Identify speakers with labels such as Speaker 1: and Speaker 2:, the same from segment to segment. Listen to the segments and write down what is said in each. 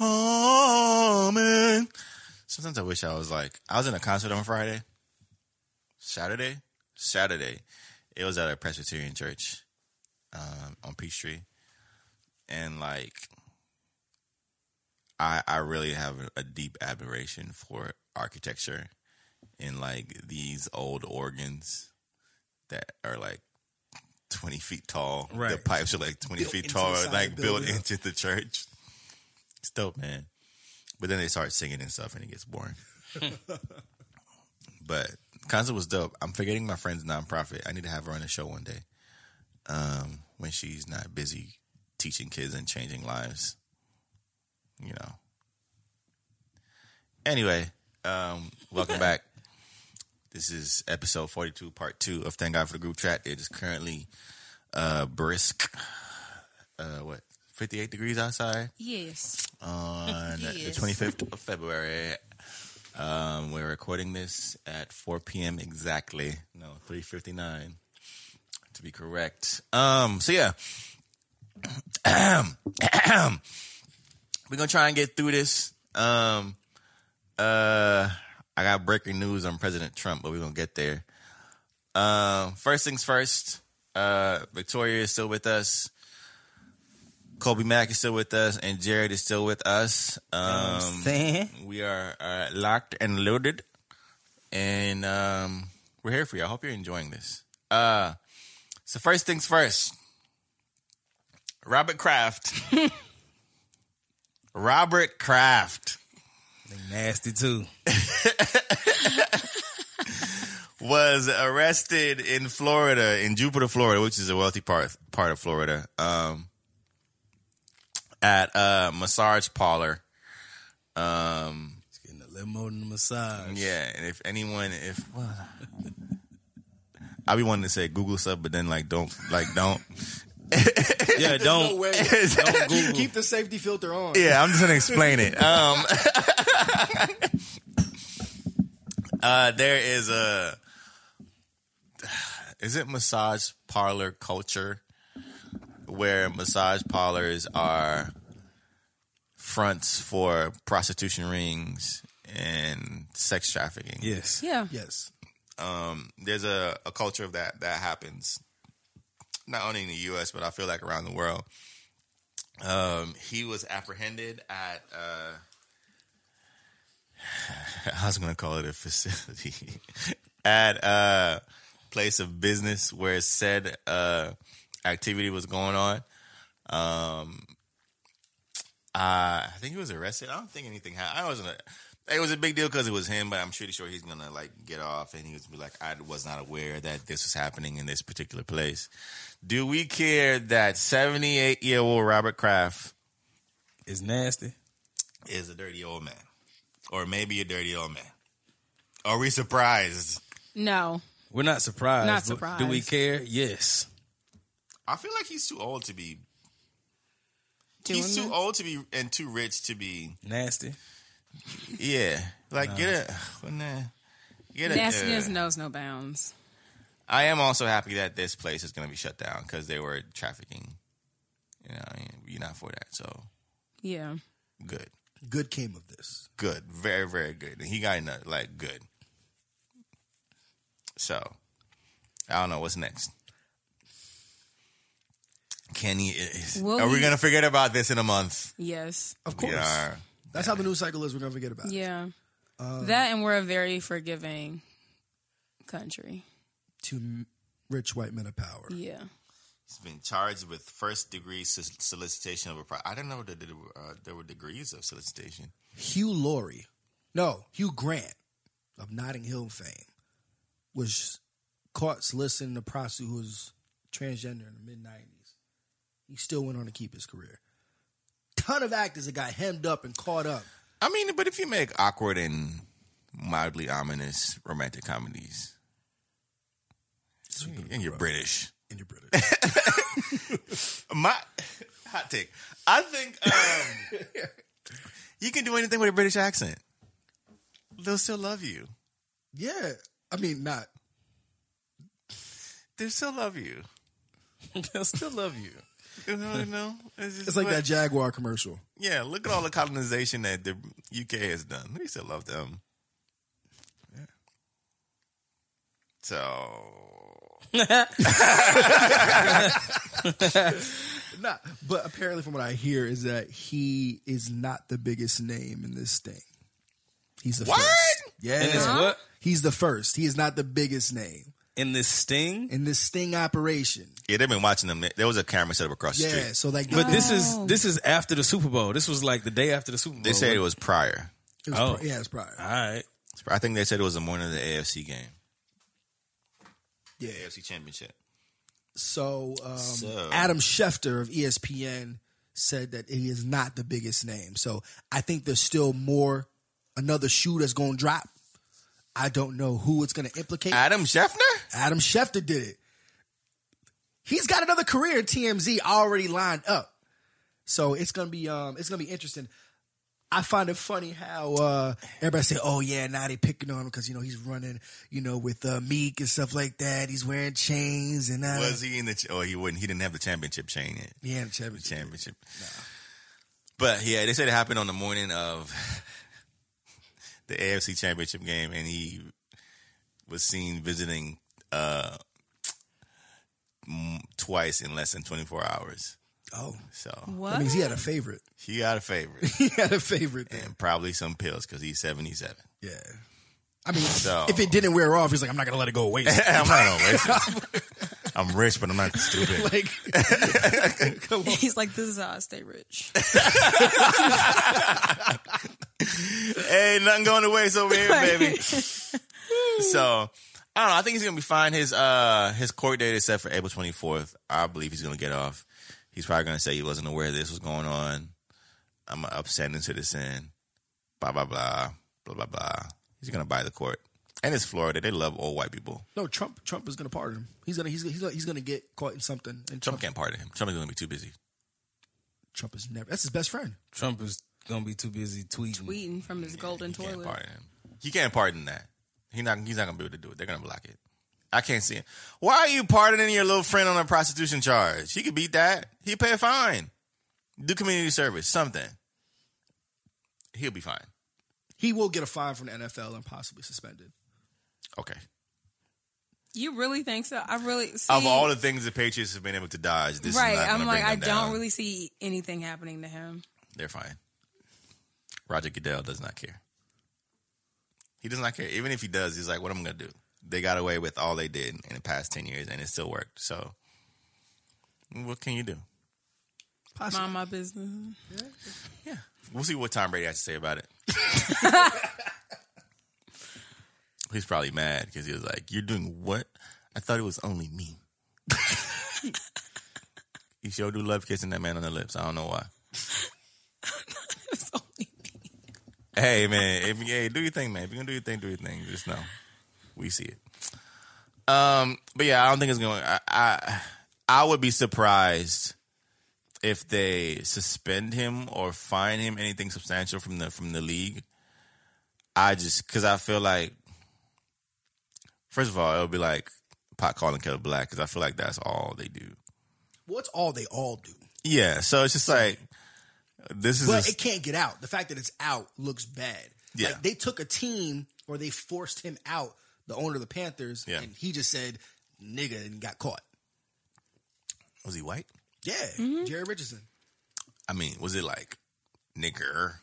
Speaker 1: Oh man. Sometimes I wish I was like I was in a concert on Friday. Saturday? Saturday. It was at a Presbyterian church um, on Peachtree. And like I I really have a deep admiration for architecture and like these old organs that are like 20 feet tall. The
Speaker 2: Right.
Speaker 1: pipes are like 20
Speaker 2: Built
Speaker 1: feet
Speaker 2: into
Speaker 1: tall,
Speaker 2: the side
Speaker 1: like
Speaker 2: of the
Speaker 1: built
Speaker 2: building.
Speaker 1: into the church. It's dope, man. But then they start singing and stuff, and it gets boring. but concert was dope. I'm forgetting my friend's nonprofit. I need to have her on the show one day um, when she's not busy teaching kids and changing lives. You know. Anyway, um, welcome back. This is episode 42, part two of Thank God for the Group Chat. It is currently uh, brisk. Uh, what? 58 degrees outside
Speaker 3: Yes.
Speaker 1: on
Speaker 3: Yes.
Speaker 1: the 25th of February. Um, we're recording this at 4 p.m. exactly. No, 3:59 to be correct. Um, so yeah, we're gonna try and get through this. Um, uh, I got breaking news on President Trump, but we're gonna get there. Um, first things first. Uh, Victoria is still with us. Kobe Mack is still with us, and Jared is still with us. Um,
Speaker 4: Saying?
Speaker 1: we are uh, locked and loaded, and um, we're here for you. I hope you're enjoying this. Uh, so first things first, Robert Kraft. Robert Kraft
Speaker 2: Nasty too.
Speaker 1: was arrested in Florida, in Jupiter, Florida, which is a wealthy part part of Florida, um, at a massage parlor. Um,
Speaker 2: He's getting a limo and a massage.
Speaker 1: Yeah, and if anyone, if I be wanting to say Google stuff, but then like don't, like don't.
Speaker 2: Yeah,
Speaker 5: No
Speaker 2: don't
Speaker 5: way.
Speaker 2: don't Google.
Speaker 5: Keep the safety filter on.
Speaker 1: Yeah, I'm just gonna explain it. Um, uh, there is a, is it massage parlor culture, where massage parlors are fronts for prostitution rings and sex trafficking.
Speaker 2: yes.
Speaker 3: Yeah.
Speaker 5: Yes.
Speaker 1: there's a, a culture of that that happens not only in the US but I feel like around the world. Um, he was apprehended at uh, I was gonna call it a facility at a place of business where said uh, activity was going on. Um, uh, I think he was arrested. I don't think anything happened. I wasn't. A, it was a big deal because it was him, but I'm pretty sure he's gonna like get off, and he was be like, I was not aware that this was happening in this particular place. Do we care that 78 year old Robert Kraft
Speaker 2: It's nasty.
Speaker 1: is a dirty old man, or maybe a dirty old man? Are we surprised?
Speaker 3: No.
Speaker 2: We're not surprised.
Speaker 3: Not
Speaker 2: but Do we
Speaker 3: surprised.
Speaker 2: care? Yes.
Speaker 1: I feel like he's too old to be.
Speaker 3: Doing
Speaker 1: he's too
Speaker 3: this?
Speaker 1: old to be and too rich to be.
Speaker 2: Nasty.
Speaker 1: Yeah, like get a well, nah. get a.
Speaker 3: Nastiness
Speaker 1: uh,
Speaker 3: knows no bounds.
Speaker 1: I am also happy that this place is going to be shut down because they were trafficking. You know, I mean, you're not for that, so
Speaker 3: Yeah.
Speaker 1: good,
Speaker 5: Good came of this.
Speaker 1: good, very, very good. And he got enough, like good. So, I don't know what's next. Kenny, is,
Speaker 3: Will
Speaker 1: are we
Speaker 3: we-
Speaker 1: going to forget about this in a month?
Speaker 3: Yes.
Speaker 5: Of course.
Speaker 1: We are.
Speaker 5: That's how the news cycle is. We're going to forget about it.
Speaker 3: Yeah. that and we're a very forgiving country.
Speaker 5: Two rich white men of power.
Speaker 3: Yeah.
Speaker 1: He's been charged with first degree solic- solicitation of a. Pro- I didn't know that there were, uh, there were degrees of solicitation.
Speaker 5: Hugh Laurie, no, Hugh Grant of Notting Hill fame, was caught soliciting a prostitute who was transgender in the mid '90s. He still went on to keep his career. ton of actors that got hemmed up and caught up.
Speaker 1: I mean, but if you make awkward and mildly ominous romantic comedies, and you're British,
Speaker 5: And you're British.
Speaker 1: my hot take. I think um, you can do anything with a British accent. They'll still love you.
Speaker 5: yeah. I mean, not.
Speaker 1: They'll still love you.
Speaker 6: I still love you.
Speaker 1: You know, you know? It's, just-
Speaker 5: It's like
Speaker 1: but-
Speaker 5: that Jaguar commercial.
Speaker 1: Yeah, look at all the colonization that the UK has done. We still love them. So
Speaker 5: Nah, but apparently, from what I hear, is that he is not the biggest name in this thing. He's the
Speaker 1: What?
Speaker 5: first. Yeah,
Speaker 6: And it's what?
Speaker 5: he's the first. He is not the biggest name
Speaker 6: In this sting?
Speaker 5: in this sting operation.
Speaker 1: yeah, they've been watching them. There was a camera set up across the
Speaker 5: Yeah,
Speaker 1: street.
Speaker 5: so like,
Speaker 6: But this is this is after the Super Bowl. This was like the day after the Super Bowl.
Speaker 1: They said it was prior.
Speaker 5: it was,
Speaker 6: oh.
Speaker 5: pri- yeah, it's prior.
Speaker 6: All right.
Speaker 1: I think they said it was the morning of the AFC game,
Speaker 5: Yeah.
Speaker 1: AFC Championship.
Speaker 5: So, um,
Speaker 1: So-
Speaker 5: Adam Schefter of E ESPN said that he is not the biggest name. So I think there's still more another shoe that's going to drop. I don't know who it's going to implicate.
Speaker 1: Adam Scheffner?
Speaker 5: Adam Schefter did it. He's got another career in TMZ already lined up. So it's gonna be um it's gonna be interesting. I find it funny how uh, everybody say, "Oh yeah, now they picking on him because you know he's running, you know, with uh, Meek and stuff like that. He's wearing chains and uh,
Speaker 1: Was he in the? Ch- oh, he wouldn't. He didn't have the championship chain yet.
Speaker 5: yeah, the championship.
Speaker 1: Championship. But yeah, they said it happened on the morning of the AFC Championship game, and he was seen visiting uh, m- twice in less than 24 hours.
Speaker 5: Oh,
Speaker 1: So
Speaker 3: What?
Speaker 5: that means he had a favorite.
Speaker 1: he got a favorite
Speaker 5: He had a favorite. Then.
Speaker 1: and probably some pills because he's 77.
Speaker 5: Yeah, I mean,
Speaker 1: So-
Speaker 5: if it didn't wear off, he's like, "I'm not gonna let it go away."
Speaker 1: I'm not a racist. I'm rich, but I'm not stupid.
Speaker 5: like,
Speaker 3: He's like, this is how I stay rich.
Speaker 1: hey, nothing going to waste over here, baby. so I don't know. I think he's gonna be fine. His uh his court date is set for April twenty fourth. I believe he's gonna get off. He's probably gonna say he wasn't aware this was going on. I'm an upstanding citizen. Blah blah blah blah blah blah. He's gonna buy the court, and it's Florida. They love old white people.
Speaker 5: no, Trump. Trump is gonna pardon him. He's gonna he's gonna, he's gonna, he's gonna get caught in something. And
Speaker 1: Trump can't pardon him. Trump is gonna be too busy.
Speaker 5: Trump is never. That's his best friend.
Speaker 6: Trump is gonna be too busy tweeting.
Speaker 3: Eating from his golden
Speaker 1: He can't
Speaker 3: toilet.
Speaker 1: pardon him. He can't pardon that. He not. He's not gonna be able to do it. They're gonna block it. I can't see it. Why are you pardoning your little friend on a prostitution charge? He could beat that. He pay a fine. Do community service. Something. He'll be fine.
Speaker 5: He will get a fine from the NFL and possibly suspended.
Speaker 1: Okay.
Speaker 3: You really think so? I really see.
Speaker 1: of all the things the Patriots have been able to dodge, this
Speaker 3: right,
Speaker 1: is not
Speaker 3: I'm
Speaker 1: gonna
Speaker 3: like,
Speaker 1: bring
Speaker 3: I
Speaker 1: them
Speaker 3: don't
Speaker 1: down.
Speaker 3: really see anything happening to him.
Speaker 1: They're fine. Roger Goodell does not care. He does not care. Even if he does, he's like, "What am I gonna do?" They got away with all they did in the past ten years, and it still worked. So, what can you do?
Speaker 5: Possibly.
Speaker 3: Mind my business.
Speaker 1: We'll see what Tom Brady has to say about it. He's probably mad because he was like, "You're doing what? I thought it was only me." you sure do love kissing that man on the lips. I don't know why.
Speaker 3: It's only me.
Speaker 1: Hey man, if hey, do your thing, man. If you're gonna do your thing, do your thing. Just know we see it. Um, but yeah, I don't think it's going. I, I I would be surprised if they suspend him or fine him anything substantial from the from the league. I just because I feel like, first of all, it'll be like pot calling kettle black because I feel like that's all they do.
Speaker 5: What's all they all do?
Speaker 1: Yeah, so it's just like this is. a
Speaker 5: But
Speaker 1: s-
Speaker 5: it can't get out. The fact that it's out looks bad.
Speaker 1: Yeah.
Speaker 5: Like they took a team or they forced him out, the owner of the Panthers,
Speaker 1: Yeah.
Speaker 5: and he just said, nigga, and got caught.
Speaker 1: was he white?
Speaker 5: Yeah. Jerry Richardson.
Speaker 1: I mean, was it like nigger?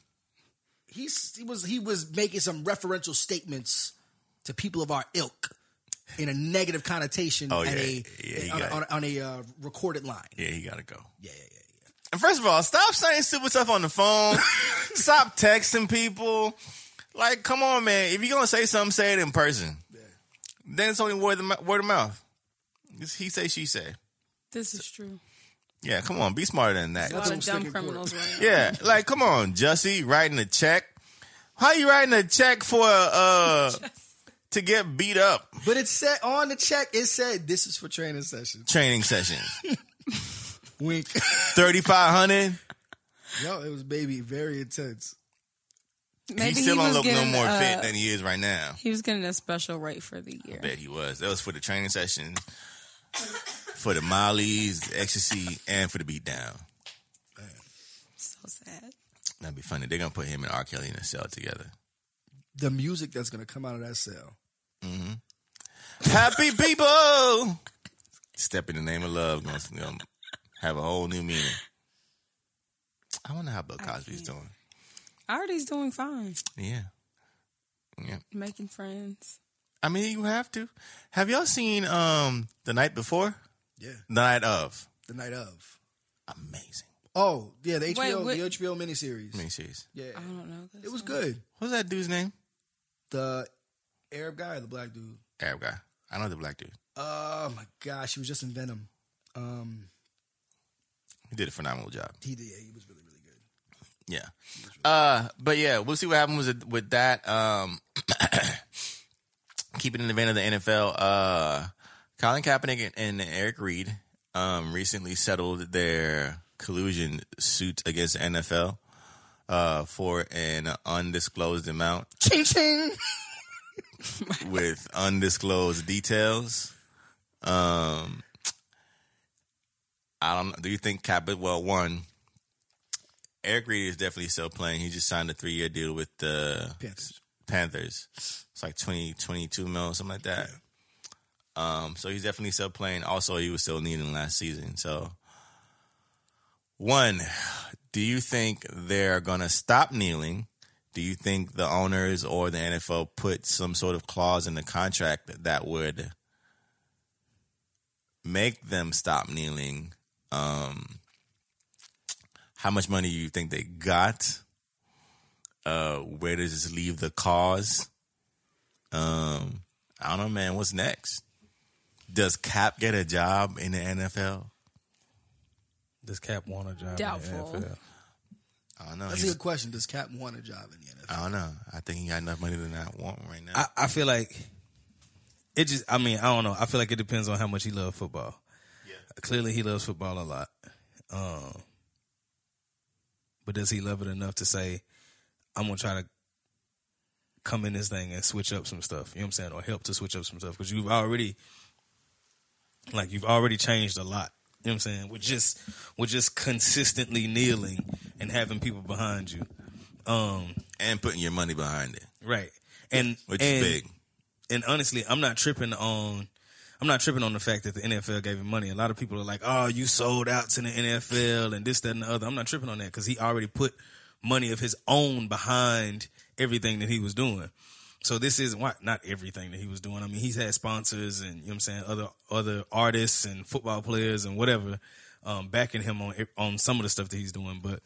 Speaker 5: He's, he was he was making some referential statements to people of our ilk in a negative connotation
Speaker 1: Oh,
Speaker 5: at
Speaker 1: yeah.
Speaker 5: a,
Speaker 1: Yeah, he
Speaker 5: on,
Speaker 1: got
Speaker 5: a,
Speaker 1: it.
Speaker 5: on a, on a uh, recorded line.
Speaker 1: Yeah, he gotta go.
Speaker 5: Yeah, yeah, yeah.
Speaker 1: And first of all, stop saying stupid stuff on the phone. stop texting people. Like, come on, man. If you're gonna say something, say it in person. Then it's only word of, mou- word of mouth. It's he say, she say.
Speaker 3: This is true.
Speaker 1: Yeah, come on, be smarter than that.
Speaker 3: A lot of
Speaker 5: what's
Speaker 3: dumb
Speaker 5: sticking
Speaker 3: criminals running.
Speaker 1: Yeah, like come on, Jussie writing a check. How you writing a check for uh to get beat up
Speaker 5: But it said on the check, it said this is for training sessions.
Speaker 1: training sessions?
Speaker 5: Wink.
Speaker 1: Thirty five hundred.
Speaker 5: Yo, it was baby very intense.
Speaker 3: Maybe
Speaker 1: He still don't
Speaker 3: was
Speaker 1: look
Speaker 3: getting,
Speaker 1: no more
Speaker 3: uh,
Speaker 1: fit than he is right now.
Speaker 3: He was getting a special rate for the year.
Speaker 1: Bet he was. That was for the training sessions, for the mollies, the ecstasy, and for the beatdown.
Speaker 3: So sad.
Speaker 1: That'd be funny. They're gonna put him and R. Kelly in a cell together.
Speaker 5: The music that's gonna come out of that cell.
Speaker 1: Happy people. Step in the name of love. Gonna, gonna have a whole new meaning. I wonder how Bill Cosby's doing.
Speaker 3: Artie's doing fine.
Speaker 1: Yeah. Yeah.
Speaker 3: Making friends.
Speaker 1: I mean, you have to. Have y'all seen um the night before?
Speaker 5: Yeah.
Speaker 1: The night of.
Speaker 5: The night of.
Speaker 1: Amazing.
Speaker 5: Oh, yeah, the HBO
Speaker 3: what- Oh,
Speaker 5: the HBO miniseries.
Speaker 1: I mean, serious.
Speaker 5: Yeah.
Speaker 3: I don't know.
Speaker 5: It was good.
Speaker 1: What's that dude's name?
Speaker 5: The Arab guy, the black dude.
Speaker 1: Arab guy. I know the black dude.
Speaker 5: Oh my gosh, he was just in Venom. Um
Speaker 1: He did a phenomenal job.
Speaker 5: he did yeah, he was really, really good.
Speaker 1: Yeah. Uh, but yeah, we'll see what happens with, with that. Um, keeping in the vein of the NFL, uh, Colin Kaepernick and, and Eric Reed um, recently settled their collusion suit against the NFL uh, for an undisclosed amount
Speaker 5: Ching ching.
Speaker 1: with undisclosed details. Um, I don't. know. Do you think Cap? Well, one, Eric Reed is definitely still playing. He just signed a three-year deal with the
Speaker 5: Panthers.
Speaker 1: Panthers. It's like 20, 22 mil, something like that. Um, so he's definitely still playing. Also, he was still needing last season. So, one, do you think they're gonna stop kneeling? Do you think the owners or the NFL put some sort of clause in the contract that would make them stop kneeling? Um, how much money do you think they got? Uh, where does this leave the cause? Um, I don't know, man. What's next? Does Cap get a job in the NFL?
Speaker 7: Does Cap want a job? in the
Speaker 3: Doubtful.
Speaker 7: NFL?
Speaker 1: I don't know.
Speaker 5: That's a
Speaker 1: He's-
Speaker 5: good question. Does Cap want a job in the NFL?
Speaker 1: I don't know. I think he got enough money to not want right now.
Speaker 7: I, I feel like it just. I mean, I don't know. I feel like it depends on how much he loves football. Clearly, he loves football a lot. Um, but does he love it enough to say, "I'm gonna try to come in this thing and switch up some stuff"? You know what I'm saying, or help to switch up some stuff because you've already, like, you've already changed a lot. You know what I'm saying? With just with just consistently kneeling and having people behind you, um,
Speaker 1: and putting your money behind it,
Speaker 7: right? And
Speaker 1: which
Speaker 7: and,
Speaker 1: is big.
Speaker 7: and honestly, I'm not tripping on. I'm not tripping on the fact that the NFL gave him money. A lot of people are like, "Oh, you sold out to the NFL and this, that, and the other." I'm not tripping on that because he already put money of his own behind everything that he was doing. So this is why not everything that he was doing. I mean, he's had sponsors and you know what I'm saying other other artists and football players and whatever um, backing him on on some of the stuff that he's doing. But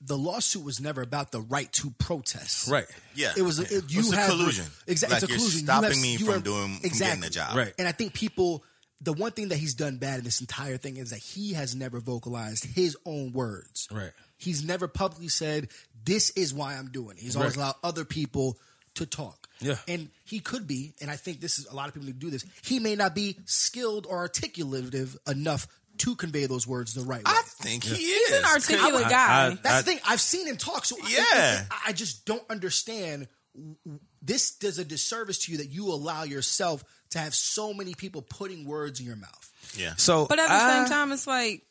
Speaker 5: the lawsuit was never about the right to protest.
Speaker 7: right,
Speaker 1: Yeah,
Speaker 5: It was.
Speaker 1: Yeah.
Speaker 5: It, you
Speaker 1: it's
Speaker 5: have
Speaker 1: a collusion.
Speaker 5: Exactly.
Speaker 1: Like
Speaker 5: it's a
Speaker 1: you're
Speaker 5: collusion. You
Speaker 1: stopping
Speaker 5: have-
Speaker 1: me
Speaker 5: you
Speaker 1: from
Speaker 5: have-
Speaker 1: doing from getting
Speaker 5: exactly.
Speaker 1: a job.
Speaker 7: Right.
Speaker 5: And I think people. The one thing that he's done bad in this entire thing is that he has never vocalized his own words.
Speaker 7: Right.
Speaker 5: He's never publicly said, "This is why I'm doing." it. He's always
Speaker 7: Right.
Speaker 5: allowed other people to talk.
Speaker 7: Yeah.
Speaker 5: And he could be, and I think this is a lot of people who do this. He may not be skilled or articulative enough to convey those words the right way.
Speaker 1: I think he is.
Speaker 3: He's an articulate guy.
Speaker 7: I-
Speaker 5: That's the thing. I've seen him talk, so I-
Speaker 1: Yeah.
Speaker 5: I, I just don't understand. This does a disservice to you that you allow yourself to have so many people putting words in your mouth.
Speaker 1: Yeah.
Speaker 7: So,
Speaker 3: But at the
Speaker 7: I-
Speaker 3: same time, it's like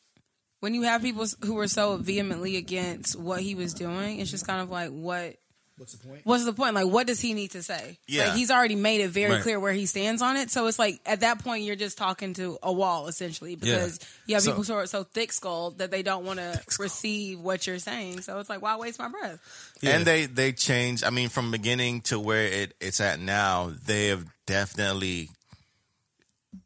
Speaker 3: when you have people who are so vehemently against what he was doing, it's just kind of like, what?
Speaker 5: What's the point?
Speaker 3: What's the point? Like, what does he need to say?
Speaker 1: Yeah.
Speaker 3: Like, he's already made it very
Speaker 7: Right.
Speaker 3: clear where he stands on it. So it's like at that point, you're just talking to a wall essentially because you have
Speaker 7: So-
Speaker 3: people who are so thick skulled that they don't want to receive what you're saying. So it's like, why waste my breath?
Speaker 1: And they they changed. I mean, from beginning to where it, it's at now, they have definitely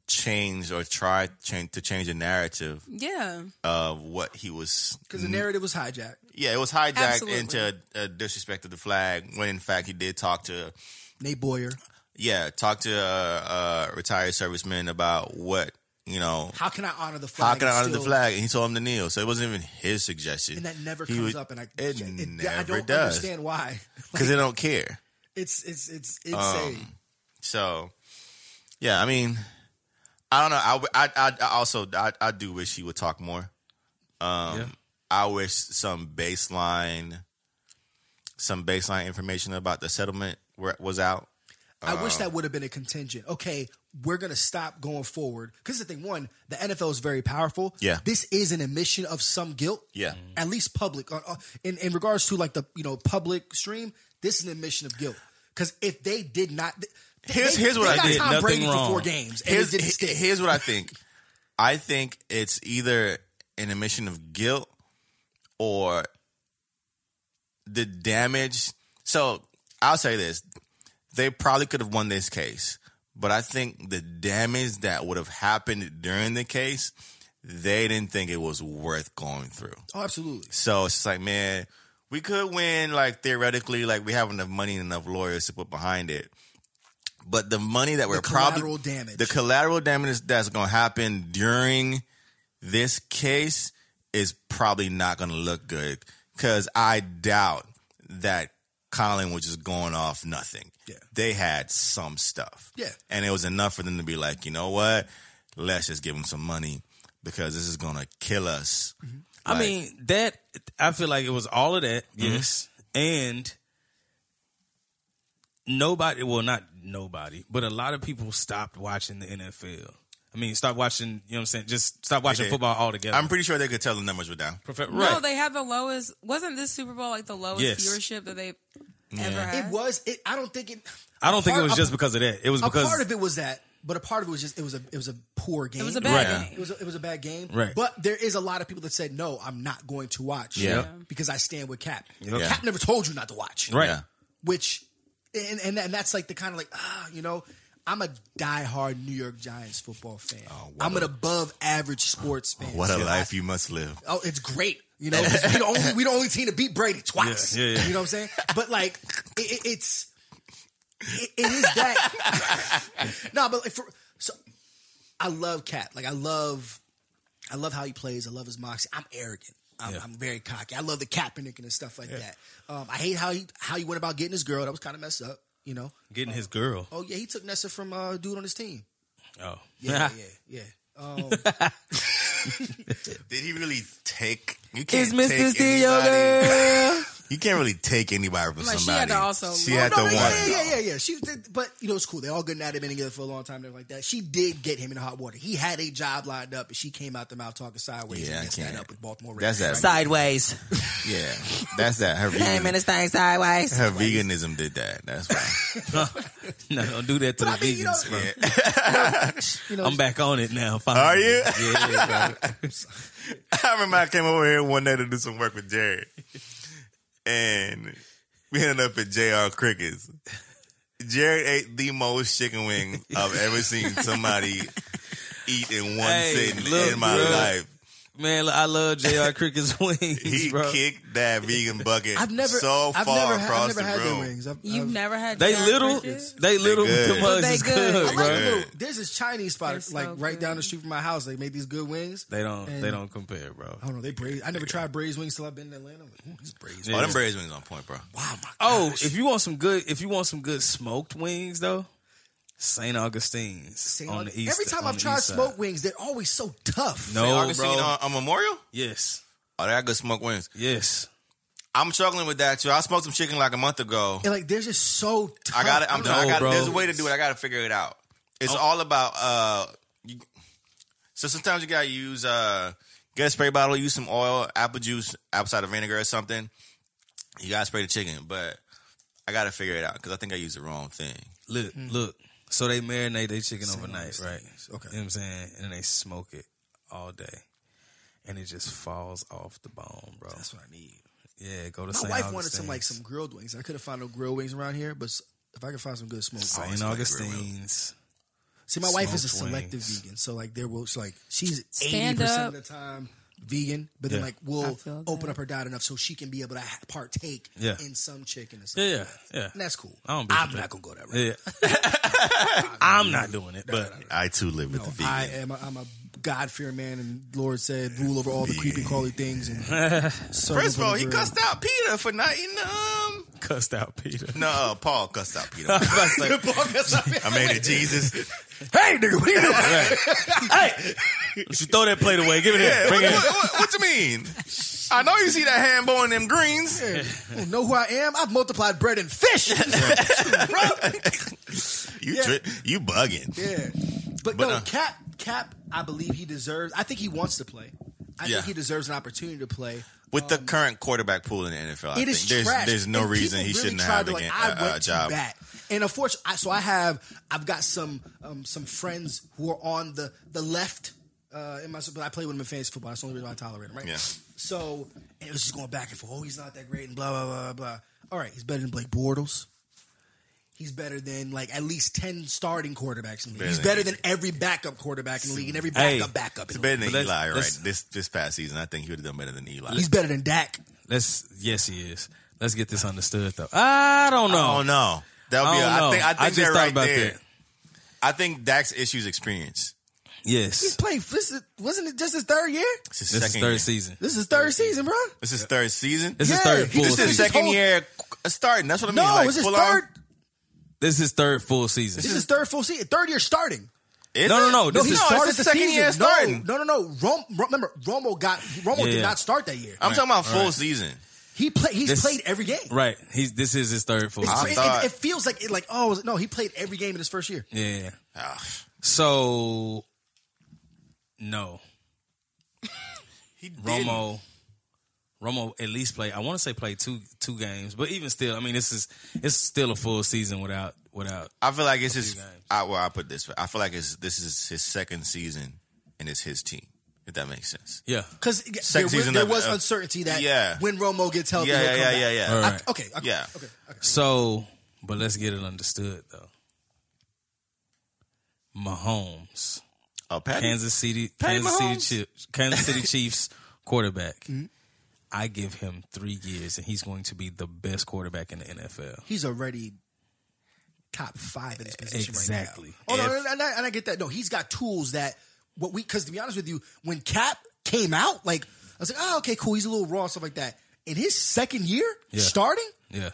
Speaker 1: changed or tried change, to change the narrative
Speaker 3: Yeah.
Speaker 1: of what he was.
Speaker 5: Because the narrative was hijacked.
Speaker 1: Yeah, it was hijacked
Speaker 3: Absolutely.
Speaker 1: into a, a disrespect of the flag when in fact he did talk to
Speaker 5: Nate Boyer.
Speaker 1: yeah talk to uh, uh, retired servicemen about what you know,
Speaker 5: How can I honor the flag?
Speaker 1: how can I
Speaker 5: and
Speaker 1: honor the
Speaker 5: still-
Speaker 1: flag? And he told him to kneel. So it wasn't even his suggestion.
Speaker 5: And that never
Speaker 1: He
Speaker 5: comes
Speaker 1: was-
Speaker 5: up. And I,
Speaker 1: it, never
Speaker 5: I don't
Speaker 1: does
Speaker 5: understand why.
Speaker 1: because they don't care.
Speaker 5: It's it's it's insane.
Speaker 1: Um, So, yeah, I mean, I don't know. I w- I, I- I also I, I do wish he would talk more. Um,
Speaker 7: Yeah.
Speaker 1: I wish some baseline, some baseline information about the settlement were, was out.
Speaker 5: I
Speaker 1: Uh-huh.
Speaker 5: wish that would have been a contingent. Okay, we're gonna stop going forward because the thing one, the NFL is very powerful.
Speaker 1: Yeah.
Speaker 5: this is an admission of some guilt.
Speaker 1: Yeah.
Speaker 5: at least public. uh, uh, in in regards to like the you know public stream, this is an admission of guilt because if they did not, th-
Speaker 1: Here's-
Speaker 5: they-
Speaker 1: here's what
Speaker 5: they
Speaker 1: I
Speaker 5: got
Speaker 7: did,
Speaker 5: Tom
Speaker 7: nothing
Speaker 5: Brady
Speaker 7: wrong.
Speaker 5: for four games. And
Speaker 1: Here's
Speaker 5: it didn't
Speaker 1: he-
Speaker 5: stick.
Speaker 1: here's what I think. I think it's either an admission of guilt or the damage. So I'll say this: they probably could have won this case, but I think the damage that would have happened during the case, they didn't think it was worth going through.
Speaker 5: oh, absolutely.
Speaker 1: So it's just like, man, we could win, like theoretically, like we have enough money and enough lawyers to put behind it. But the money that we're
Speaker 5: collateral
Speaker 1: probably
Speaker 5: damage.
Speaker 1: the collateral damage that's going to happen during this case is probably not going to look good because I doubt that Colin was just going off nothing.
Speaker 5: Yeah.
Speaker 1: They had some stuff.
Speaker 5: Yeah.
Speaker 1: And it was enough for them to be like, you know what? Let's just give them some money because this is going to kill us.
Speaker 5: Mm-hmm.
Speaker 7: I mean that I feel like it was all of that.
Speaker 1: Mm-hmm.
Speaker 7: Yes, and nobody, well, not nobody, but a lot of people stopped watching the NFL. I mean, stop watching. You know what I'm saying? Just stop watching
Speaker 1: did.
Speaker 7: football altogether.
Speaker 1: I'm pretty sure they could tell the numbers were down.
Speaker 7: Profe-
Speaker 3: No,
Speaker 7: right.
Speaker 3: they had the lowest. Wasn't this Super Bowl like the lowest
Speaker 7: Yes.
Speaker 3: viewership that they ever had?
Speaker 5: It was. It. I don't think it.
Speaker 7: I don't think it
Speaker 5: part-
Speaker 7: was
Speaker 5: a-
Speaker 7: just because of that. It was
Speaker 5: A
Speaker 7: because
Speaker 5: part of it was that, but a part of it was just it was a it was a poor game.
Speaker 3: It was a bad
Speaker 7: Right.
Speaker 3: game.
Speaker 5: It was a, it was a bad game.
Speaker 7: Right.
Speaker 5: But there is a lot of people that said no, I'm not going to watch.
Speaker 1: Yeah.
Speaker 5: Because I stand with Cap.
Speaker 7: Yeah.
Speaker 5: Cap never told you not to watch.
Speaker 7: right.
Speaker 1: Yeah.
Speaker 5: Which, and and, and that's like the kind of like ah, you know. I'm a diehard New York Giants football fan. I'm an above average sports fan.
Speaker 1: What a
Speaker 5: Yeah.
Speaker 1: life you must live.
Speaker 5: Oh, it's great. You know, 'cause we the only we the only team to beat Brady twice.
Speaker 7: Yeah, yeah, yeah.
Speaker 5: You know what I'm saying? But like, it, it, it's it, it is that. no, but like for so, I love Cat. Like I love, I love how he plays. I love his moxie. I'm arrogant. I'm, I'm very cocky. I love the Kaepernick and stuff like that. Um, I hate how he how he went about getting his girl. That was kind of messed up. You know?
Speaker 7: Getting his girl.
Speaker 5: Oh yeah, he took Nessa from uh, dude on his team.
Speaker 7: Oh,
Speaker 5: Yeah, yeah, yeah.
Speaker 1: Did he really take? You can't
Speaker 8: Mr.
Speaker 1: take
Speaker 8: Steel
Speaker 1: anybody. You can't really take anybody from
Speaker 3: Like,
Speaker 1: somebody.
Speaker 3: she had to also-
Speaker 1: She
Speaker 3: Oh,
Speaker 1: had to
Speaker 5: no, no,
Speaker 1: want.
Speaker 5: yeah, yeah, yeah, yeah. She, did- but you know, it's cool. They all good and at it, been together for a long time, everything like that. She did get him in hot water. He had a job lined up, and she came out the mouth talking sideways.
Speaker 1: Yeah, I
Speaker 5: and messed that
Speaker 1: can't.
Speaker 5: up with Baltimore.
Speaker 1: That's
Speaker 5: Ravens.
Speaker 1: that.
Speaker 8: Sideways.
Speaker 1: Yeah, that's that. Her,
Speaker 8: Came in
Speaker 1: vegan,
Speaker 8: this thing sideways.
Speaker 1: her veganism did that. That's why.
Speaker 7: no! Don't do that to
Speaker 5: But I
Speaker 7: the
Speaker 5: mean,
Speaker 7: vegans,
Speaker 5: you know-
Speaker 7: bro.
Speaker 5: You know,
Speaker 7: I'm back on it now. Finally.
Speaker 1: Are you?
Speaker 7: Yeah, yeah, bro.
Speaker 1: I remember I came over here one day to do some work with Jared, and we ended up at JR Crickets. Jared ate the most chicken wing I've ever seen somebody eat in one
Speaker 7: Hey,
Speaker 1: sitting
Speaker 7: look,
Speaker 1: in my
Speaker 7: bro.
Speaker 1: life.
Speaker 7: man. look, I love Jr. Cricket's wings,
Speaker 1: He
Speaker 7: bro.
Speaker 1: kicked that vegan bucket
Speaker 5: I've never,
Speaker 1: so far
Speaker 5: I've never, had-
Speaker 1: across
Speaker 5: I've never
Speaker 1: the
Speaker 5: had
Speaker 1: room.
Speaker 5: their wings. I've,
Speaker 3: You've
Speaker 5: I've,
Speaker 3: never had
Speaker 7: They
Speaker 3: giant
Speaker 7: little,
Speaker 3: crickets?
Speaker 7: they little.
Speaker 1: good.
Speaker 7: Them
Speaker 1: But
Speaker 7: hugs
Speaker 3: they
Speaker 7: is
Speaker 3: good.
Speaker 7: good,
Speaker 3: I
Speaker 5: I
Speaker 7: bro.
Speaker 5: like the
Speaker 1: Right.
Speaker 5: little, there's this Chinese
Speaker 3: They're
Speaker 5: spot
Speaker 3: so
Speaker 5: like right
Speaker 3: good.
Speaker 5: down the street from my house. They make these good wings.
Speaker 7: They don't.
Speaker 5: And-
Speaker 7: They don't compare, bro.
Speaker 5: I don't know. They braise. I never tried braised wings till I've been in Atlanta. I'm like, ooh, these braised.
Speaker 1: Oh, them braised wings on point, bro.
Speaker 5: Wow, my
Speaker 7: Oh, if you want some good, if you want some good smoked wings though, St. Augustine's
Speaker 5: St.
Speaker 7: on
Speaker 5: August-
Speaker 7: the east.
Speaker 5: Every time
Speaker 7: on
Speaker 5: I've
Speaker 7: the
Speaker 5: tried
Speaker 7: east side.
Speaker 5: smoked wings, they're always so tough.
Speaker 7: no,
Speaker 1: Augustine
Speaker 7: bro.
Speaker 1: on, on Memorial?
Speaker 7: yes,
Speaker 1: Oh, they got good smoked wings.
Speaker 7: yes.
Speaker 1: I'm struggling with that too. I smoked some chicken like a month ago.
Speaker 5: And like they're just so tough.
Speaker 1: I got it. I'm
Speaker 7: No,
Speaker 1: I got
Speaker 7: bro.
Speaker 1: There's a way to do it. I got to figure it out. It's all about. uh you, So sometimes you gotta use uh get a spray bottle, use some oil, apple juice, apple cider vinegar or something. You gotta spray the chicken, but I gotta figure it out because I think I used the wrong thing.
Speaker 7: Look, look. So they marinate their chicken overnight, right?
Speaker 5: Hmm. Okay.
Speaker 7: You know what I'm saying? And then they smoke it all day. And it just falls off the bone, bro.
Speaker 5: That's what I need.
Speaker 7: Yeah, go to
Speaker 5: My
Speaker 7: St.
Speaker 5: wife wanted some like
Speaker 7: Augustine's.
Speaker 5: some grilled wings. I couldn't find no grilled wings around here, but s- if I could find some good smoked wings.
Speaker 7: St. Augustine's.
Speaker 5: See, my wife is a
Speaker 7: smoked
Speaker 5: selective
Speaker 7: wings.
Speaker 5: vegan, so like there will she's like she's eighty
Speaker 3: Stand
Speaker 5: percent of
Speaker 3: up.
Speaker 5: the time vegan, but then
Speaker 7: Yeah.
Speaker 5: like
Speaker 3: I
Speaker 5: we'll
Speaker 3: feel
Speaker 5: open
Speaker 3: that.
Speaker 5: up her diet enough so she can be able to ha- partake
Speaker 7: Yeah.
Speaker 5: in some chicken and stuff.
Speaker 7: Yeah, yeah, yeah.
Speaker 5: And that's cool.
Speaker 7: I don't be-
Speaker 5: I'm not gonna go that route.
Speaker 7: Yeah. I'm not doing it, but
Speaker 1: I too live with the vegan.
Speaker 5: I am. A, I'm a God fearing man, and Lord said, rule over all the creepy crawly things. And
Speaker 1: First of all, he cussed out Peter for not eating. Um,
Speaker 7: cussed out Peter.
Speaker 1: no, uh, Paul cussed out Peter. I
Speaker 5: hey,
Speaker 1: made it Jesus.
Speaker 5: nigga, what are you doing?
Speaker 7: You should throw that plate away. Give it
Speaker 1: Yeah, what,
Speaker 7: here. Bring it.
Speaker 1: what,
Speaker 7: here.
Speaker 1: what- what you mean? I know you see that hand bow and them greens.
Speaker 5: You know who I am? I've multiplied bread and fish.
Speaker 1: You tri- you bugging.
Speaker 5: yeah, but,
Speaker 1: But,
Speaker 5: no,
Speaker 1: uh,
Speaker 5: Cap. Cap, I believe he deserves. I think he wants to play. I
Speaker 1: Yeah.
Speaker 5: think he deserves an opportunity to play.
Speaker 1: With the current quarterback pool in the NFL, I
Speaker 5: It
Speaker 1: think
Speaker 5: is
Speaker 1: there's
Speaker 5: trash.
Speaker 1: there's no
Speaker 5: And
Speaker 1: reason
Speaker 5: people
Speaker 1: he
Speaker 5: really
Speaker 1: shouldn't
Speaker 5: tried
Speaker 1: have
Speaker 5: to,
Speaker 1: a,
Speaker 5: like,
Speaker 1: ga-
Speaker 5: I
Speaker 1: a- a
Speaker 5: went to
Speaker 1: uh, job.
Speaker 5: bat. And unfortunately, I, so I have I've got some um, some friends who are on the the left. Uh, in my, but I play with them in fantasy football. That's the only reason why I tolerate them, right?
Speaker 1: Yeah.
Speaker 5: So and it was just going back and forth. Oh, he's not that great, and blah blah blah blah. All right, he's better than Blake Bortles. He's better than like at least ten starting quarterbacks in the league. He's better
Speaker 1: Better than-
Speaker 5: than every backup quarterback in the league and every
Speaker 7: Hey,
Speaker 5: backup backup. In
Speaker 1: It's
Speaker 5: the league.
Speaker 1: better than
Speaker 7: But let's-
Speaker 1: Eli, right?
Speaker 7: let's-
Speaker 1: This this past season, I think he would have done better than Eli.
Speaker 5: He's better than Dak.
Speaker 7: Let's. Yes, he is. Let's get this understood, though. I don't know.
Speaker 1: Oh no, that would
Speaker 7: I
Speaker 1: be. a-
Speaker 7: don't
Speaker 1: I
Speaker 7: know.
Speaker 1: think I think
Speaker 7: I just
Speaker 1: they're
Speaker 7: thought
Speaker 1: right
Speaker 7: about
Speaker 1: there.
Speaker 7: that.
Speaker 1: I think Dak's issues experience.
Speaker 5: He's
Speaker 7: Yes.
Speaker 5: playing. This is, wasn't it just his third year?
Speaker 1: It's his
Speaker 7: This is
Speaker 1: second
Speaker 7: third
Speaker 1: year.
Speaker 7: season.
Speaker 5: This is his third season, bro.
Speaker 1: This is third season.
Speaker 7: This
Speaker 5: Yeah,
Speaker 7: is third
Speaker 5: he
Speaker 7: full
Speaker 5: just
Speaker 1: This
Speaker 5: did
Speaker 1: is
Speaker 7: season.
Speaker 5: his
Speaker 1: second
Speaker 5: whole-
Speaker 1: year qu- uh, starting. That's what I mean.
Speaker 5: No,
Speaker 1: like,
Speaker 5: it's his
Speaker 1: full on-
Speaker 5: third.
Speaker 7: This is third full season.
Speaker 5: This is his third full season. Third year starting.
Speaker 1: Is
Speaker 7: No, no,
Speaker 1: it?
Speaker 7: no, this is-
Speaker 1: it's
Speaker 7: started
Speaker 1: his second year
Speaker 5: No,
Speaker 1: starting.
Speaker 5: No, no, no. Rom, Rom- remember, Romo got Romo
Speaker 7: Yeah.
Speaker 5: did not start that year.
Speaker 1: I'm Oh talking about full season.
Speaker 5: He played. He's
Speaker 7: This-
Speaker 5: played every game.
Speaker 7: right. He's. This is his third full
Speaker 5: It's
Speaker 7: season.
Speaker 5: cra- it-
Speaker 1: thought-
Speaker 5: it, it feels like it, like oh no, he played every game in his first year.
Speaker 7: Yeah.
Speaker 1: Ah,
Speaker 7: So. No.
Speaker 1: he did.
Speaker 7: Romo. Romo at least played. I want to say played two two games, but even still, I mean, this is it's still a full season without without.
Speaker 1: I feel like it's his.
Speaker 7: few games.
Speaker 1: I, well, I put this. I feel like it's this is his second season, and it's his team. If that makes sense.
Speaker 7: Yeah.
Speaker 5: Because there,
Speaker 1: Second
Speaker 5: was,
Speaker 1: season
Speaker 5: there
Speaker 1: of-
Speaker 5: was
Speaker 1: of-
Speaker 5: uncertainty that
Speaker 1: Yeah.
Speaker 5: when Romo gets healthy,
Speaker 1: Yeah,
Speaker 5: he'll come
Speaker 1: yeah,
Speaker 5: back.
Speaker 1: yeah, yeah.
Speaker 7: All
Speaker 5: I-
Speaker 7: right.
Speaker 5: okay, okay,
Speaker 1: Yeah.
Speaker 5: okay, okay.
Speaker 7: So, but let's get it understood though. Mahomes,
Speaker 1: Oh, Patty.
Speaker 7: Kansas City,
Speaker 1: Patty
Speaker 7: Kansas
Speaker 1: Mahomes.
Speaker 7: City Chiefs, Kansas City Chiefs quarterback. I give him three years, and he's going to be the best quarterback in the NFL.
Speaker 5: He's already top five in his position
Speaker 7: Exactly.
Speaker 5: right now. Oh no, and, I, and I get that. No, he's got tools that what we because to be honest with you, when Cap came out, like I was like, oh okay, cool. He's a little raw and stuff like that. In his second year
Speaker 7: Yeah.
Speaker 5: starting,
Speaker 7: Yeah,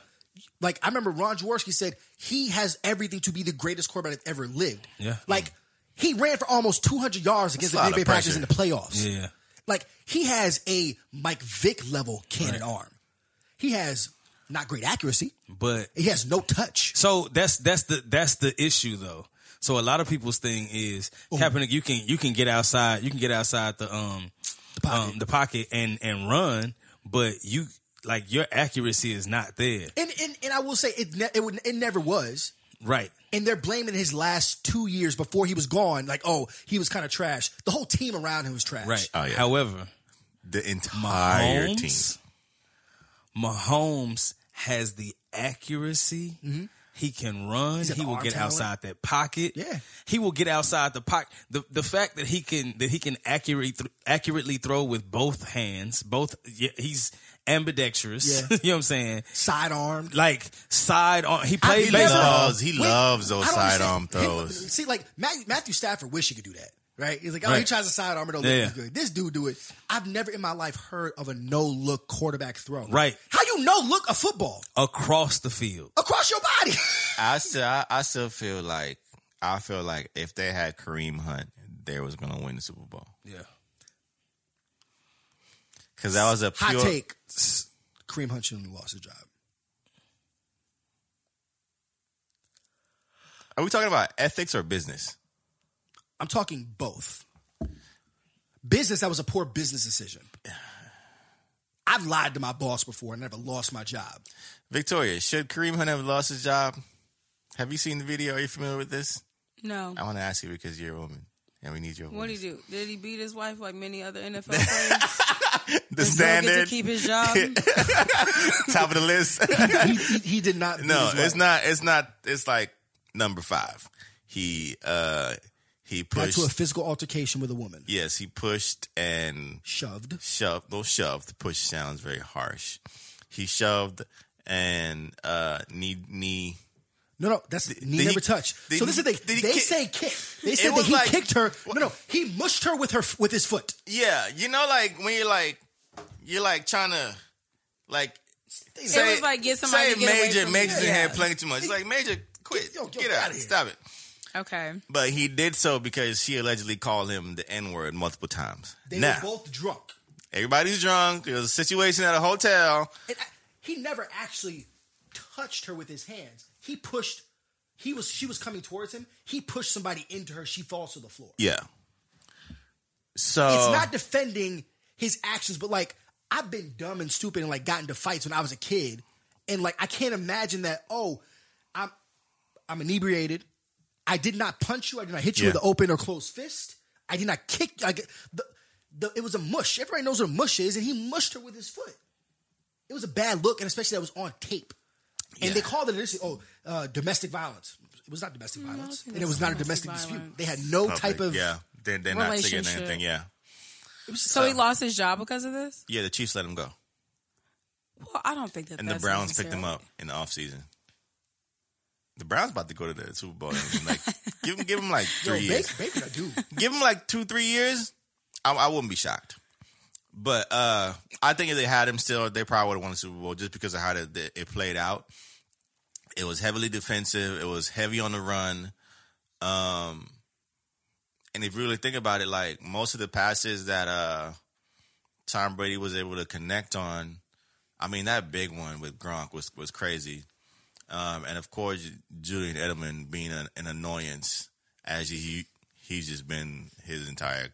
Speaker 5: like I remember Ron Jaworski said he has everything to be the greatest quarterback that ever lived.
Speaker 7: Yeah.
Speaker 5: like he ran for almost 200 yards
Speaker 1: That's
Speaker 5: against
Speaker 1: a
Speaker 5: the
Speaker 1: lot
Speaker 5: Green Bay
Speaker 1: of
Speaker 5: Packers in
Speaker 1: pressure.
Speaker 5: the playoffs.
Speaker 7: yeah.
Speaker 5: Like he has a Mike Vick level cannon arm. He has not great accuracy.
Speaker 7: But
Speaker 5: He has no touch.
Speaker 7: So that's that's the that's the issue though. So a lot of people's thing is Kaepernick. You can you can get outside. You can get outside the um the
Speaker 5: pocket.
Speaker 7: um, the pocket and and run, but you like your accuracy is not there.
Speaker 5: And and, and I will say it ne- it, would, it never was.
Speaker 7: Right.
Speaker 5: And they're blaming his last two years before he was gone. Like, oh, he was kind of trash. The whole team around him was trash.
Speaker 7: Right.
Speaker 1: Oh, yeah.
Speaker 7: However,
Speaker 1: the entire team.
Speaker 7: Mahomes, Mahomes has the accuracy.
Speaker 5: Mm-hmm.
Speaker 7: He can run.
Speaker 5: got
Speaker 7: He
Speaker 5: the
Speaker 7: will
Speaker 5: arm
Speaker 7: get
Speaker 5: talent.
Speaker 7: outside that pocket.
Speaker 5: Yeah.
Speaker 7: he will get outside the pocket. The the fact that he can that he can accurately th- accurately throw with both hands. Both yeah, he's ambidextrous.
Speaker 5: Yeah.
Speaker 7: you know what I'm saying?
Speaker 5: Sidearmed.
Speaker 7: Like side on. He
Speaker 5: I-
Speaker 7: played
Speaker 5: he
Speaker 7: baseball.
Speaker 1: loves- he loves those
Speaker 5: I don't understand.
Speaker 1: sidearm throws.
Speaker 5: Him- uh, see, like Matthew, Matthew Stafford wish he could do that. Right? He's like, oh, he
Speaker 7: Right.
Speaker 5: tries a sidearm, it don't
Speaker 7: Yeah,
Speaker 5: look
Speaker 7: yeah.
Speaker 5: good. This dude do it. I've never in my life heard of a no look quarterback throw.
Speaker 7: Right.
Speaker 5: How you no look a football
Speaker 7: across the field.
Speaker 5: across your body?
Speaker 1: I still, I, I still feel like I feel like if they had Kareem Hunt, they was gonna win the Super Bowl
Speaker 7: Yeah.
Speaker 1: because that was a
Speaker 5: Hot
Speaker 1: pure.
Speaker 5: take. Kareem Hunt shouldn't have lost his job.
Speaker 1: Are we talking about ethics or business?
Speaker 5: I'm talking both. Business, that was a poor business decision. I've lied to my boss before and never lost my job.
Speaker 1: Victoria, should Kareem Hunt have lost his job? Have you seen the video? Are you familiar with this?
Speaker 3: No.
Speaker 1: I want to ask you because you're a woman and we need your
Speaker 3: What did
Speaker 1: voice.
Speaker 3: he do? Did he beat his wife like many other NFL players?
Speaker 1: The
Speaker 3: Does Bill get to
Speaker 1: standard
Speaker 3: keep his job.
Speaker 1: top of the list.
Speaker 5: He, he, he did not.
Speaker 1: no,
Speaker 5: do his
Speaker 1: it's
Speaker 5: work.
Speaker 1: not. It's not. It's like number five. He uh He
Speaker 5: got
Speaker 1: pushed.
Speaker 5: to a physical altercation with a woman.
Speaker 1: yes, he pushed and
Speaker 5: Shoved.
Speaker 1: shoved. Though shoved, push sounds very harsh. He shoved and uh, knee knee.
Speaker 5: No, no, that's knee
Speaker 1: did
Speaker 5: never
Speaker 1: he-
Speaker 5: touched.
Speaker 1: did
Speaker 5: So this
Speaker 1: he-
Speaker 5: is the
Speaker 1: did
Speaker 5: thing.
Speaker 1: he
Speaker 5: They
Speaker 1: kick-
Speaker 5: say kick. They said that
Speaker 1: was
Speaker 5: he
Speaker 1: like-
Speaker 5: kicked her. No, no, he mushed her with her with his foot.
Speaker 1: Yeah, you know, like when you're like you're like trying to like.
Speaker 3: it was like get
Speaker 1: say
Speaker 3: somebody to get away
Speaker 1: major,
Speaker 3: from
Speaker 1: major
Speaker 3: me.
Speaker 1: didn't have plenty too much. It's like major, quit,
Speaker 5: yo, yo,
Speaker 1: get
Speaker 5: get
Speaker 1: out,
Speaker 5: outta here.
Speaker 1: stop it.
Speaker 3: Okay.
Speaker 1: But he did so because she allegedly called him the N word multiple times.
Speaker 5: They
Speaker 1: now
Speaker 5: were both drunk.
Speaker 1: everybody's drunk. There's a situation at a hotel.
Speaker 5: And I, he never actually touched her with his hands. He pushed. He was. She was coming towards him. He pushed somebody into her. She falls to the floor.
Speaker 1: Yeah. So
Speaker 5: It's not defending his actions, but like I've been dumb and stupid and like got into fights when I was a kid, and like I can't imagine that. Oh, I'm I'm inebriated. I did not punch you. I did not hit you
Speaker 1: Yeah.
Speaker 5: with an open or closed fist. I did not kick. you. I get, the, the, it was a mush. Everybody knows what a mush is, and he mushed her with his foot. It was a bad look, and especially that was on tape. And they called it they said, oh uh, domestic violence. It was not domestic violence,
Speaker 3: think
Speaker 5: and it
Speaker 3: it's
Speaker 5: was not a
Speaker 3: domestic
Speaker 5: domestic dispute.
Speaker 3: violence.
Speaker 5: They had no type of
Speaker 1: yeah. They're, they're not saying
Speaker 3: Relationship.
Speaker 1: anything. Yeah.
Speaker 3: So he lost his job because of this?
Speaker 1: Yeah. The Chiefs let him go,
Speaker 3: Well, I don't think that.
Speaker 1: and
Speaker 3: that's
Speaker 1: the Browns picked him
Speaker 3: necessary.
Speaker 1: up in the offseason. The Browns about to go to the Super Bowl. Like, give him, give him like
Speaker 5: Yo,
Speaker 1: three years.
Speaker 5: Baker, Baker, a dude.
Speaker 1: give him like two, three years, I, I wouldn't be shocked. But uh, I think if they had him still, they probably would have won the Super Bowl just because of how it, it played out. It was heavily defensive. It was heavy on the run. Um, and if you really think about it, like most of the passes that uh, Tom Brady was able to connect on, I mean that big one with Gronk was was crazy. Um, and of course, Julian Edelman being an, an annoyance as he he's just been his entire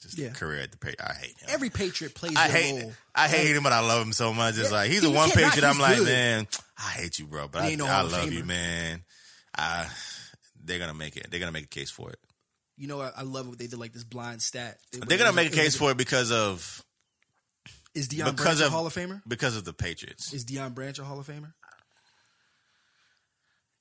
Speaker 1: just
Speaker 5: Yeah.
Speaker 1: career at the Patriots. I hate him.
Speaker 5: Every Patriot plays
Speaker 1: I
Speaker 5: their
Speaker 1: hate
Speaker 5: role.
Speaker 1: I hate him, but I love him so much. It's
Speaker 5: Yeah,
Speaker 1: like he's
Speaker 5: you
Speaker 1: the one
Speaker 5: can't knock-
Speaker 1: Patriot. I'm
Speaker 5: he's
Speaker 1: like,
Speaker 5: good.
Speaker 1: man, I hate you, bro, but
Speaker 5: He
Speaker 1: I,
Speaker 5: ain't no
Speaker 1: I
Speaker 5: Hall of
Speaker 1: love you,
Speaker 5: Famer.
Speaker 1: man. I they're gonna make it. They're gonna make a case for it.
Speaker 5: You know, I, I love what they did, like this blind stat.
Speaker 1: They're gonna make a case for it because of
Speaker 5: Is Deion
Speaker 1: because
Speaker 5: Branch a
Speaker 1: of
Speaker 5: Hall of Famer?
Speaker 1: Because of the Patriots.
Speaker 5: Is Deion Branch a Hall of Famer?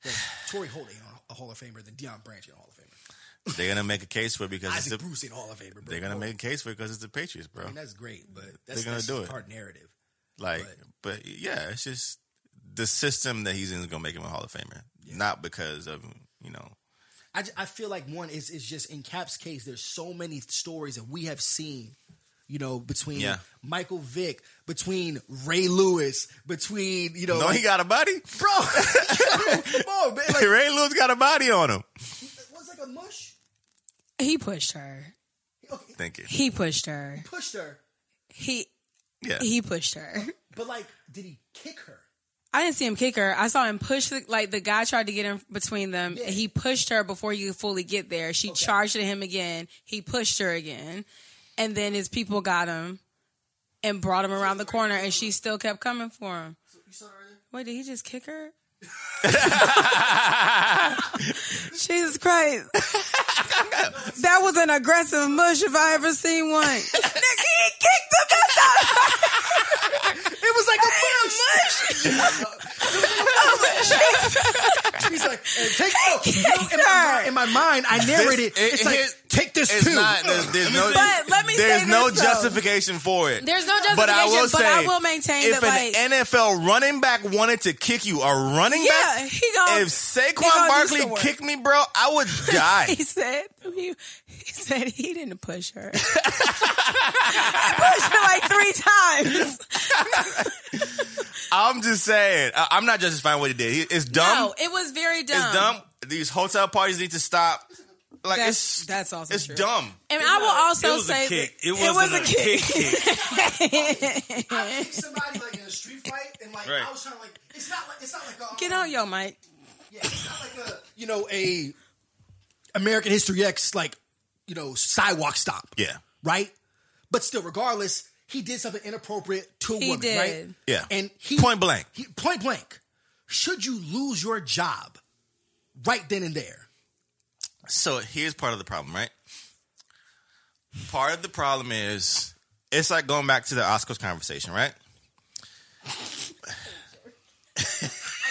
Speaker 5: Well, Tory Holt ain't a Hall of Famer, then Deion Branch ain't a Hall of Famer.
Speaker 1: They're gonna make a case for it because it's
Speaker 5: Isaac
Speaker 1: the,
Speaker 5: Bruce ain't a Hall of Famer, bro.
Speaker 1: they're gonna make a case for it because it's the Patriots, bro.
Speaker 5: I mean, that's great, but that's,
Speaker 1: gonna
Speaker 5: that's
Speaker 1: do
Speaker 5: just
Speaker 1: it.
Speaker 5: hard narrative.
Speaker 1: Like, but, yeah, it's just the system that he's in is gonna make him a Hall of Famer, not because of you know.
Speaker 5: I, ju- I feel like one is is just in Cap's case. There's so many stories that we have seen, you know, between
Speaker 1: Yeah.
Speaker 5: Michael Vick, between Ray Lewis, between you know,
Speaker 1: No,
Speaker 5: like-
Speaker 1: he got a body.
Speaker 5: bro, yo, come on, man, like
Speaker 1: Ray Lewis got a body on him.
Speaker 5: was like a mush.
Speaker 3: He pushed her.
Speaker 5: Okay,
Speaker 1: Thank you.
Speaker 3: He pushed her.
Speaker 5: pushed her,
Speaker 3: He
Speaker 1: Yeah,
Speaker 3: he pushed her.
Speaker 5: but like, did he kick her?
Speaker 3: I didn't see him kick her. I saw him push the, like the guy tried to get in between them.
Speaker 5: Yeah.
Speaker 3: He pushed her before you could fully get there. She charged at him again. He pushed her again, and then his people got him and brought him around the corner, and she still kept coming for him. Wait, did he just kick her? Jesus Christ. that was an aggressive mush if I ever seen one. Nigga, he kicked the best out of her.
Speaker 5: It was like a mush. He's like, eh, take oh, you know, in, my, mi- in my mind, I narrated.
Speaker 1: This- it-
Speaker 5: it's like,
Speaker 1: it-
Speaker 5: take this
Speaker 1: it's
Speaker 5: too.
Speaker 1: not. There's, there's no.
Speaker 3: But let me
Speaker 1: there's
Speaker 3: say
Speaker 1: no
Speaker 3: this, though.
Speaker 1: justification for it.
Speaker 3: There's no justification,
Speaker 1: but I will
Speaker 3: but
Speaker 1: say,
Speaker 3: I will maintain
Speaker 1: if
Speaker 3: that, like-
Speaker 1: an NFL running back wanted to kick you, a running
Speaker 3: Yeah,
Speaker 1: back,
Speaker 3: he gonna-
Speaker 1: if
Speaker 3: he
Speaker 1: Saquon
Speaker 3: gonna do
Speaker 1: Barkley
Speaker 3: some work.
Speaker 1: kicked me, bro, I would die.
Speaker 3: He said he, he said he didn't push her. he pushed her like three times.
Speaker 1: I'm just saying. I, I'm not justifying what he did. He- It's dumb.
Speaker 3: No, it was very dumb.
Speaker 1: It's dumb. These hotel parties need to stop. Like
Speaker 3: That's-
Speaker 1: it's
Speaker 3: that's also
Speaker 1: it's
Speaker 3: true.
Speaker 1: dumb.
Speaker 3: And I will also
Speaker 7: was a
Speaker 3: say
Speaker 7: kick.
Speaker 3: that
Speaker 7: It wasn't a
Speaker 3: kick.
Speaker 5: I kicked somebody like in a street fight, and like
Speaker 1: Right.
Speaker 5: I was trying to like, it's not like it's not like a um,
Speaker 3: Get on your mic.
Speaker 5: yeah, it's not like a you know a American History X like you know sidewalk stop.
Speaker 1: Yeah.
Speaker 5: right? But still, regardless, he did something inappropriate to a
Speaker 3: He
Speaker 5: woman,
Speaker 3: did.
Speaker 5: right?
Speaker 1: Yeah.
Speaker 5: and he
Speaker 1: Point blank.
Speaker 5: he- point blank. Should you lose your job right then and there?
Speaker 1: So here's part of the problem, right? Part of the problem is it's like going back to the Oscars conversation, right?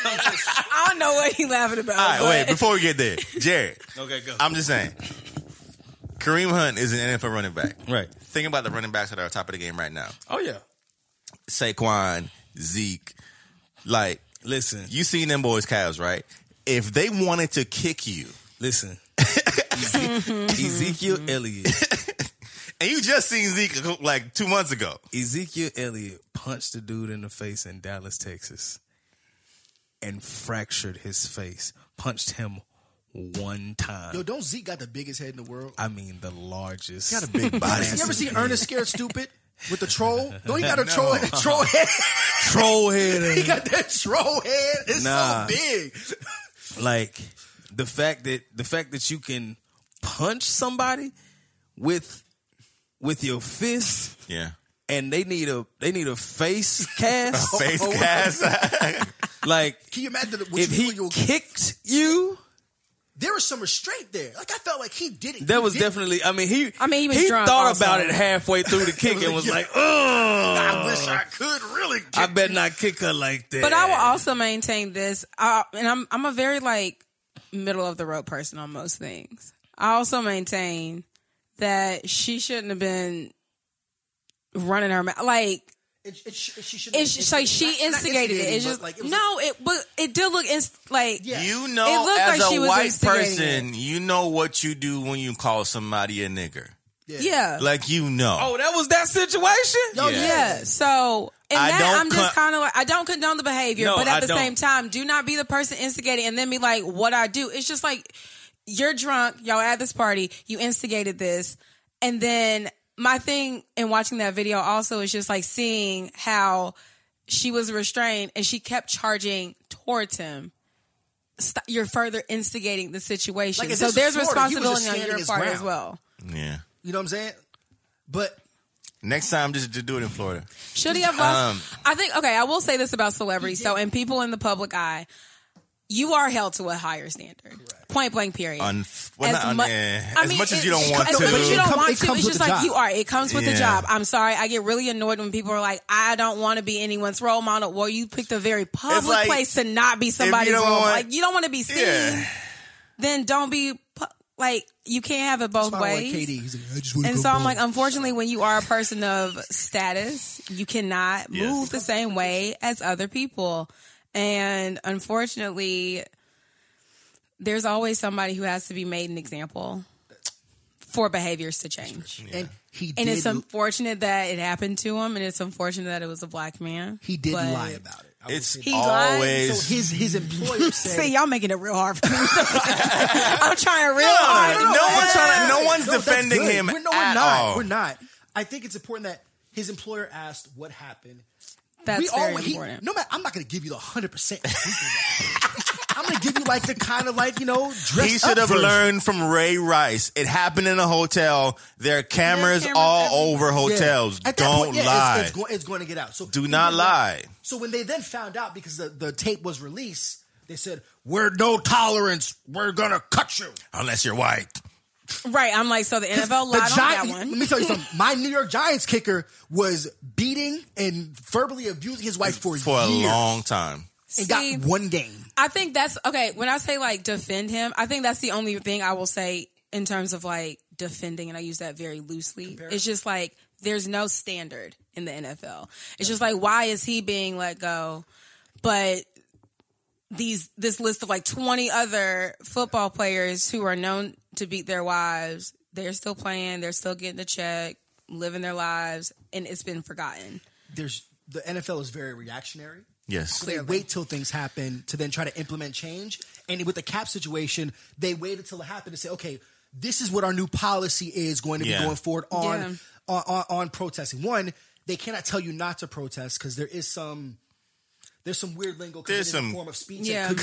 Speaker 3: I don't know what he laughing about.
Speaker 1: All right, wait,
Speaker 3: but
Speaker 1: before we get there, Jared,
Speaker 7: Okay, go.
Speaker 1: I'm just saying,
Speaker 7: Kareem Hunt is an NFL running back.
Speaker 9: Right.
Speaker 7: Think about the running backs that are top of the game right now.
Speaker 9: Oh yeah.
Speaker 7: Saquon, Zeke. Like,
Speaker 9: Listen,
Speaker 7: you seen them boys' calves, right? If they wanted to kick you,
Speaker 9: listen. Ezekiel Elliott.
Speaker 7: and you just seen Zeke like two months ago.
Speaker 9: Ezekiel Elliott punched the dude in the face in Dallas, Texas, and fractured his face. Punched him one time.
Speaker 5: Yo, don't Zeke got the biggest head in the world?
Speaker 9: I mean, the largest.
Speaker 7: Got a big body.
Speaker 5: You ever see Ernest Scared Stupid with the troll? Don't he got a troll, troll head?
Speaker 9: troll head.
Speaker 5: he got that troll head. It's
Speaker 9: Nah.
Speaker 5: so big.
Speaker 9: like the fact that the fact that you can punch somebody with with your fist
Speaker 7: yeah.
Speaker 9: and they need a they need a face cast
Speaker 7: Face
Speaker 5: Oh.
Speaker 7: cast.
Speaker 9: oh. like
Speaker 5: Can you imagine what
Speaker 9: if
Speaker 5: you,
Speaker 9: he
Speaker 5: do when you
Speaker 9: kicked you
Speaker 5: There was some restraint there. Like I felt like he did it.
Speaker 9: that
Speaker 5: He
Speaker 9: was
Speaker 5: did it.
Speaker 9: definitely i mean he
Speaker 3: I mean, he was drunk
Speaker 9: thought
Speaker 3: also.
Speaker 9: about it halfway through the kick and was like oh
Speaker 7: I wish I could really kick
Speaker 9: i bet not kick her like that
Speaker 3: But I will also maintain this, uh, and I'm I'm a very like middle of the road person on most things. I also maintain that she shouldn't have been running her mouth. Like
Speaker 5: It, it, sh- she shouldn't
Speaker 3: it's
Speaker 5: have
Speaker 3: just like
Speaker 5: instigated-
Speaker 3: she
Speaker 5: not- not
Speaker 3: instigated it. It's
Speaker 5: but,
Speaker 3: just
Speaker 5: like,
Speaker 3: like,
Speaker 5: it was
Speaker 3: no, it but it did look inst- like
Speaker 5: Yeah.
Speaker 7: You
Speaker 3: It
Speaker 7: know,
Speaker 3: looked
Speaker 7: as
Speaker 3: like she
Speaker 7: a
Speaker 3: was
Speaker 7: white
Speaker 3: instigating
Speaker 7: person, you know what you do when you call somebody a nigger.
Speaker 5: yeah.
Speaker 3: yeah.
Speaker 7: Like you know.
Speaker 9: oh that was that situation
Speaker 5: Yo,
Speaker 7: Yeah.
Speaker 3: Yeah. So in
Speaker 7: I
Speaker 3: that,
Speaker 7: don't
Speaker 3: I'm just
Speaker 7: con-
Speaker 3: kind of like I don't condone the behavior,
Speaker 9: No,
Speaker 3: but at
Speaker 9: I
Speaker 3: the
Speaker 9: don't.
Speaker 3: same time, do not be the person instigating and then be like, "What I do?" It's just like you're drunk, y'all at this party, you instigated this, and then my thing in watching that video also is just like seeing how she was restrained and she kept charging towards him. Stop, you're further instigating the situation,
Speaker 5: Like, if
Speaker 3: so
Speaker 5: this was
Speaker 3: there's
Speaker 5: Florida, he was
Speaker 3: responsibility
Speaker 5: just
Speaker 3: on
Speaker 5: standing
Speaker 3: your
Speaker 5: his
Speaker 3: part
Speaker 5: ground.
Speaker 3: as well.
Speaker 7: Yeah.
Speaker 5: You know what I'm saying? But
Speaker 7: Next time, just, just do it in Florida.
Speaker 3: Should he have lost?
Speaker 7: um,
Speaker 3: I think. Okay, I will say this about celebrities. So, and people in the public eye, you are held to a higher standard. Point blank. Period.
Speaker 7: Un- well,
Speaker 3: As
Speaker 7: not un-
Speaker 3: mu-
Speaker 7: eh,
Speaker 3: I
Speaker 7: as
Speaker 3: mean,
Speaker 7: much as
Speaker 3: it-
Speaker 7: you don't want
Speaker 3: as
Speaker 7: to.
Speaker 3: much as you
Speaker 5: It
Speaker 3: don't
Speaker 5: come-
Speaker 3: want
Speaker 5: it
Speaker 3: to,
Speaker 5: comes
Speaker 3: it's
Speaker 5: with
Speaker 3: just
Speaker 5: the
Speaker 3: like
Speaker 5: job.
Speaker 3: you are. It comes with
Speaker 7: Yeah.
Speaker 3: the job. I'm sorry, I get really annoyed when people are like, "I don't want to be anyone's role model." Well, you picked a very public
Speaker 7: like,
Speaker 3: place to not be somebody's
Speaker 7: don't
Speaker 3: role. model.
Speaker 7: want-
Speaker 3: like you don't want to be seen.
Speaker 7: Yeah.
Speaker 3: Then don't be pu- like you can't have it both
Speaker 5: I like
Speaker 3: ways.
Speaker 5: KD. He's like, I just want to
Speaker 3: And
Speaker 5: go
Speaker 3: so I'm
Speaker 5: bald.
Speaker 3: like, unfortunately, when you are a person of status, you cannot
Speaker 7: Yes.
Speaker 3: move the same way as other people. And unfortunately, there's always somebody who has to be made an example for behaviors to change.
Speaker 5: and he
Speaker 3: And
Speaker 5: did.
Speaker 3: it's unfortunate that it happened to him, and it's unfortunate that it was a black man.
Speaker 5: he did
Speaker 3: but-
Speaker 5: lie about it. I
Speaker 7: It's
Speaker 5: would say
Speaker 3: He lied.
Speaker 5: that.
Speaker 7: always.
Speaker 5: so his his employer said.
Speaker 3: See, y'all making it real hard for me. I'm trying real
Speaker 7: no,
Speaker 3: hard.
Speaker 7: no, no one's trying to. No
Speaker 5: Hey,
Speaker 7: one's
Speaker 5: that's
Speaker 7: defending
Speaker 5: good.
Speaker 7: him
Speaker 5: We're, no,
Speaker 7: at
Speaker 5: we're not.
Speaker 7: all.
Speaker 5: We're not. I think it's important that his employer asked what happened.
Speaker 3: That's
Speaker 5: we
Speaker 3: very
Speaker 5: always, he-
Speaker 3: important.
Speaker 5: no matter, I'm not going to give you the 100. percent I'm going to give you like the kind of like you know dress.
Speaker 7: He should have learned from Ray Rice. It happened in a hotel. There are cameras,
Speaker 3: cameras
Speaker 7: all
Speaker 3: everywhere.
Speaker 7: over hotels. Don't lie.
Speaker 5: It's, go- it's going to get out. So
Speaker 7: Do not lie.
Speaker 5: So when they then found out because the, the tape was released, they said we're no tolerance. We're gonna cut you.
Speaker 7: Unless you're white.
Speaker 3: Right. I'm like, so the NFL
Speaker 5: The
Speaker 3: lied on that
Speaker 5: Gi-
Speaker 3: one.
Speaker 5: Let me tell you something. My New York Giants kicker was beating and verbally abusing his wife for,
Speaker 7: For a
Speaker 5: years
Speaker 7: long time.
Speaker 5: and
Speaker 3: See?
Speaker 5: got one game.
Speaker 3: I think that's okay. When I say like defend him, I think that's the only thing I will say in terms of like defending, and I use that very loosely. It's just like there's no standard in the NFL. It's just like why is he being let go, but these this list of like 20 other football players who are known to beat their wives, they're still playing, they're still getting the check, living their lives, and it's been forgotten.
Speaker 5: There's the NFL is very reactionary.
Speaker 7: Yes.
Speaker 5: They wait till things happen to then try to implement change. And with the cap situation, they waited till it happened to say, okay, this is what our new policy is going to
Speaker 7: Yeah.
Speaker 5: be going forward on,
Speaker 3: Yeah.
Speaker 5: on, on on protesting. One, they cannot tell you not to protest because there is some there's some weird lingo. 'cause
Speaker 7: There's
Speaker 5: it is a
Speaker 7: some
Speaker 5: form of speech.
Speaker 3: Yeah.
Speaker 5: Yeah, could be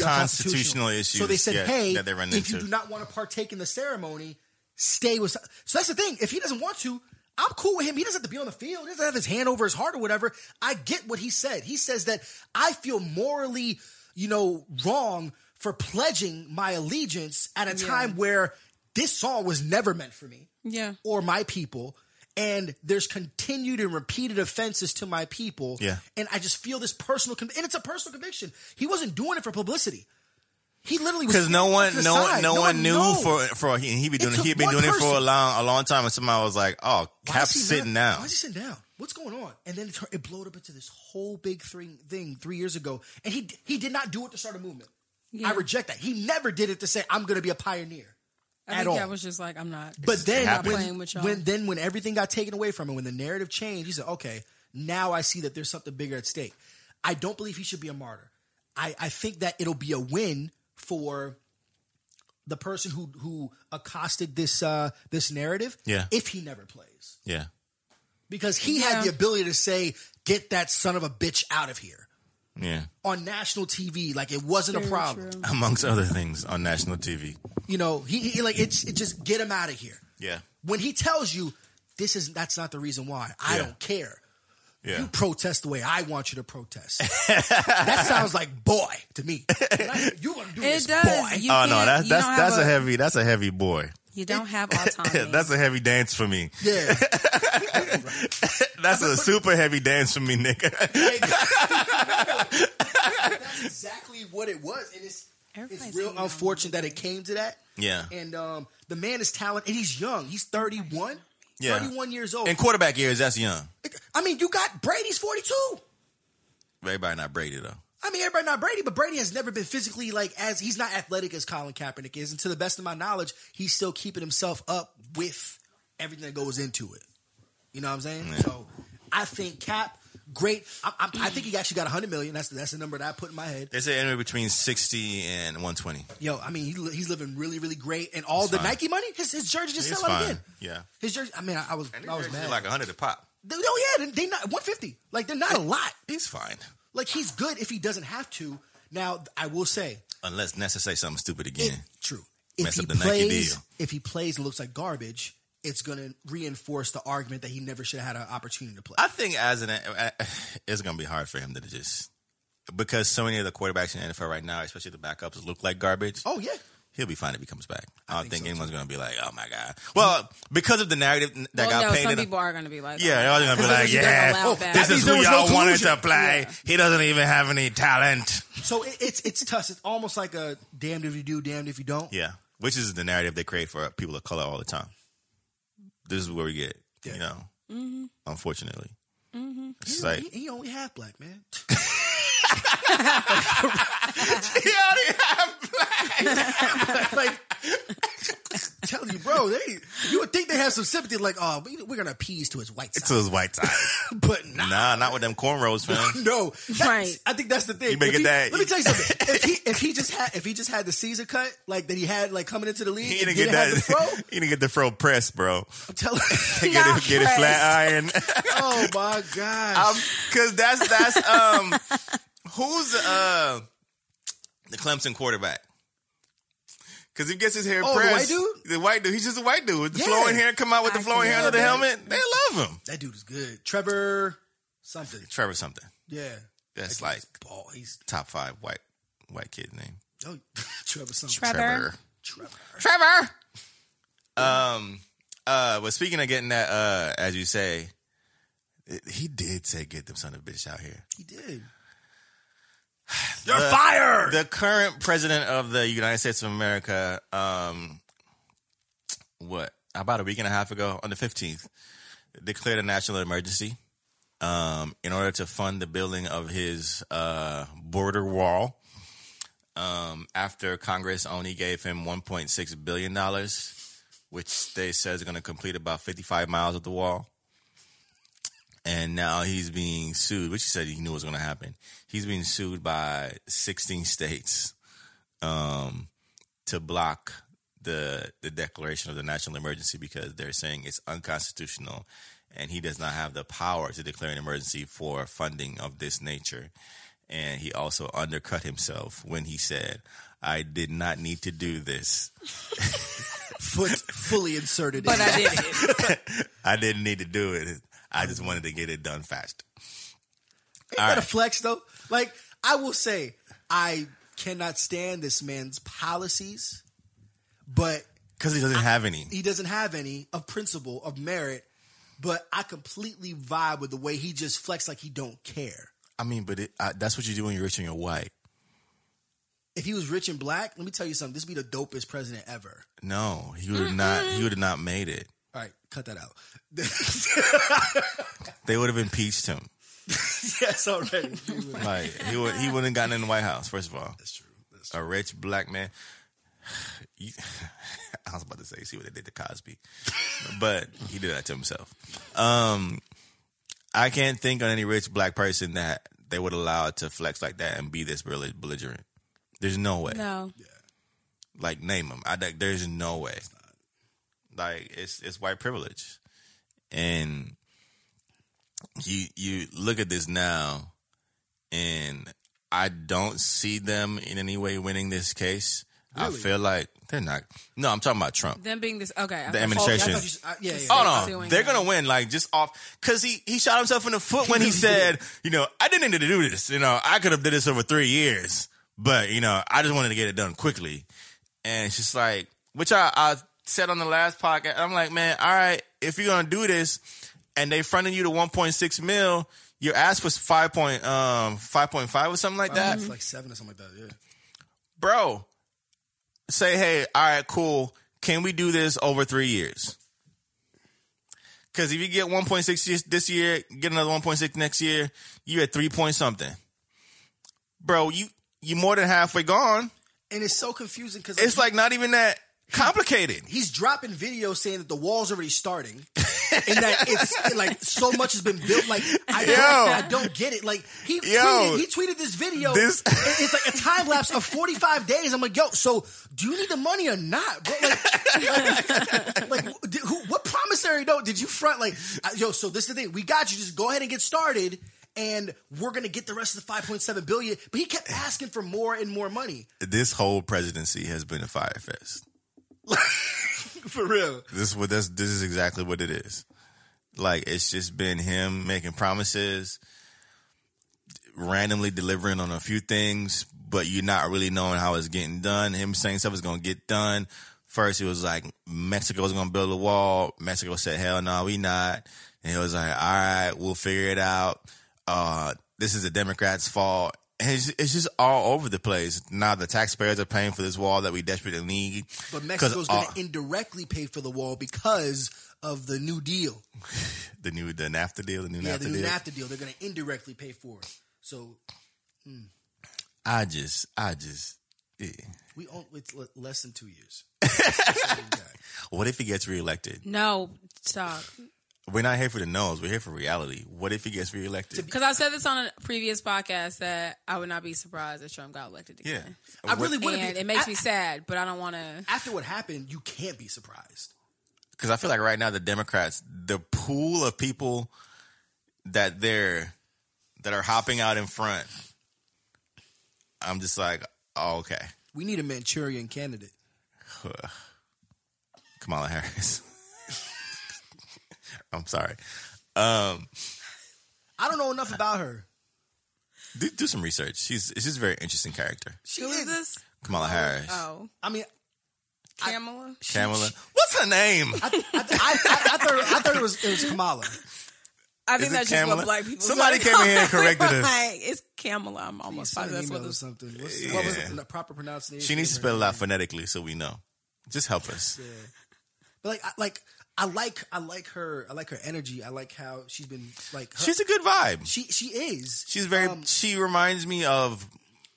Speaker 5: unconstitutional.
Speaker 7: Constitutional issues,
Speaker 5: So they said,
Speaker 7: yeah,
Speaker 5: hey,
Speaker 7: that they run
Speaker 5: if you
Speaker 7: into.
Speaker 5: do not want to partake in the ceremony, stay with. So that's the thing. If he doesn't want to, I'm cool with him. He doesn't have to be on the field. He doesn't have his hand over his heart or whatever. I get what he said. He says that I feel morally, you know, wrong for pledging my allegiance at a time where this song was never meant for me
Speaker 3: Yeah.
Speaker 5: or my people and there's continued and repeated offenses to my people
Speaker 7: Yeah.
Speaker 5: and i just feel this personal con- and it's a personal conviction he wasn't doing it for publicity He literally was
Speaker 7: Because no one,
Speaker 5: to the
Speaker 7: no one,
Speaker 5: side.
Speaker 7: no, one knew
Speaker 5: knows.
Speaker 7: for for he he been doing
Speaker 5: took
Speaker 7: he been
Speaker 5: one
Speaker 7: doing it for a
Speaker 5: person.
Speaker 7: long a long time, and somebody was like, "Oh,
Speaker 5: Why
Speaker 7: Cap's
Speaker 5: is he not-
Speaker 7: sitting
Speaker 5: Why
Speaker 7: down."
Speaker 5: is he sitting down? What's going on? And then it, tur- it blowed up into this whole big thing, thing three years ago, and he d- he did not do it to start a movement. I reject that. He never did it to say I'm going to be a pioneer.
Speaker 3: I
Speaker 5: at
Speaker 3: think
Speaker 5: all.
Speaker 3: I was just like, I'm not.
Speaker 5: But then
Speaker 3: happened.
Speaker 5: when,
Speaker 3: playing with y'all.
Speaker 5: when then when everything got taken away from him, when the narrative changed, he said, "Okay, now I see that there's something bigger at stake." I don't believe he should be a martyr. I, I think that it'll be a win for the person who who accosted this uh, this narrative.
Speaker 7: Yeah.
Speaker 5: if he never plays,
Speaker 7: Yeah,
Speaker 5: because he
Speaker 3: Yeah.
Speaker 5: had the ability to say, "Get that son of a bitch out of here."
Speaker 7: yeah.
Speaker 5: On national TV, like it wasn't a problem.
Speaker 7: Amongst other things on national TV.
Speaker 5: You know, he, he like it's it just get him out of here.
Speaker 7: Yeah,
Speaker 5: When he tells you this is that's not the reason why, I
Speaker 7: Yeah.
Speaker 5: don't care.
Speaker 7: yeah.
Speaker 5: you protest the way I want you to protest. that sounds like boy to me. Like, you gonna do
Speaker 3: It
Speaker 5: this,
Speaker 3: does.
Speaker 5: boy?
Speaker 3: You
Speaker 7: oh
Speaker 3: can't-
Speaker 7: no, that's
Speaker 3: you
Speaker 7: that's
Speaker 3: don't
Speaker 7: that's
Speaker 3: have
Speaker 7: a heavy that's a heavy boy.
Speaker 3: You don't have autonomy.
Speaker 7: that's a heavy dance for me.
Speaker 5: yeah,
Speaker 7: That's a super heavy dance for me, nigga.
Speaker 5: that's exactly what it was, and it's
Speaker 3: Everybody's
Speaker 5: it's real
Speaker 3: hanging on.
Speaker 5: unfortunate that it came to that.
Speaker 7: Yeah.
Speaker 5: and um, the man is talented, and he's young. He's thirty one.
Speaker 7: Yeah.
Speaker 5: thirty one years old.
Speaker 7: In quarterback years, that's young.
Speaker 5: I mean, you got Brady's forty two.
Speaker 7: Everybody not Brady though.
Speaker 5: I mean, everybody not Brady, but Brady has never been physically like as he's not athletic as Colin Kaepernick is, and to the best of my knowledge, he's still keeping himself up with everything that goes into it. You know what I'm saying? So I think Cap, great. I, I, I think he actually got 100 million. That's that's the number that I put in my head.
Speaker 7: They say anywhere between sixty and one twenty.
Speaker 5: Yo, I mean, he, li- he's living really, really great, and all the
Speaker 7: fine.
Speaker 5: Nike money, his, his jersey just
Speaker 7: He's
Speaker 5: sell out
Speaker 7: fine.
Speaker 5: again.
Speaker 7: Yeah.
Speaker 5: His jersey. I mean, I, I was I was mad.
Speaker 7: like hundred a pop.
Speaker 5: They- oh yeah, they, they not 150. Like they're not a lot.
Speaker 7: He's fine.
Speaker 5: Like he's good if he doesn't have to. Now I will say
Speaker 7: Unless Nessa say something stupid
Speaker 5: It-
Speaker 7: again.
Speaker 5: true. If
Speaker 7: Mess
Speaker 5: he
Speaker 7: up the Nike
Speaker 5: plays,
Speaker 7: deal.
Speaker 5: if he plays and looks like garbage, it's going to reinforce the argument that he never should have had an opportunity to play.
Speaker 7: I think as an it's gonna be hard for him to just because so many of the quarterbacks in the NFL right now, especially the backups, look like garbage.
Speaker 5: oh yeah,
Speaker 7: He'll be fine if he comes back. I, don't
Speaker 5: think
Speaker 7: think,
Speaker 5: so,
Speaker 7: anyone's gonna be like, "Oh my god." Well, because of the narrative that
Speaker 3: well,
Speaker 7: got
Speaker 3: no, some
Speaker 7: painted.
Speaker 3: people are gonna be like,
Speaker 7: yeah, they're gonna be like,
Speaker 3: Because it doesn't
Speaker 7: "Yeah,
Speaker 3: allow back.
Speaker 7: this
Speaker 3: That
Speaker 7: is
Speaker 5: means
Speaker 7: who
Speaker 5: there was no
Speaker 7: y'all wanted to
Speaker 5: collusion."
Speaker 7: play. He doesn't even have any talent."
Speaker 5: so it, it's it's tough. It's almost like a damned if you do, damned if you don't.
Speaker 7: Yeah, which is the narrative they create for people of color all the time. This is where we get, you know, unfortunately. It's like,
Speaker 5: Mm-hmm. He, he only half black man.
Speaker 7: yeah,
Speaker 5: like, tell you, bro, they you would think they have some sympathy. Like, oh, we, we're gonna appease to his white
Speaker 7: it's
Speaker 5: side,
Speaker 7: his white side.
Speaker 5: but not.
Speaker 7: nah, not with them cornrows, fam.
Speaker 5: No, That's-
Speaker 3: Right.
Speaker 5: I think that's the thing.
Speaker 7: You better
Speaker 5: If
Speaker 7: get
Speaker 5: he-
Speaker 7: that-
Speaker 5: Let me tell you something. if he if he just had if he just had the Caesar cut like that he had like coming into the league,
Speaker 7: He
Speaker 5: and
Speaker 7: didn't get
Speaker 5: have
Speaker 7: that.
Speaker 5: the fro,
Speaker 7: he didn't get the fro press, bro.
Speaker 5: I'm telling
Speaker 7: Get it, get it flat iron.
Speaker 5: Oh my gosh.
Speaker 7: Because Um, that's that's um, who's uh the Clemson quarterback? Because he gets his hair
Speaker 5: Oh, the
Speaker 7: pressed.
Speaker 5: white dude?
Speaker 7: The white dude. He's just a white dude. With the
Speaker 5: Yeah.
Speaker 7: flowing hair, come out with the
Speaker 3: I
Speaker 7: flowing hair
Speaker 3: can
Speaker 7: under the
Speaker 3: love
Speaker 7: helmet. They love him.
Speaker 5: that dude is good. Trevor something.
Speaker 7: Trevor something.
Speaker 5: Yeah.
Speaker 7: That's
Speaker 5: That dude
Speaker 7: like
Speaker 5: is ball. He's
Speaker 7: top five white white kid name.
Speaker 5: oh, Trevor something.
Speaker 3: Trevor.
Speaker 5: Trevor.
Speaker 7: Trevor. Um. Uh. But speaking of getting that, uh, as you say, it- he did say, "Get them son of a bitch out here."
Speaker 5: He did.
Speaker 7: You're fired. The current president of the United States of America, um, what about a week and a half ago, on the fifteenth, declared a national emergency, um, in order to fund the building of his uh border wall. Um, after Congress only gave him one point six billion dollars, which they says is going to complete about fifty five miles of the wall and now he's being sued, which he said he knew was going to happen. He's being sued by 16 states um, to block the the declaration of the national emergency because they're saying it's unconstitutional, and he does not have the power to declare an emergency for funding of this nature. And he also undercut himself when he said, "I did not need to do this.
Speaker 5: Foot fully inserted
Speaker 3: But
Speaker 5: in.
Speaker 3: I did it.
Speaker 7: I didn't need to do it. I just wanted to get it done fast."
Speaker 5: Ain't that a flex though? Like I will say, I cannot stand this man's policies, but
Speaker 7: Because he doesn't have any.
Speaker 5: he doesn't have any of principle of merit. But I completely vibe with the way he just flexed like he don't care.
Speaker 7: I mean, but it, I, that's what you do when you're rich and you're white.
Speaker 5: if he was rich and black, let me tell you something. This would be the dopest president ever.
Speaker 7: No, he would have not. He would have not made it.
Speaker 5: All right, cut that out.
Speaker 7: They would have impeached him.
Speaker 5: yes, already.
Speaker 7: Like he would. He wouldn't have gotten in the White House. First of all,
Speaker 5: That's true. That's true.
Speaker 7: a rich black man. You- I was about to say, see what they did to Cosby, but he did that to himself. Um, I can't think of any rich black person that they would allow to flex like that and be this belli- belligerent. There's no way.
Speaker 3: No.
Speaker 7: Like name them. I like, there's no way. Like it's it's white privilege, and you you look at this now, and I don't see them in any way winning this case. I feel like they're not. No, I'm talking about Trump.
Speaker 3: Them being this okay.
Speaker 7: The
Speaker 3: I-
Speaker 7: administration.
Speaker 5: I thought you said- I- yeah, yeah.
Speaker 3: Oh,
Speaker 7: Oh no,
Speaker 3: suing
Speaker 7: they're
Speaker 3: him.
Speaker 7: gonna win. Like just off, because he he shot himself in the foot when he said, you know, I didn't need to do this. You know, I could have did this over three years, but you know, I just wanted to get it done quickly. And it's just like, which I, I said on the last podcast, I'm like, man, all right, if you're gonna do this, and they fronted you to 1.6 mil, your ass was five point um 5.5 or something like that
Speaker 5: It's like seven or something like that. Yeah.
Speaker 7: bro, say, hey, all right, cool. Can we do this over three years? Because if you get 1.6 years this year, get another 1.6 next year, you're at three point something. Bro, you you more than halfway gone.
Speaker 5: And it's so confusing because
Speaker 7: It's like not even that complicated.
Speaker 5: he's dropping videos saying that the wall's already starting and that it's like so much has been built. Like I don't,
Speaker 7: Yo.
Speaker 5: I don't get it. Like he tweeted, he tweeted this video.
Speaker 7: This-
Speaker 5: and it's like a time lapse of forty five days. I'm like, yo, so do you need the money or not, bro? Like, like, like, did- who, what promissory note did you front? Like, uh, yo, so this is the thing. We got you. Just go ahead and get started. And we're gonna get the rest of the 5.7 billion, but he kept asking for more and more money.
Speaker 7: This whole presidency has been a fire fest.
Speaker 5: For real,
Speaker 7: This is what that's this is exactly what it is. Like it's just been him making promises, randomly delivering on a few things, but you're not really knowing how it's getting done. Him saying stuff is gonna get done. First he was like Mexico's gonna build a wall. Mexico said, Hell no, we not. And he was like, All right, we'll figure it out. Uh this is the Democrats' fault. And it's, it's just all over the place. Now the taxpayers are paying for this wall that we desperately need.
Speaker 5: But
Speaker 7: 'Cause uh,
Speaker 5: Mexico's going
Speaker 7: all-
Speaker 5: to indirectly pay for the wall because of the New Deal.
Speaker 7: the new the NAFTA deal, the new
Speaker 5: yeah,
Speaker 7: NAFTA
Speaker 5: the new
Speaker 7: deal.
Speaker 5: NAFTA deal. They're going to indirectly pay for it. So
Speaker 7: I just, I just. Yeah.
Speaker 5: we own it's le- less than two years.
Speaker 7: What if he gets reelected?
Speaker 3: No, stop.
Speaker 7: We're not here for the nose. We're here for reality. What if he gets reelected?
Speaker 3: Because I said this on a previous podcast that I would not be surprised if Trump got elected
Speaker 7: yeah,
Speaker 3: again.
Speaker 5: I really wouldn't
Speaker 3: And
Speaker 5: be.
Speaker 3: it makes
Speaker 5: a-
Speaker 3: me sad, but I don't want to.
Speaker 5: after what happened, you can't be surprised.
Speaker 7: because I feel like right now the Democrats, the pool of people that they're that are hopping out in front. I'm just like, oh, okay,
Speaker 5: We need a Manchurian candidate.
Speaker 7: Kamala Harris. I'm sorry. Um,
Speaker 5: I don't know enough about her.
Speaker 7: do, do some research. She's she's a very interesting character.
Speaker 5: She
Speaker 3: Who
Speaker 5: is.
Speaker 3: is this?
Speaker 7: Kamala Harris.
Speaker 5: uh,
Speaker 3: Oh,
Speaker 5: I mean,
Speaker 3: Kamala.
Speaker 7: Kamala. What's her name?
Speaker 5: I, I, I, I, I thought I thought it was it was Kamala.
Speaker 3: I
Speaker 7: Is
Speaker 3: think
Speaker 7: it
Speaker 3: that's just
Speaker 7: Kamala?
Speaker 3: what black people.
Speaker 7: Somebody
Speaker 3: say.
Speaker 7: came in here and corrected us.
Speaker 3: Like, it's Kamala. I'm almost
Speaker 5: Send
Speaker 3: positive
Speaker 5: an
Speaker 3: that's what
Speaker 5: email or
Speaker 3: this.
Speaker 5: something. What's, What was the proper pronunciation?
Speaker 7: She needs to
Speaker 5: of her
Speaker 7: spell it
Speaker 5: name?
Speaker 7: out phonetically so we know. Just help us.
Speaker 5: But like, I, like I like I like her. I like her energy. I like how she's been like. Her,
Speaker 7: She's a good vibe.
Speaker 5: she um, she is.
Speaker 7: She's very. she reminds me of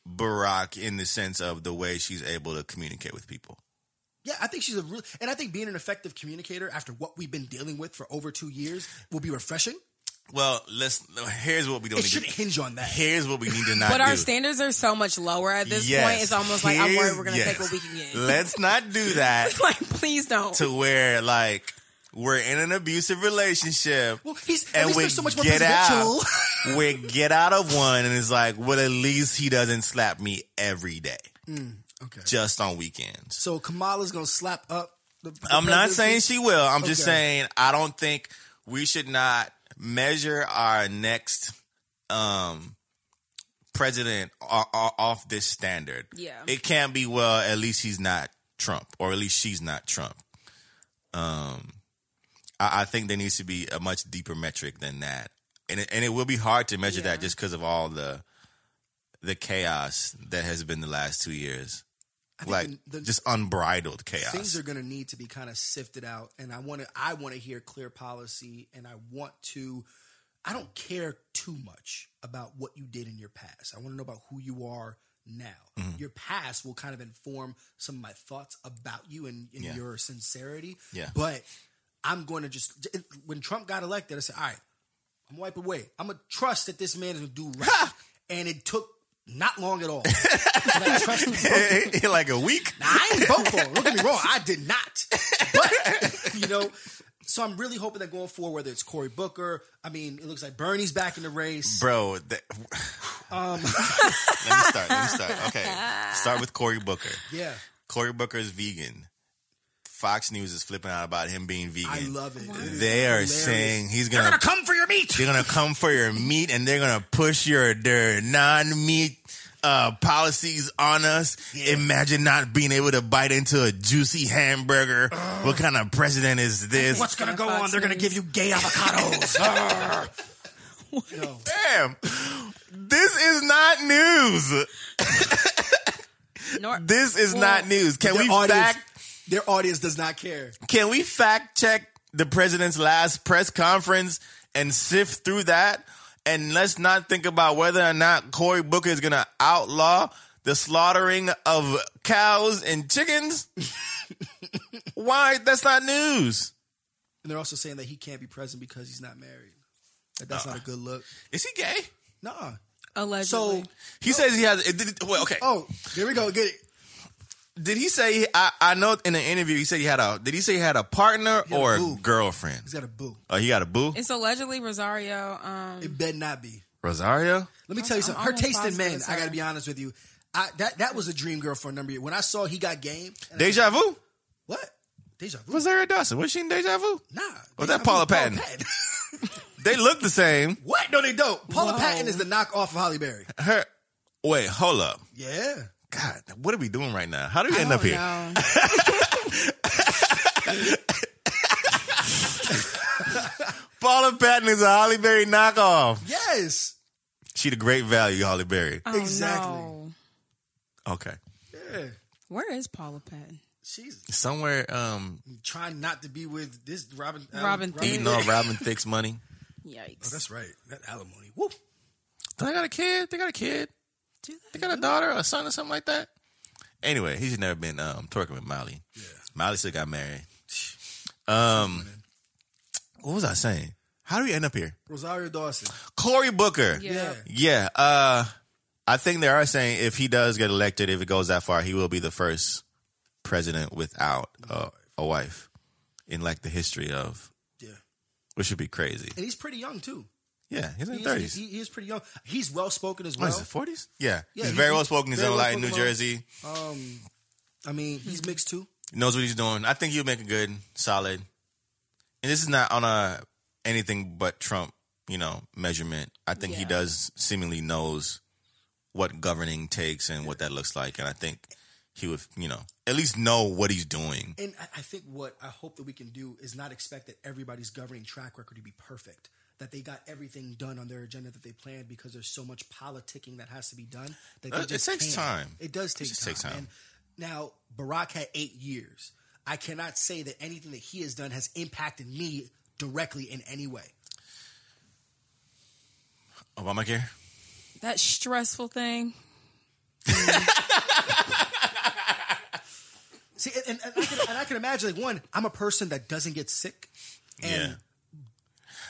Speaker 7: Barack in the sense of the way she's able to communicate with people.
Speaker 5: yeah, I think she's a real. And I think being an effective communicator after what we've been dealing with for over two years will be refreshing.
Speaker 7: Well, let's. Here's what we don't
Speaker 5: It
Speaker 7: need.
Speaker 5: shouldn't
Speaker 7: To,
Speaker 5: hinge on that.
Speaker 7: here's what we need to not
Speaker 3: But
Speaker 7: do.
Speaker 3: our standards are so much lower at this
Speaker 7: Yes.
Speaker 3: point. It's almost like I'm
Speaker 7: Here's-
Speaker 3: worried we're going to
Speaker 7: yes.
Speaker 3: take what we can get.
Speaker 7: Let's not do that
Speaker 3: like, please don't.
Speaker 7: to where like we're in an abusive relationship.
Speaker 5: Well, he's at
Speaker 7: and
Speaker 5: least
Speaker 7: we
Speaker 5: there's so much more
Speaker 7: get
Speaker 5: presidential.
Speaker 7: out. we get out of one, and it's like, well, at least he doesn't slap me every day,
Speaker 5: Okay.
Speaker 7: just on weekends.
Speaker 5: So Kamala's gonna slap up. The, the
Speaker 7: I'm not
Speaker 5: presidency.
Speaker 7: saying she will. I'm just
Speaker 5: Okay.
Speaker 7: saying I don't think we should not measure our next um president o- o- off this standard.
Speaker 3: Yeah.
Speaker 7: It can't be well, at least he's not Trump or at least she's not Trump. Um I, I think there needs to be a much deeper metric than that. And it, and it will be hard to measure that just because of all the the chaos that has been the last two years.
Speaker 5: I think
Speaker 7: Like
Speaker 5: the-
Speaker 7: just unbridled
Speaker 5: Things
Speaker 7: chaos.
Speaker 5: are going to need to be kind of sifted out, and I want to. I want to hear clear policy, and I want to. I don't care too much about what you did in your past. I want to know about who you are now.
Speaker 7: Mm-hmm.
Speaker 5: Your past will kind of inform some of my thoughts about you and, and
Speaker 7: Yeah.
Speaker 5: your sincerity.
Speaker 7: Yeah.
Speaker 5: But I'm going to just when Trump got elected, I said, "All right, I'm wipe away. I'm gonna trust that this man is gonna do right." and it took not long at all. And I trust him.
Speaker 7: like a week.
Speaker 5: I ain't vote for him. Don't get me wrong. I did not. But, you know, so I'm really hoping that going forward, whether it's Cory Booker, I mean, it looks like Bernie's back in the race.
Speaker 7: Bro, that,
Speaker 5: Um.
Speaker 7: let me start. Let me start. Okay. Start with Cory Booker.
Speaker 5: Yeah.
Speaker 7: Cory Booker is vegan. Fox News is flipping out about him being vegan.
Speaker 5: I love it. It is
Speaker 7: They are
Speaker 5: hilarious.
Speaker 7: saying he's
Speaker 5: They're
Speaker 7: gonna,
Speaker 5: going to come for your meat.
Speaker 7: they're gonna come for your meat and they're gonna push your their non meat uh, policies on us. Imagine not being able to bite into a juicy hamburger. What kind of president is this?
Speaker 5: What's going to go
Speaker 3: Fox
Speaker 5: on? They're going to
Speaker 3: News.
Speaker 5: give you gay avocados. Arr. no.
Speaker 7: Damn, this is not news.
Speaker 3: Nor-
Speaker 7: This is not news. Can we
Speaker 5: Their audience,
Speaker 7: fact
Speaker 5: their audience does not care.
Speaker 7: Can we fact check the president's last press conference and sift through that? And let's not think about whether or not Cory Booker is going to outlaw the slaughtering of cows and chickens. Why? That's not news.
Speaker 5: And they're also saying that he can't be present because he's not married. That that's not a good look.
Speaker 7: Is he gay?
Speaker 5: Nah.
Speaker 3: Allegedly.
Speaker 5: So,
Speaker 7: He says he has. It did, well, okay.
Speaker 5: oh, there we go. Get it.
Speaker 7: Did he say? I, I know in an interview he said he had a. Did he say he had a partner
Speaker 5: had a
Speaker 7: or a
Speaker 5: boo.
Speaker 7: girlfriend?
Speaker 5: He's got a boo.
Speaker 7: Oh, he got a boo.
Speaker 3: it's allegedly Rosario. Um,
Speaker 5: It better not be.
Speaker 7: Rosario.
Speaker 5: Let me tell you something. Her
Speaker 3: almost
Speaker 5: taste in
Speaker 3: positive
Speaker 5: men,
Speaker 3: it's
Speaker 5: I
Speaker 3: her.
Speaker 5: got to be honest with you. I, that that was a dream girl for a number of years. When I saw he got game, and I-
Speaker 7: Deja vu.
Speaker 5: what? Deja vu?
Speaker 7: Rosario Dawson. Was she in Deja vu?
Speaker 5: Nah.
Speaker 7: Was
Speaker 5: Deja
Speaker 7: that
Speaker 5: vu
Speaker 7: Paula
Speaker 5: was
Speaker 7: Patton? They look the same.
Speaker 5: what? No, they don't. Paula
Speaker 3: Whoa.
Speaker 5: Patton is the knockoff of Holly Berry.
Speaker 7: Her. Wait, hold up.
Speaker 5: Yeah.
Speaker 7: God, what are we doing right now? How do we end
Speaker 3: I
Speaker 7: up here?
Speaker 3: don't know.
Speaker 7: Paula Patton is a Holly Berry knockoff.
Speaker 5: Yes.
Speaker 7: She the great value, Holly Berry.
Speaker 5: Uh,
Speaker 3: Oh,
Speaker 5: Exactly.
Speaker 3: no.
Speaker 7: Okay.
Speaker 5: Yeah.
Speaker 3: Where is Paula
Speaker 7: Um,
Speaker 3: Patton?
Speaker 5: She's
Speaker 7: Somewhere um
Speaker 5: trying not to be with this Robin. um,
Speaker 3: Robin
Speaker 7: eating all Robin Thicke's money.
Speaker 3: Yikes.
Speaker 5: Oh, that's right. That alimony. Woo.
Speaker 7: They got a kid. They got a kid. They got a daughter, a son, or something like that. Anyway, he should never been um twerking with Molly. Molly still got married. Um what was I saying? How do we end up here?
Speaker 5: Rosario Dawson.
Speaker 7: Cory Booker.
Speaker 3: Yeah.
Speaker 7: Yeah, uh, I think they are saying if he does get elected, if it goes that far, he will be the first president without uh, a wife in like the history of,
Speaker 5: Yeah.
Speaker 7: which would be crazy.
Speaker 5: And he's pretty young, too.
Speaker 7: Yeah, he's in
Speaker 5: He
Speaker 7: his
Speaker 5: is,
Speaker 7: thirties.
Speaker 5: he, he is pretty young. He's well spoken as
Speaker 7: What
Speaker 5: well.
Speaker 7: is it? Forties? Yeah,
Speaker 5: Yeah,
Speaker 7: he's
Speaker 5: he-
Speaker 7: very well spoken. He's
Speaker 5: very
Speaker 7: in
Speaker 5: well
Speaker 7: light in New
Speaker 5: spoken.
Speaker 7: Jersey.
Speaker 5: Um, I mean, he's mixed, too.
Speaker 7: Knows what he's doing. I think he'll make a good, solid. And this is not on a anything but Trump, you know, measurement. I think he
Speaker 3: Yeah.
Speaker 7: does seemingly knows what governing takes and what that looks like, and I think he would, you know, at least know what he's doing.
Speaker 5: And I- I think what I hope that we can do is not expect that everybody's governing track record to be perfect, that they got everything done on their agenda that they planned because there's so much politicking that has to be done. That they
Speaker 7: Uh, it
Speaker 5: just
Speaker 7: takes
Speaker 5: can't.
Speaker 7: time.
Speaker 5: It does take
Speaker 7: just
Speaker 5: time.
Speaker 7: takes time.
Speaker 5: And now, Barack had eight years. I cannot say that anything that he has done has impacted me directly in any way.
Speaker 7: Obamacare.
Speaker 3: That stressful thing.
Speaker 5: See, and, and, I, can, and I can imagine, like, one, I'm a person that doesn't get sick. And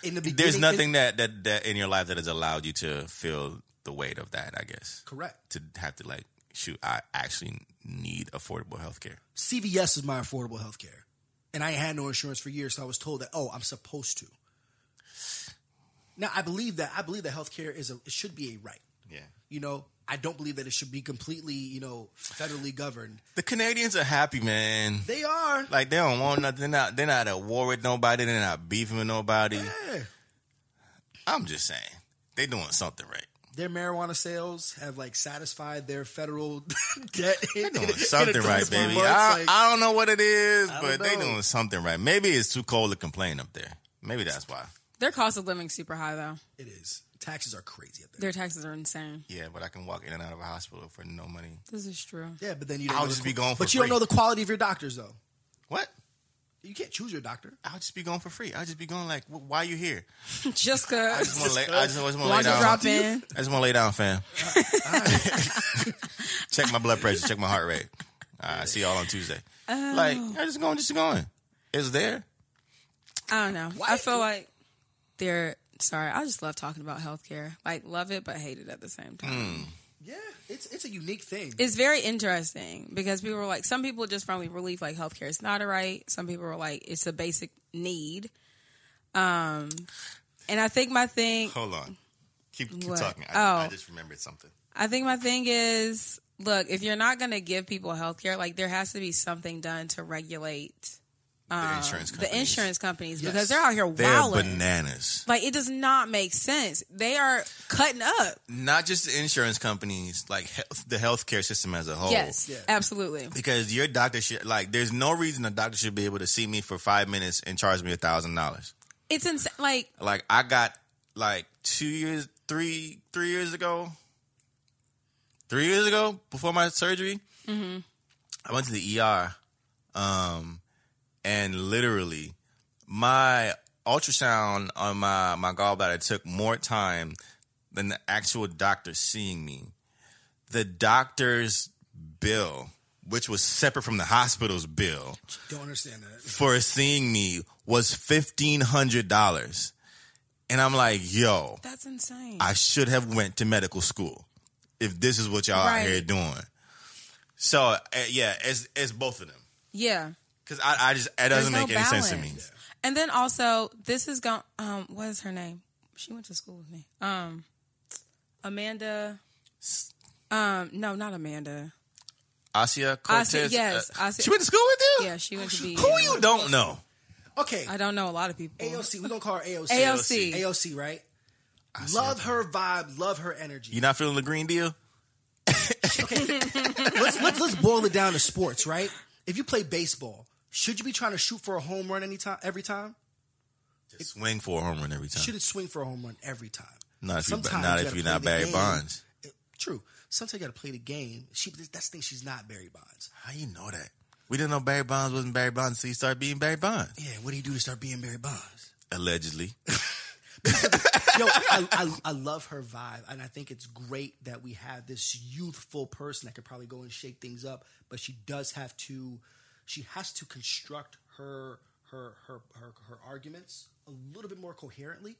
Speaker 5: in the beginning,
Speaker 7: There's nothing
Speaker 5: it-
Speaker 7: that, that that in your life that has allowed you to feel the weight of that. I guess
Speaker 5: correct.
Speaker 7: to have to like shoot. I actually need affordable health care.
Speaker 5: CVS is my affordable health care. And I had no insurance for years, so I was told that, oh, I'm supposed to. Now I believe that I believe that healthcare is a it should be a right.
Speaker 7: Yeah.
Speaker 5: You know, I don't believe that it should be completely, you know, federally governed.
Speaker 7: The Canadians are happy, man.
Speaker 5: They are.
Speaker 7: Like they don't want nothing. They're not, they're not at war with nobody. They're not beefing with nobody. I'm just saying they doing something right.
Speaker 5: Their marijuana sales have like satisfied their federal debt.
Speaker 7: They doing something right, baby. I,
Speaker 5: Like,
Speaker 7: I don't know what it is,
Speaker 5: I
Speaker 7: but
Speaker 5: don't
Speaker 7: they
Speaker 5: know.
Speaker 7: doing something right. Maybe it's too cold to complain up there. Maybe that's why.
Speaker 3: Their cost of living super high though.
Speaker 5: it is. Taxes are crazy up there.
Speaker 3: Their taxes are insane.
Speaker 7: Yeah, but I can walk in and out of a hospital for no money.
Speaker 3: This is true.
Speaker 5: Yeah, but then you don't
Speaker 7: I'll
Speaker 5: know the
Speaker 7: just be
Speaker 5: qu-
Speaker 7: going for
Speaker 5: But you
Speaker 7: free.
Speaker 5: don't know the quality of your doctors though.
Speaker 7: What?
Speaker 5: You can't choose your doctor.
Speaker 7: I'll just be going for free. I'll just be going like, "Wh- why you here?
Speaker 3: Just
Speaker 7: I just
Speaker 3: cause.
Speaker 7: want to lay. I just want to lay
Speaker 3: Watch it
Speaker 7: down.
Speaker 3: drop in.
Speaker 7: I just want to lay down, fam. check my blood pressure. Check my heart rate. Uh, I see y'all on Tuesday. Like
Speaker 3: Oh.
Speaker 7: I just going, just going. It's there.
Speaker 3: I don't know. I feel like they're sorry. I just love talking about healthcare. Like love it, but hate it at the same time.
Speaker 5: Yeah, it's it's a unique thing.
Speaker 3: It's very interesting because people were like, some people just firmly believe like healthcare is not a right. Some people were like, it's a basic need. Um, and I think my thing,
Speaker 7: Hold on. Keep, keep
Speaker 3: What?
Speaker 7: talking. I,
Speaker 3: Oh.
Speaker 7: I just remembered something.
Speaker 3: I think my thing is, look, if you're not going to give people healthcare, like there has to be something done to regulate um,
Speaker 7: the insurance companies.
Speaker 3: the insurance companies
Speaker 5: Yes.
Speaker 3: because they're out here
Speaker 7: They're
Speaker 3: wilding.
Speaker 7: bananas.
Speaker 3: like it does not make sense. They are cutting up.
Speaker 7: Not just the insurance companies, like health, the healthcare system as a whole.
Speaker 3: Yes, absolutely.
Speaker 7: Because your doctor should like, there's no reason a doctor should be able to see me for five minutes and charge me a thousand dollars.
Speaker 3: It's insane. Like
Speaker 7: Like I got like two years, three, three years ago, three years ago before my surgery, I went to the ER, um, and literally my ultrasound on my my gallbladder took more time than the actual doctor seeing me. The doctor's bill, which was separate from the hospital's bill,
Speaker 5: Don't understand that.
Speaker 7: for seeing me was fifteen hundred dollars, and I'm like, yo,
Speaker 3: that's insane.
Speaker 7: I should have went to medical school if this is what y'all all out
Speaker 3: Right.
Speaker 7: here doing. So uh, yeah, it's it's both of them
Speaker 3: yeah.
Speaker 7: because I, I just it doesn't
Speaker 3: There's
Speaker 7: make
Speaker 3: no
Speaker 7: any sense to me.
Speaker 3: balance. And then also, this is going. Um, what is her name? She went to school with me. Um, Amanda. Um, no, not Amanda.
Speaker 7: Asia Cortez,
Speaker 3: Asia- yes,
Speaker 7: uh,
Speaker 3: Asia-
Speaker 7: she went to school with you.
Speaker 3: Yeah, she went to be.
Speaker 7: Who you don't know?
Speaker 5: Okay,
Speaker 3: I don't know a lot of people.
Speaker 5: AOC. We gonna call her AOC.
Speaker 3: AOC.
Speaker 5: AOC, right? Love her vibe. Love her energy.
Speaker 7: You not feeling the Green Deal?
Speaker 5: let's, let's let's boil it down to sports, right? If you play baseball, should you be trying to shoot for a home run anytime, every time?
Speaker 7: Swing for a home run every time.
Speaker 5: Should it swing for a home run every time?
Speaker 7: Not if you,
Speaker 5: Sometimes
Speaker 7: not
Speaker 5: you
Speaker 7: if
Speaker 5: gotta
Speaker 7: you're
Speaker 5: play
Speaker 7: not
Speaker 5: the
Speaker 7: Barry
Speaker 5: game.
Speaker 7: Bonds.
Speaker 5: True. Sometimes you got to play the game. She that's the thing. She's not Barry Bonds.
Speaker 7: How you know that? We didn't know Barry Bonds wasn't Barry Bonds until he started being Barry Bonds.
Speaker 5: Yeah. What do you do to start being Barry Bonds?
Speaker 7: Allegedly.
Speaker 5: Yo, I, I, I love her vibe, and I think it's great that we have this youthful person that could probably go and shake things up. But she does have to, she has to construct her her her her, her arguments a little bit more coherently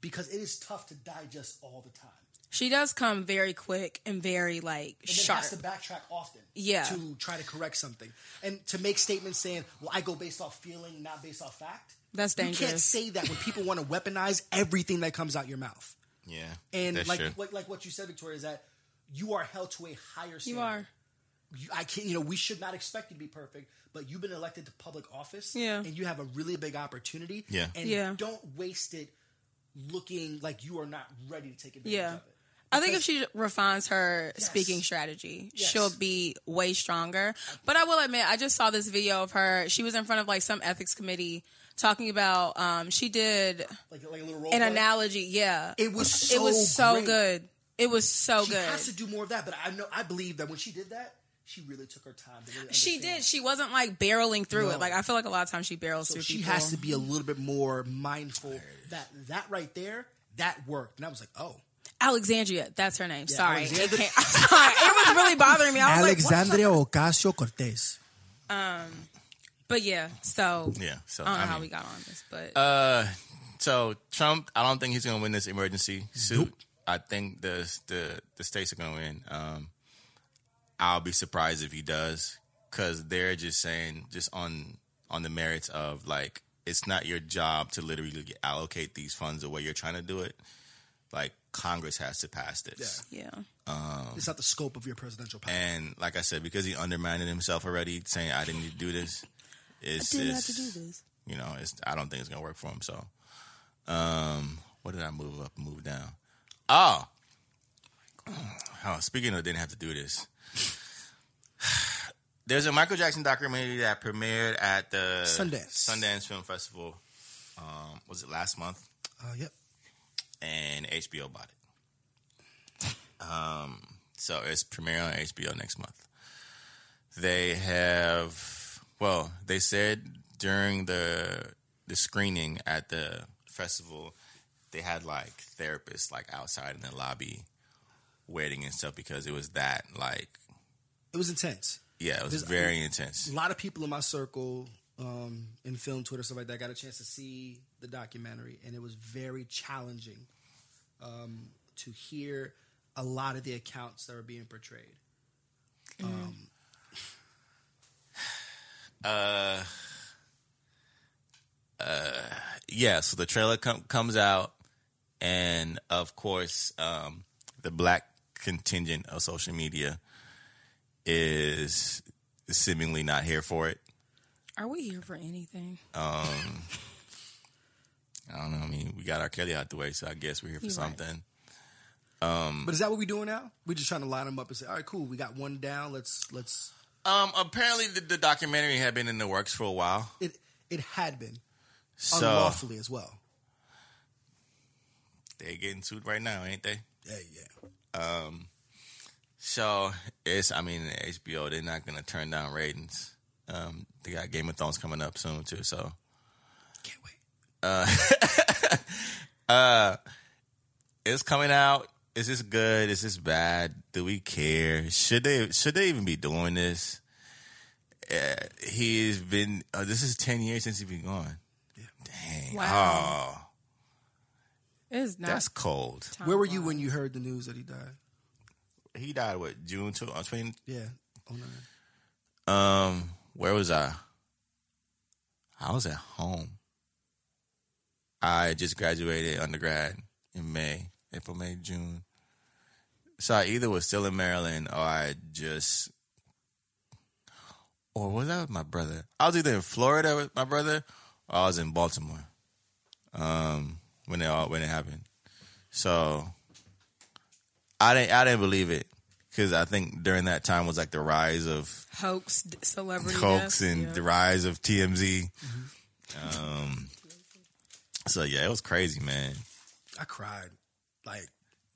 Speaker 5: because it is tough to digest all the time.
Speaker 3: She does come very quick and very like
Speaker 5: And then
Speaker 3: sharp.
Speaker 5: has to backtrack often,
Speaker 3: Yeah.
Speaker 5: to try to correct something and to make statements saying, "Well, I go based off feeling, not based off fact."
Speaker 3: That's
Speaker 5: You can't
Speaker 3: dangerous.
Speaker 5: say that when people want to weaponize everything that comes out your mouth.
Speaker 7: Yeah.
Speaker 5: And
Speaker 7: that's
Speaker 5: like,
Speaker 7: true.
Speaker 5: like like what you said, Victoria, is that you are held to a higher standard.
Speaker 3: you are.
Speaker 5: You- I can't. You know, we should not expect you to be perfect, but you've been elected to public office,
Speaker 3: Yeah.
Speaker 5: and you have a really big opportunity.
Speaker 7: Yeah.
Speaker 5: and
Speaker 3: Yeah.
Speaker 5: don't waste it looking like you are not ready to take advantage
Speaker 3: Yeah.
Speaker 5: of it.
Speaker 3: I think if she refines her speaking strategy, she'll be way stronger. But I will admit, I just saw this video of her. She was in front of like some ethics committee talking about. Um, she did
Speaker 5: Like like a little role.
Speaker 3: an
Speaker 5: play.
Speaker 3: analogy. Yeah,
Speaker 5: It was so
Speaker 3: it was so
Speaker 5: great.
Speaker 3: good. It was so
Speaker 5: She
Speaker 3: good.
Speaker 5: has to do more of that, but I know I believe that when she did that, she really took her time. To really
Speaker 3: she
Speaker 5: understand.
Speaker 3: did. She wasn't like barreling through
Speaker 5: No.
Speaker 3: it. Like I feel like a lot of times she barrels through
Speaker 5: she
Speaker 3: people.
Speaker 5: has to be a little bit more mindful that that right there that worked, and I was like, oh,
Speaker 3: Alexandria, that's her name. Sorry, it,
Speaker 5: Alexandria-
Speaker 3: can't- sorry, it was really bothering me. I was like, what?
Speaker 5: Ocasio Cortez.
Speaker 3: but yeah. So
Speaker 7: yeah. So
Speaker 3: I don't know
Speaker 7: I
Speaker 3: how
Speaker 7: mean,
Speaker 3: we got on this, but
Speaker 5: uh,
Speaker 7: So Trump, I don't think he's going to win this emergency suit. I think the the the states are going to win. Um, I'll be surprised if he does because they're just saying just on on the merits of like it's not your job to literally allocate these funds the way you're trying to do it. Like Congress has to pass this.
Speaker 3: yeah,
Speaker 5: Um, It's not the scope of your presidential power.
Speaker 7: And like I said, because he undermined himself already, saying I didn't need to do this. It's,
Speaker 3: didn't have
Speaker 7: it's-
Speaker 3: to do this.
Speaker 7: you know, it's I don't think it's gonna work for him. So, um, what did I move up, and move down? Oh, oh speaking of didn't have to do this. There's a Michael Jackson documentary that premiered at the
Speaker 5: Sundance.
Speaker 7: Sundance Film Festival. Um, was it last month?
Speaker 5: Uh, yep.
Speaker 7: and HBO bought it. Um, so it's premiering on HBO next month. They have, well, they said during the the screening at the festival, they had like therapists like outside in the lobby waiting and stuff because it was that like
Speaker 5: It was intense.
Speaker 7: yeah, it was
Speaker 5: There's-
Speaker 7: very intense.
Speaker 5: A lot of people in my circle, um, in film, Twitter, stuff like that, got a chance to see the documentary, and it was very challenging um, to hear a lot of the accounts that were being portrayed.
Speaker 7: yeah, so the trailer com- comes out, and of course, um, the black contingent of social media is seemingly not here for it.
Speaker 3: Are we here for anything?
Speaker 7: I don't know. I mean, we got our Kelly out the way, so I guess we're here for
Speaker 3: You're right.
Speaker 7: something.
Speaker 5: But is that what we're doing now? We're just trying to line them up and say, all right, cool, we got one down. Let's let's.
Speaker 7: Um, apparently the, the documentary had been in the works for a while,
Speaker 5: It it had been
Speaker 7: so
Speaker 5: unlawfully as well.
Speaker 7: they're getting sued right now, ain't they?
Speaker 5: Yeah, yeah.
Speaker 7: So it's, I mean, HBO they're not gonna turn down ratings. Um, they got Game of Thrones coming up soon too, so
Speaker 5: Can't wait.
Speaker 7: Uh, it's coming out. Is this good? Is this bad? Do we care? Should they should they even be doing this? Uh, he's been. Uh, this is ten years since he's been gone. Dang.
Speaker 3: Wow.
Speaker 5: ah.
Speaker 7: Oh,
Speaker 3: It's not.
Speaker 7: that's cold.
Speaker 5: Where were you when you heard the news that he died?
Speaker 7: He died what June two on twenty.
Speaker 5: Yeah, oh nine.
Speaker 7: Um, where was I? I was at home. I just graduated undergrad in May, April, May, June. So I either was still in Maryland or I just, or was I with my brother? I was either in Florida with my brother or I was in Baltimore um, when it all when it happened. So I didn't I didn't believe it because I think during that time was like the rise of
Speaker 3: hoax d- celebrity
Speaker 7: hoax
Speaker 3: deaths,
Speaker 7: and
Speaker 3: yeah.
Speaker 7: the rise of TMZ. Um, so yeah, it was crazy, man.
Speaker 5: I cried. Like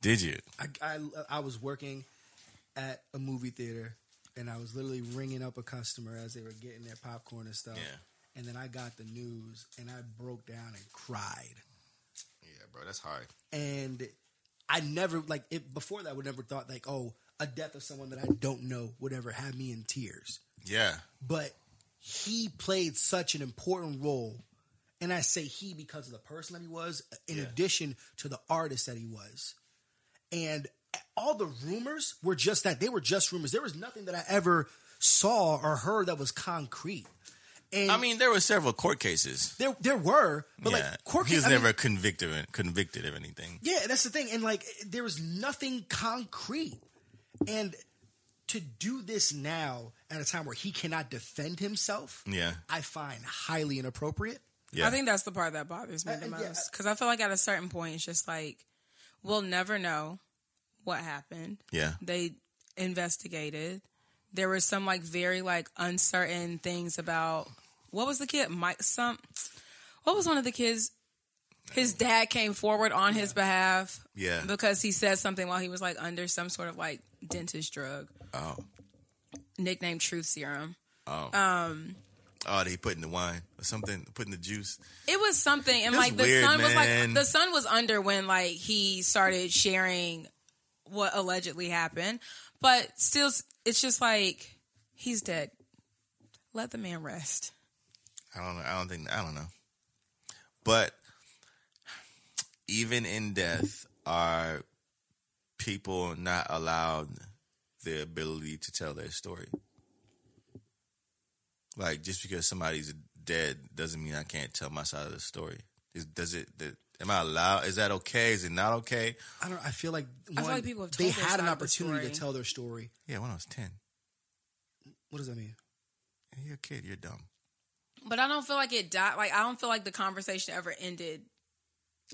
Speaker 7: Did you?
Speaker 5: I, I I was working at a movie theater, and I was literally ringing up a customer as they were getting their popcorn and stuff.
Speaker 7: Yeah.
Speaker 5: And then I got the news, and I broke down and cried.
Speaker 7: Yeah, bro, that's hard.
Speaker 5: and I never like it before that. Would never thought like, oh, a death of someone that I don't know would ever have me in tears.
Speaker 7: Yeah,
Speaker 5: But he played such an important role, and I say he because of the person that he was, in addition to the artist that he was, and all the rumors were just that they were just rumors. There was nothing that I ever saw or heard that was concrete. And
Speaker 7: I mean there were several court cases.
Speaker 5: there there were, but
Speaker 7: yeah,
Speaker 5: like Corky,
Speaker 7: he was
Speaker 5: I mean,
Speaker 7: never convicted of- convicted of anything.
Speaker 5: Yeah, that's the thing. And like there was nothing concrete. And to do this now at a time where he cannot defend himself,
Speaker 7: Yeah,
Speaker 5: I find highly inappropriate.
Speaker 7: yeah.
Speaker 3: I think that's the part that bothers me the
Speaker 5: Uh, yeah,
Speaker 3: most because I feel like at a certain point it's just like we'll never know what happened.
Speaker 7: yeah,
Speaker 3: They investigated. There were some like very like uncertain things about what was the kid Mike some what was one of the kids his dad came forward on his behalf
Speaker 7: yeah.
Speaker 3: because he said something while he was like under some sort of like dentist drug
Speaker 7: oh,
Speaker 3: nicknamed truth serum
Speaker 7: oh, they put in the wine or something, put in the juice.
Speaker 3: It was something, and
Speaker 7: That's
Speaker 3: like the
Speaker 7: weird,
Speaker 3: sun was
Speaker 7: man.
Speaker 3: like the sun was under when like he started sharing what allegedly happened, but still, it's just like he's dead. Let the man rest.
Speaker 7: I don't know. I don't think. I don't know. But even in death, are people not allowed the ability to tell their story? Like just because somebody's dead doesn't mean I can't tell my side of the story. Is, does it? that- am I allowed? Is that okay? Is it not okay?
Speaker 5: I don't I feel like one,
Speaker 3: feel like people have
Speaker 5: they
Speaker 3: told their
Speaker 5: had an
Speaker 3: side of the
Speaker 5: opportunity to
Speaker 3: story.
Speaker 5: tell their story.
Speaker 7: Yeah, when I was ten,
Speaker 5: What does that mean?
Speaker 7: you're a kid. You're dumb.
Speaker 3: But I don't feel like it died. Like I don't feel like the conversation ever ended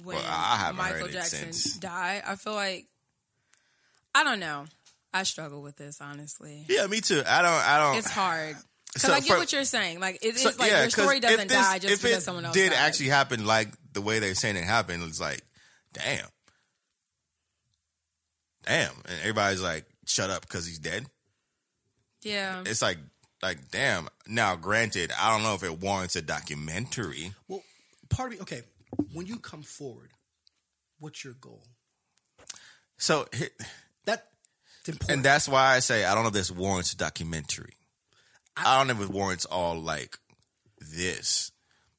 Speaker 3: when
Speaker 7: Well, I haven't
Speaker 3: Michael
Speaker 7: heard it
Speaker 3: Jackson
Speaker 7: since.
Speaker 3: died. I feel like I don't know. I struggle with this honestly.
Speaker 7: Yeah, me too. I don't. I don't.
Speaker 3: It's hard. Because
Speaker 7: Oh. So
Speaker 3: I get
Speaker 7: for-
Speaker 3: what you're saying. Like it is
Speaker 7: So,
Speaker 3: like your
Speaker 7: 'cause
Speaker 3: story
Speaker 7: if
Speaker 3: doesn't
Speaker 7: this-
Speaker 3: die just
Speaker 7: if
Speaker 3: because
Speaker 7: it
Speaker 3: someone else
Speaker 7: did
Speaker 3: died.
Speaker 7: actually happen like the way they're saying it happened. It's like, damn, damn, and everybody's like, shut up because he's dead.
Speaker 3: Yeah.
Speaker 7: It's like, like damn. Now, granted, I don't know if it warrants a documentary.
Speaker 5: Well, part of me, okay, when you come forward, what's your goal?
Speaker 7: So, here-
Speaker 5: That, it's important.
Speaker 7: and that's why I say I don't know if this warrants a documentary. I don't know if it warrants all like this.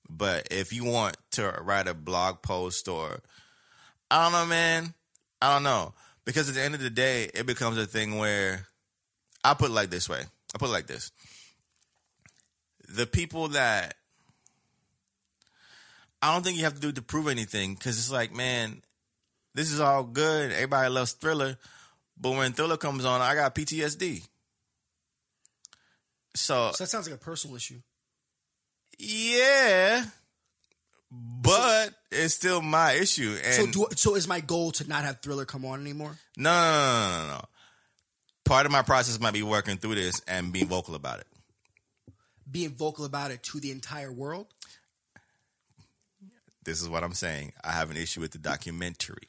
Speaker 7: But if you want to write a blog post or I don't know, man. I don't know. Because at the end of the day, it becomes a thing where I put it like this way. I put it like this. The people that I don't think you have to do to prove anything because it's like, man, this is all good. Everybody loves Thriller. But when Thriller comes on, I got PTSD. So,
Speaker 5: so that sounds like a personal issue.
Speaker 7: yeah, but it's still my issue. And
Speaker 5: So, do, so is my goal to not have Thriller come on anymore?
Speaker 7: no, no, no, no, no, no. Part of my process might be working through this and being vocal about it.
Speaker 5: Being vocal about it to the entire world?
Speaker 7: This is what I'm saying. I have an issue with the documentary.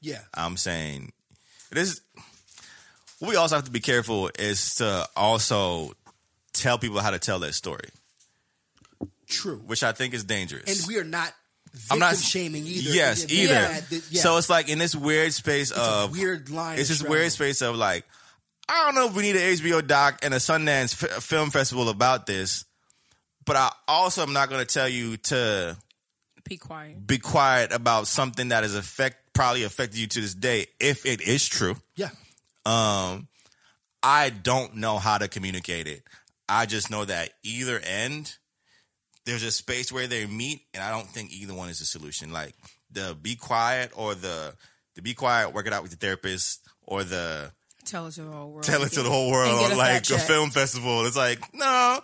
Speaker 5: Yeah.
Speaker 7: I'm saying this. What we also have to be careful is to also tell people how to tell their story,
Speaker 5: True.
Speaker 7: which I think is dangerous.
Speaker 5: And we are not victim
Speaker 7: I'm not
Speaker 5: shaming either.
Speaker 7: Yes,
Speaker 5: Yeah,
Speaker 7: either.
Speaker 5: yeah, th- yeah.
Speaker 7: So it's like in this weird space
Speaker 5: a
Speaker 7: of
Speaker 5: weird line
Speaker 7: It's
Speaker 5: to
Speaker 7: this weird
Speaker 5: travel.
Speaker 7: space of like, I don't know if we need an HBO doc and a Sundance f- film festival about this, but I also am not going to tell you to
Speaker 3: Be quiet.
Speaker 7: be quiet about something that is affect probably affected you to this day if it is true.
Speaker 5: yeah.
Speaker 7: Um, I don't know how to communicate it. I just know that either end, there's a space where they meet, and I don't think either one is a solution. Like the be quiet or the the be quiet, work it out with the therapist, or the
Speaker 3: Tell it to the whole world.
Speaker 7: tell it to the whole world,
Speaker 3: And get
Speaker 7: or
Speaker 3: us
Speaker 7: like
Speaker 3: that
Speaker 7: a
Speaker 3: check.
Speaker 7: film festival. It's like no,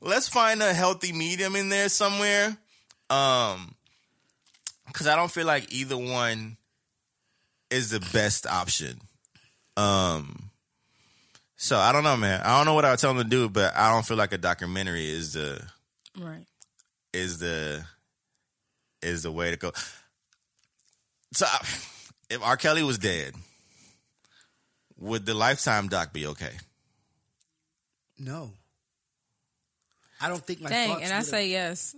Speaker 7: let's find a healthy medium in there somewhere. Um, because I don't feel like either one is the best option. Um, so I don't know, man. I don't know what I would tell them to do, but I don't feel like a documentary is the
Speaker 3: Right.
Speaker 7: is the is the way to go. So I, if R. Kelly was dead, would the Lifetime doc be okay?
Speaker 5: No. I don't think my
Speaker 3: Dang,
Speaker 5: thoughts
Speaker 3: and I
Speaker 5: would've-
Speaker 3: say yes.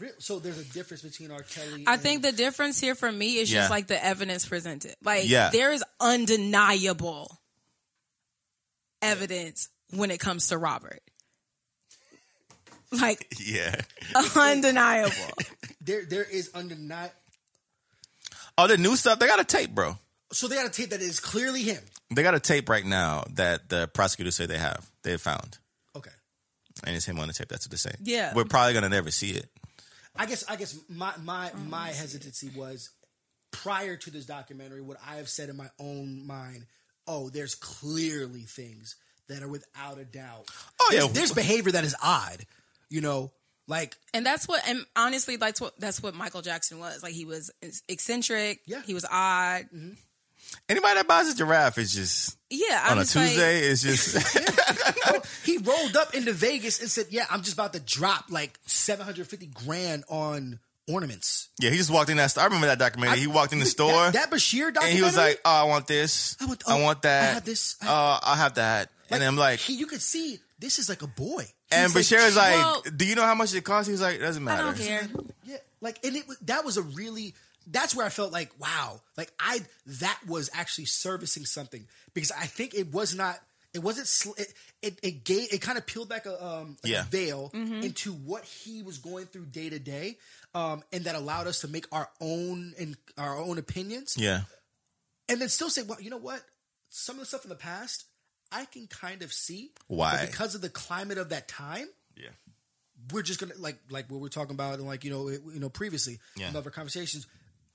Speaker 5: Re- So there's a difference between R. Kelly.
Speaker 3: I
Speaker 5: and-
Speaker 3: think the difference here for me is
Speaker 7: Yeah.
Speaker 3: just like the evidence presented. Like
Speaker 7: Yeah.
Speaker 3: there is undeniable evidence when it comes to Robert. Like
Speaker 7: Yeah.
Speaker 3: undeniable.
Speaker 5: there there is undeniable.
Speaker 7: All Oh, the new stuff they got a tape, bro.
Speaker 5: So they got a tape that is clearly him.
Speaker 7: They got a tape right now that the prosecutors say they have. They found,
Speaker 5: Okay.
Speaker 7: and it's him on the tape. That's what they're saying.
Speaker 3: Yeah.
Speaker 7: We're probably gonna never see it.
Speaker 5: I guess I guess my my my
Speaker 3: Mm.
Speaker 5: hesitancy was prior to this documentary. What I have said in my own mind, oh, there's clearly things that are without a doubt.
Speaker 7: Oh, yeah.
Speaker 5: there's, there's behavior that is odd. You know, like
Speaker 3: and that's what and honestly that's what that's what Michael Jackson was. Like he was eccentric,
Speaker 5: Yeah. Mm-hmm.
Speaker 3: he was odd.
Speaker 7: Anybody that buys a giraffe is just
Speaker 3: Yeah, I'm
Speaker 7: on a
Speaker 3: just like-
Speaker 7: Tuesday. it's just
Speaker 5: he rolled up into Vegas and said, "Yeah, I'm just about to drop like 750 grand on ornaments."
Speaker 7: yeah. He just walked in that. Store. I remember that documentary. he walked in the store.
Speaker 5: That, that Bashir documentary.
Speaker 7: and he was like, "Oh, I want this. I
Speaker 5: I
Speaker 7: want,
Speaker 5: want-
Speaker 7: I
Speaker 5: oh,
Speaker 7: want that.
Speaker 5: I have this. I-
Speaker 7: oh, I have that." and I'm like,
Speaker 5: he, you could see this is like a boy.
Speaker 7: and
Speaker 5: He's
Speaker 7: Bashir is like,
Speaker 3: well-
Speaker 7: "Do you know how much it costs?" He's like, "Doesn't
Speaker 3: I
Speaker 7: matter."
Speaker 3: don't care.
Speaker 5: Yeah, like and it was- that was a really that's where I felt like wow, like I that was actually servicing something because I think it was not it wasn't sl- it it, it gave it kind of peeled back a um like a
Speaker 7: Yeah.
Speaker 5: veil into what he was going through day to day, um and that allowed us to make our own and our own opinions
Speaker 7: Yeah,
Speaker 5: and then still say well you know what some of the stuff in the past I can kind of see but
Speaker 7: Why?
Speaker 5: because of the climate of that time
Speaker 7: yeah,
Speaker 5: we're just gonna like like what we're talking about and like you know it, you know previously
Speaker 7: Yeah.
Speaker 5: in other conversations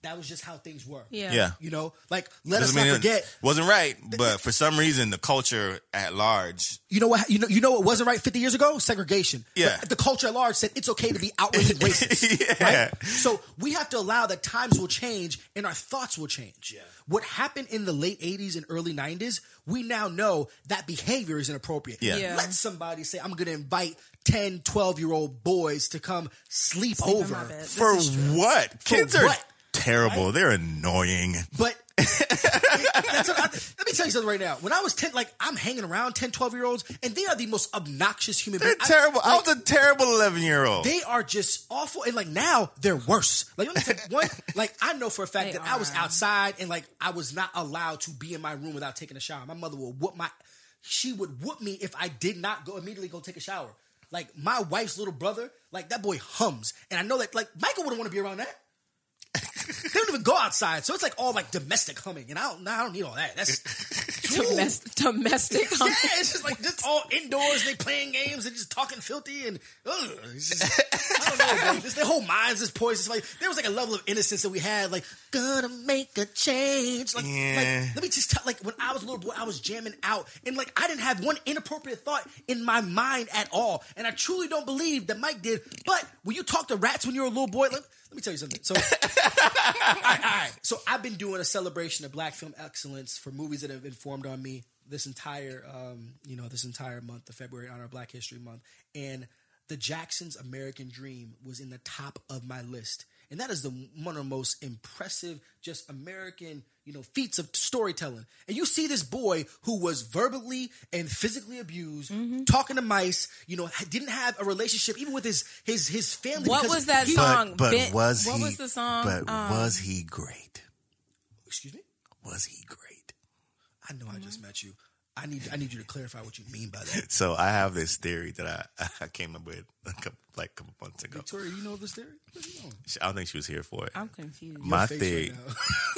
Speaker 5: that was just how things were
Speaker 3: Yeah.
Speaker 7: yeah.
Speaker 5: you know like let
Speaker 7: Doesn't
Speaker 5: us
Speaker 7: mean
Speaker 5: not
Speaker 7: it
Speaker 5: forget
Speaker 7: wasn't right, but for some reason, the culture at large.
Speaker 5: you know what you know you know what wasn't right 50 years ago segregation
Speaker 7: Yeah.
Speaker 5: But the culture at large said it's okay to be outwardly racist
Speaker 7: Yeah.
Speaker 5: right so we have to allow that times will change and our thoughts will change yeah. what happened in the late 80s and early 90s we now know that behavior is inappropriate
Speaker 7: Yeah.
Speaker 3: Yeah.
Speaker 5: let somebody say i'm gonna invite 10 12 year old boys to come sleep,
Speaker 3: Sleep in
Speaker 5: over
Speaker 3: my bed. This
Speaker 7: For
Speaker 3: is true.
Speaker 7: what? Kids are
Speaker 5: what?
Speaker 7: terrible. They're annoying.
Speaker 5: But That's what I think. Let me tell you something right now. When I was 10, like, I'm hanging around 10, 12 year olds, and they are the most obnoxious human
Speaker 7: They're
Speaker 5: beings. I-
Speaker 7: terrible. I,
Speaker 5: like,
Speaker 7: was a terrible eleven year old.
Speaker 5: they are just awful. And like now, they're worse. Like, let me tell you, one, like, I know for a fact
Speaker 3: They
Speaker 5: that I was
Speaker 3: are.
Speaker 5: outside and like, I was not allowed to be in my room without taking a shower. My mother would whoop my, she would whoop me if I did not go immediately go take a shower. Like, my wife's little brother, like, that boy hums. And I know that, like, Michael wouldn't want to be around that. they don't even go outside. So it's like all like domestic humming. And I don't, nah, I don't need all that. That's
Speaker 3: Domestic, domestic.
Speaker 5: yeah, it's just like just all indoors. They playing games and just talking filthy and ugh, it's just, I don't know. bro. Just their whole minds is poisoned. It's Like there was like a level of innocence that we had. Like gonna make a change. Like,
Speaker 7: Yeah.
Speaker 5: like let me just tell. Like when I was a little boy, I was jamming out and like I didn't have one inappropriate thought in my mind at all. And I truly don't believe that Mike did. But when you talk to rats when you're a little boy, let, let me tell you something. So so I've been doing a celebration of black film excellence for movies that have informed on me this entire um, you know this entire month of February on our Black History Month and the Jackson's American Dream was in the top of my list and that is the one of the most impressive just American you know feats of storytelling and you see this boy who was verbally and physically abused
Speaker 3: Mm-hmm.
Speaker 5: talking to mice you know ha- didn't have a relationship even with his his his family
Speaker 3: What
Speaker 5: because
Speaker 3: was that
Speaker 5: he-
Speaker 3: song?
Speaker 7: but but
Speaker 3: Ben-
Speaker 7: was
Speaker 3: what
Speaker 7: he?
Speaker 3: was the song?
Speaker 7: But
Speaker 3: Um,
Speaker 7: was he great?
Speaker 5: excuse me
Speaker 7: Was he great?
Speaker 5: I know I just met you. I need I need you to clarify what you mean by that.
Speaker 7: So I have this theory that I, I came up with a couple, like a couple months ago.
Speaker 5: Victoria, you know this theory? What do you know?
Speaker 7: I don't think she was here for it.
Speaker 3: I'm confused.
Speaker 7: my
Speaker 5: Face
Speaker 7: theory,
Speaker 5: right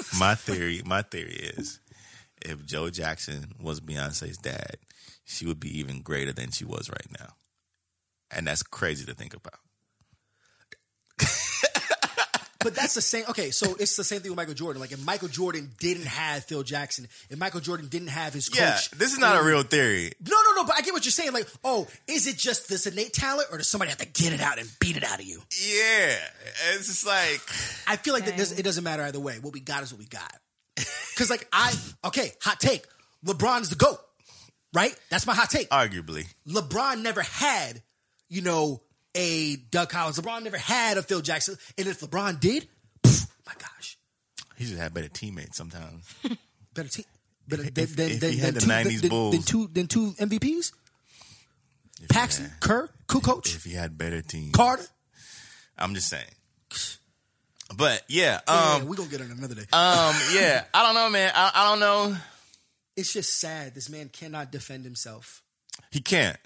Speaker 5: now.
Speaker 7: my theory, my theory is, if Joe Jackson was Beyonce's dad, she would be even greater than she was right now, and that's crazy to think about.
Speaker 5: But that's the same. Okay, so it's the same thing with Michael Jordan. Like if Michael Jordan didn't have Phil Jackson, if Michael Jordan didn't have his coach,
Speaker 7: Yeah, this is not a real theory.
Speaker 5: No, no, no. But I get what you're saying. Like, oh, is it just this innate talent, or does somebody have to get it out and beat it out of you?
Speaker 7: Yeah, it's just like
Speaker 5: I feel like that doesn't, it doesn't matter either way. What we got is what we got. Because like I okay, hot take. LeBron's the goat, right? That's my hot take.
Speaker 7: arguably.
Speaker 5: LeBron never had, you know, a Doug Collins. LeBron never had a Phil Jackson. And if LeBron did, pff, my gosh,
Speaker 7: He just had better teammates sometimes.
Speaker 5: better team. Better
Speaker 7: If-
Speaker 5: than,
Speaker 7: if-
Speaker 5: than,
Speaker 7: if
Speaker 5: than,
Speaker 7: he
Speaker 5: than
Speaker 7: had the
Speaker 5: two,
Speaker 7: 90s
Speaker 5: than, than- than
Speaker 7: Bulls.
Speaker 5: two than two MVPs. Paxton, Kerr, Kukoc,
Speaker 7: If he had better teams,
Speaker 5: Carter.
Speaker 7: I'm just saying. But yeah,
Speaker 5: Yeah,
Speaker 7: um,
Speaker 5: we're gonna get it another day.
Speaker 7: um, yeah. I don't know, man. I, I don't know.
Speaker 5: it's just sad. This man cannot defend himself.
Speaker 7: He can't.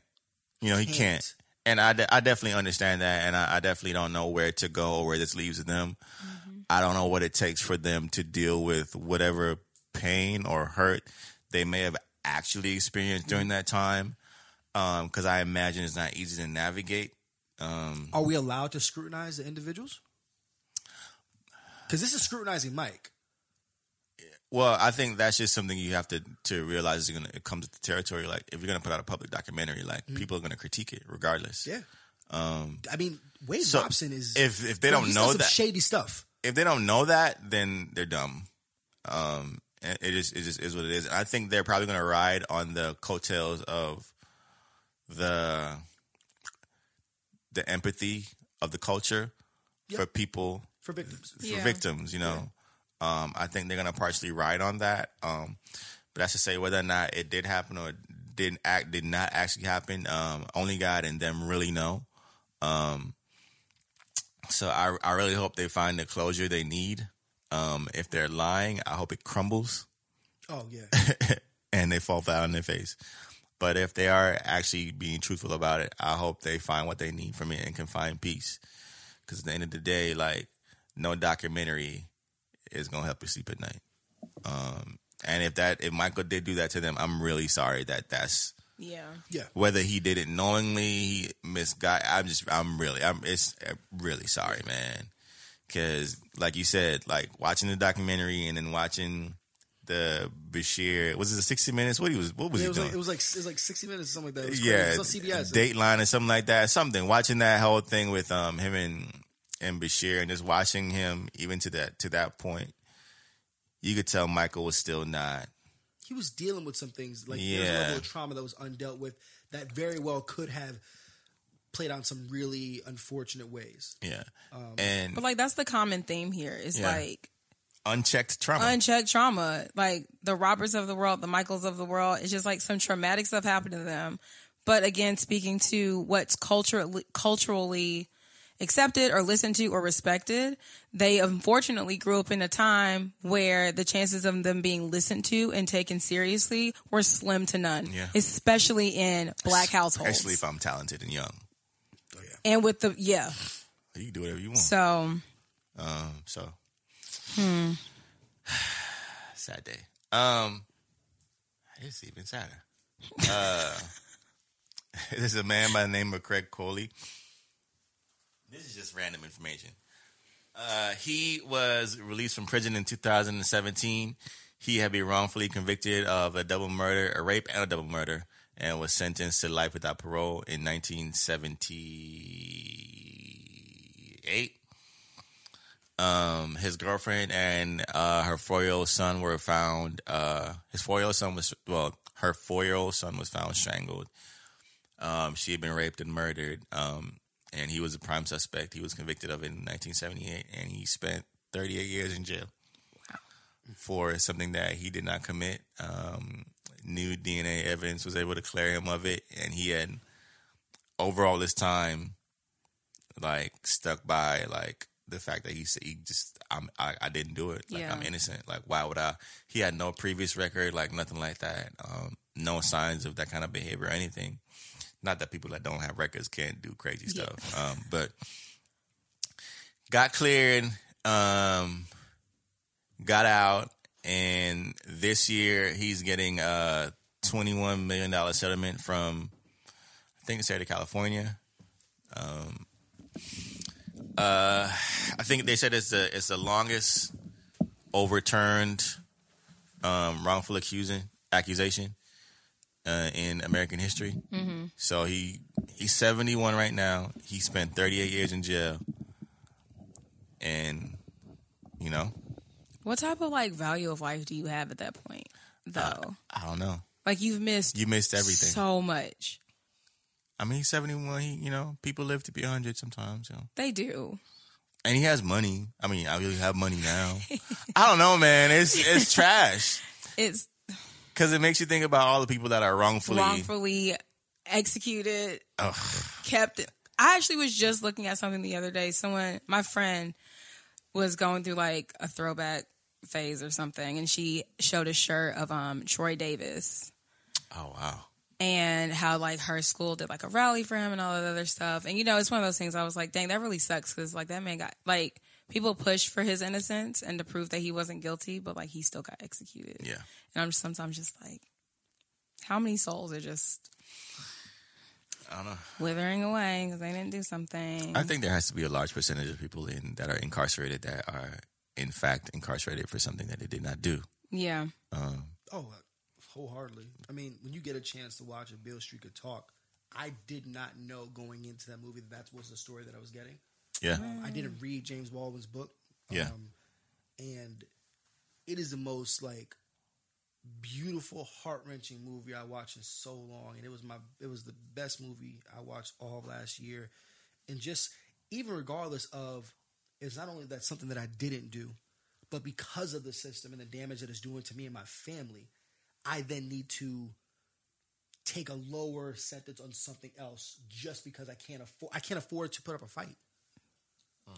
Speaker 7: You know, he can't.
Speaker 5: Can't.
Speaker 7: And I, de- I definitely understand that. And I, I definitely don't know where to go or where this leaves them. I don't know what it takes for them to deal with whatever pain or hurt they may have actually experienced during that time. Because I imagine it's not easy to navigate.
Speaker 5: Are we allowed to scrutinize the individuals? Because this is scrutinizing Mike.
Speaker 7: Well, I think that's just something you have to to realize is gonna it comes with the territory. Like if you're gonna put out a public documentary, like people are gonna critique it regardless.
Speaker 5: Yeah. Um, I mean, Wade
Speaker 7: so
Speaker 5: Robson is
Speaker 7: if- if they
Speaker 5: Yo,
Speaker 7: don't
Speaker 5: he's
Speaker 7: know
Speaker 5: done some
Speaker 7: that-
Speaker 5: shady stuff.
Speaker 7: if they don't know that, then they're dumb. Um, and it just it just is what it is. I think they're probably going to ride on the coattails of the the empathy of the culture for people
Speaker 5: for victims.
Speaker 7: for
Speaker 3: Yeah.
Speaker 7: victims. You know, um, I think they're going to partially ride on that. Um, but that's to say whether or not it did happen or didn't act did not actually happen. Um, only God and them really know. Um, So I I really hope they find the closure they need. Um, if they're lying, I hope it crumbles
Speaker 5: Oh yeah,
Speaker 7: and they fall flat on their face. But if they are actually being truthful about it, I hope they find what they need from it and can find peace. Because at the end of the day, like no documentary is gonna help you sleep at night. Um, and if that if Michael did do that to them, I'm really sorry that that's
Speaker 3: Yeah.
Speaker 5: yeah.
Speaker 7: whether he did it knowingly, he misguided. I'm just, I'm really, I'm, it's I'm really sorry, man. Cause like you said, like watching the documentary and then watching the Bashir, was it the 60 Minutes? What he was, what was
Speaker 5: It
Speaker 7: he
Speaker 5: was,
Speaker 7: doing?
Speaker 5: like, it was like it was like sixty minutes or something like that. It was
Speaker 7: yeah,
Speaker 5: crazy. it was on CBS.
Speaker 7: Dateline or something like that. Something. Watching that whole thing with um him and and Bashir and just watching him even to that to that point, you could tell Michael was still not.
Speaker 5: he was dealing with some things like there was a
Speaker 7: Yeah.
Speaker 5: level of trauma that was undealt with that very well could have played out in some really unfortunate ways.
Speaker 7: Yeah, and
Speaker 3: But like that's the common theme here. It's
Speaker 7: Mm. Yeah.
Speaker 3: like
Speaker 7: unchecked trauma.
Speaker 3: unchecked trauma. Like the Roberts of the world, the Michaels of the world. It's just like some traumatic stuff happened to them. But again, speaking to what's culturally culturally accepted or listened to or respected, they unfortunately grew up in a time where the chances of them being listened to and taken seriously were slim to none.
Speaker 7: Yeah.
Speaker 3: Especially in black households.
Speaker 7: Especially if I'm talented and young,
Speaker 3: and with the yeah.
Speaker 7: you can do whatever you want.
Speaker 3: So
Speaker 7: Um, so, sad day. Um, it's even sadder. Uh, this is a man by the name of Craig Coley. This is just random information. Uh, he was released from prison in 2017. He had been wrongfully convicted of a double murder, a rape, and a double murder, and was sentenced to life without parole in 1978. Um, his girlfriend and uh, her four-year-old son were found. Uh, his four-year-old son was well, her four-year-old son was found strangled. Um, she had been raped and murdered, um, and he was a prime suspect. He was convicted of it in 1978, and he spent 38 years in jail for something that he did not commit. Um, new DNA evidence was able to clear him of it, and he had overall this time like stuck by like the fact that he said he just I'm I, I didn't do it. Like
Speaker 3: Yeah.
Speaker 7: I'm innocent. Like why would I? He had no previous record, like nothing like that. Um, no signs of that kind of behavior or anything. Not that people that don't have records can't do crazy stuff. Um, but got cleared, um, got out, and this year he's getting a twenty-one million dollar settlement from I think it's state of California. Um, uh, I think they said it's the it's the longest overturned um, wrongful accusing accusation uh, in American history. So he he's seventy one right now. He spent thirty eight years in jail, and you know
Speaker 3: what type of like value of life do you have at that point though?
Speaker 7: I don't know.
Speaker 3: like you've missed
Speaker 7: Uh, You missed everything.
Speaker 3: so much.
Speaker 7: I mean, he's seventy one. He you know people live to be hundred sometimes. You know.
Speaker 3: They do.
Speaker 7: and he has money. I mean, I really have money now. I don't know, man. It's it's trash
Speaker 3: It's
Speaker 7: because it makes you think about all the people that are wrongfully.
Speaker 3: wrongfully executed, kept. I actually was just looking at something the other day. Someone, my friend, was going through like a throwback phase or something, and she showed a shirt of um Troy Davis.
Speaker 7: Oh wow.
Speaker 3: and how like her school did like a rally for him and all that other stuff. And you know, it's one of those things I was like, dang, that really sucks because like that man got like people pushed for his innocence and to prove that he wasn't guilty, but like he still got executed.
Speaker 7: Yeah.
Speaker 3: And I'm sometimes just like, how many souls are just
Speaker 7: I don't know.
Speaker 3: withering away because they didn't do something?
Speaker 7: I think there has to be a large percentage of people in that are incarcerated that are in fact incarcerated for something that they did not do.
Speaker 3: yeah.
Speaker 5: Oh, wholeheartedly. I mean, when you get a chance to watch a Bill Streaker talk, I did not know going into that movie that that was the story that I was getting.
Speaker 7: Yeah.
Speaker 5: I didn't read James Baldwin's book.
Speaker 7: Yeah.
Speaker 5: Um, and it is the most like beautiful, heart wrenching movie I watched in so long, and it was my it was the best movie I watched all of last year, and just even regardless of it's not only that something that I didn't do, but because of the system and the damage that it's doing to me and my family, I then need to take a lower sentence on something else just because I can't afford I can't afford to put up a fight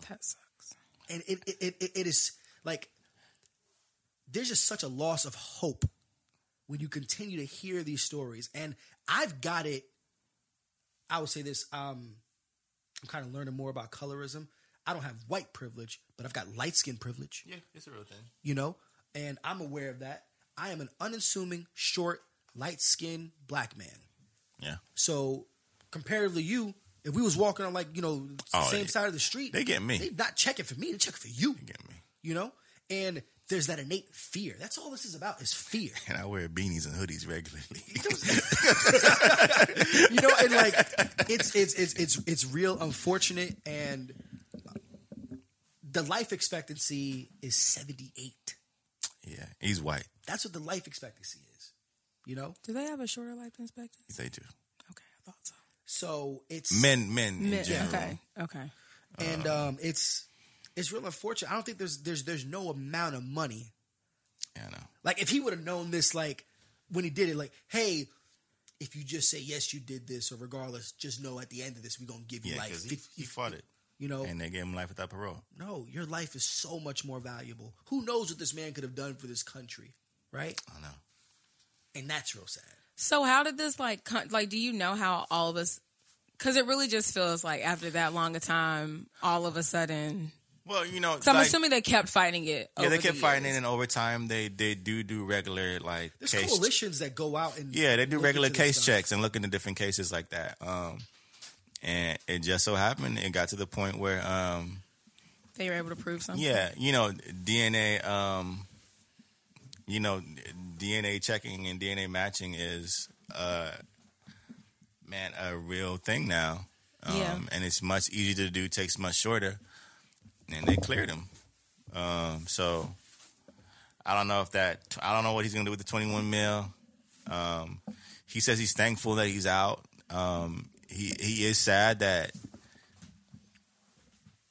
Speaker 3: That sucks.
Speaker 5: and it it, it, it- it is like there's just such a loss of hope when you continue to hear these stories and i've got it i would say this um i'm kind of learning more about colorism i don't have white privilege but i've got light skin privilege
Speaker 7: Yeah, it's a real thing.
Speaker 5: you know and i'm aware of that i am an unassuming short light skinned black man
Speaker 7: Yeah.
Speaker 5: so comparatively you if we was walking on like you know
Speaker 7: Oh,
Speaker 5: same
Speaker 7: they-
Speaker 5: side of the street
Speaker 7: they get me.
Speaker 5: they not checking for me they checking for you
Speaker 7: Get me.
Speaker 5: you know and there's that innate fear that's all this is about is fear
Speaker 7: And I wear beanies and hoodies regularly.
Speaker 5: you know and like it's it's it's it's, it's real unfortunate and the life expectancy is 78
Speaker 7: yeah. He's white.
Speaker 5: that's what the life expectancy is you know
Speaker 3: Do they have a shorter life expectancy?
Speaker 7: They do.
Speaker 3: Okay, I thought so.
Speaker 5: so it's
Speaker 7: Men, men, in
Speaker 3: Men-
Speaker 7: general.
Speaker 3: okay, okay.
Speaker 5: and um it's it's real unfortunate. I don't think there's there's there's no amount of money.
Speaker 7: Yeah, I know.
Speaker 5: Like if he would have known this, like when he did it, like hey, if you just say yes, you did this, or regardless, just know at the end of this, we're gonna give you
Speaker 7: Yeah,
Speaker 5: like
Speaker 7: because he,
Speaker 5: fif-
Speaker 7: he fought it,
Speaker 5: you know.
Speaker 7: and they gave him life without parole.
Speaker 5: no, your life is so much more valuable. Who knows what this man could have done for this country, right?
Speaker 7: I know.
Speaker 5: And that's real sad.
Speaker 3: So how did this like con- like do you know how all of us cuz it really just feels like after that long a time all of a sudden
Speaker 7: Well, you know,
Speaker 3: So I'm
Speaker 7: like-
Speaker 3: assuming they kept fighting it.
Speaker 7: yeah,
Speaker 3: over
Speaker 7: they kept
Speaker 3: the
Speaker 7: fighting,
Speaker 3: years.
Speaker 7: and over time, they they do do regular like
Speaker 5: There's
Speaker 7: case-
Speaker 5: coalitions that go out and
Speaker 7: Yeah, they do
Speaker 5: look
Speaker 7: regular
Speaker 5: into this
Speaker 7: case
Speaker 5: stuff.
Speaker 7: checks and look into different cases like that. Um, and it just so happened it got to the point where, um,
Speaker 3: They were able to prove something.
Speaker 7: yeah, you know, DNA, um, you know, DNA checking and DNA matching is, uh, man, a real thing now. Um,
Speaker 3: Yeah.
Speaker 7: And it's much easier to do, takes much shorter. And they cleared him. Um, so I don't know if that, I don't know what he's going to do with the 21 mil. Um, he says he's thankful that he's out. Um, he, he is sad that,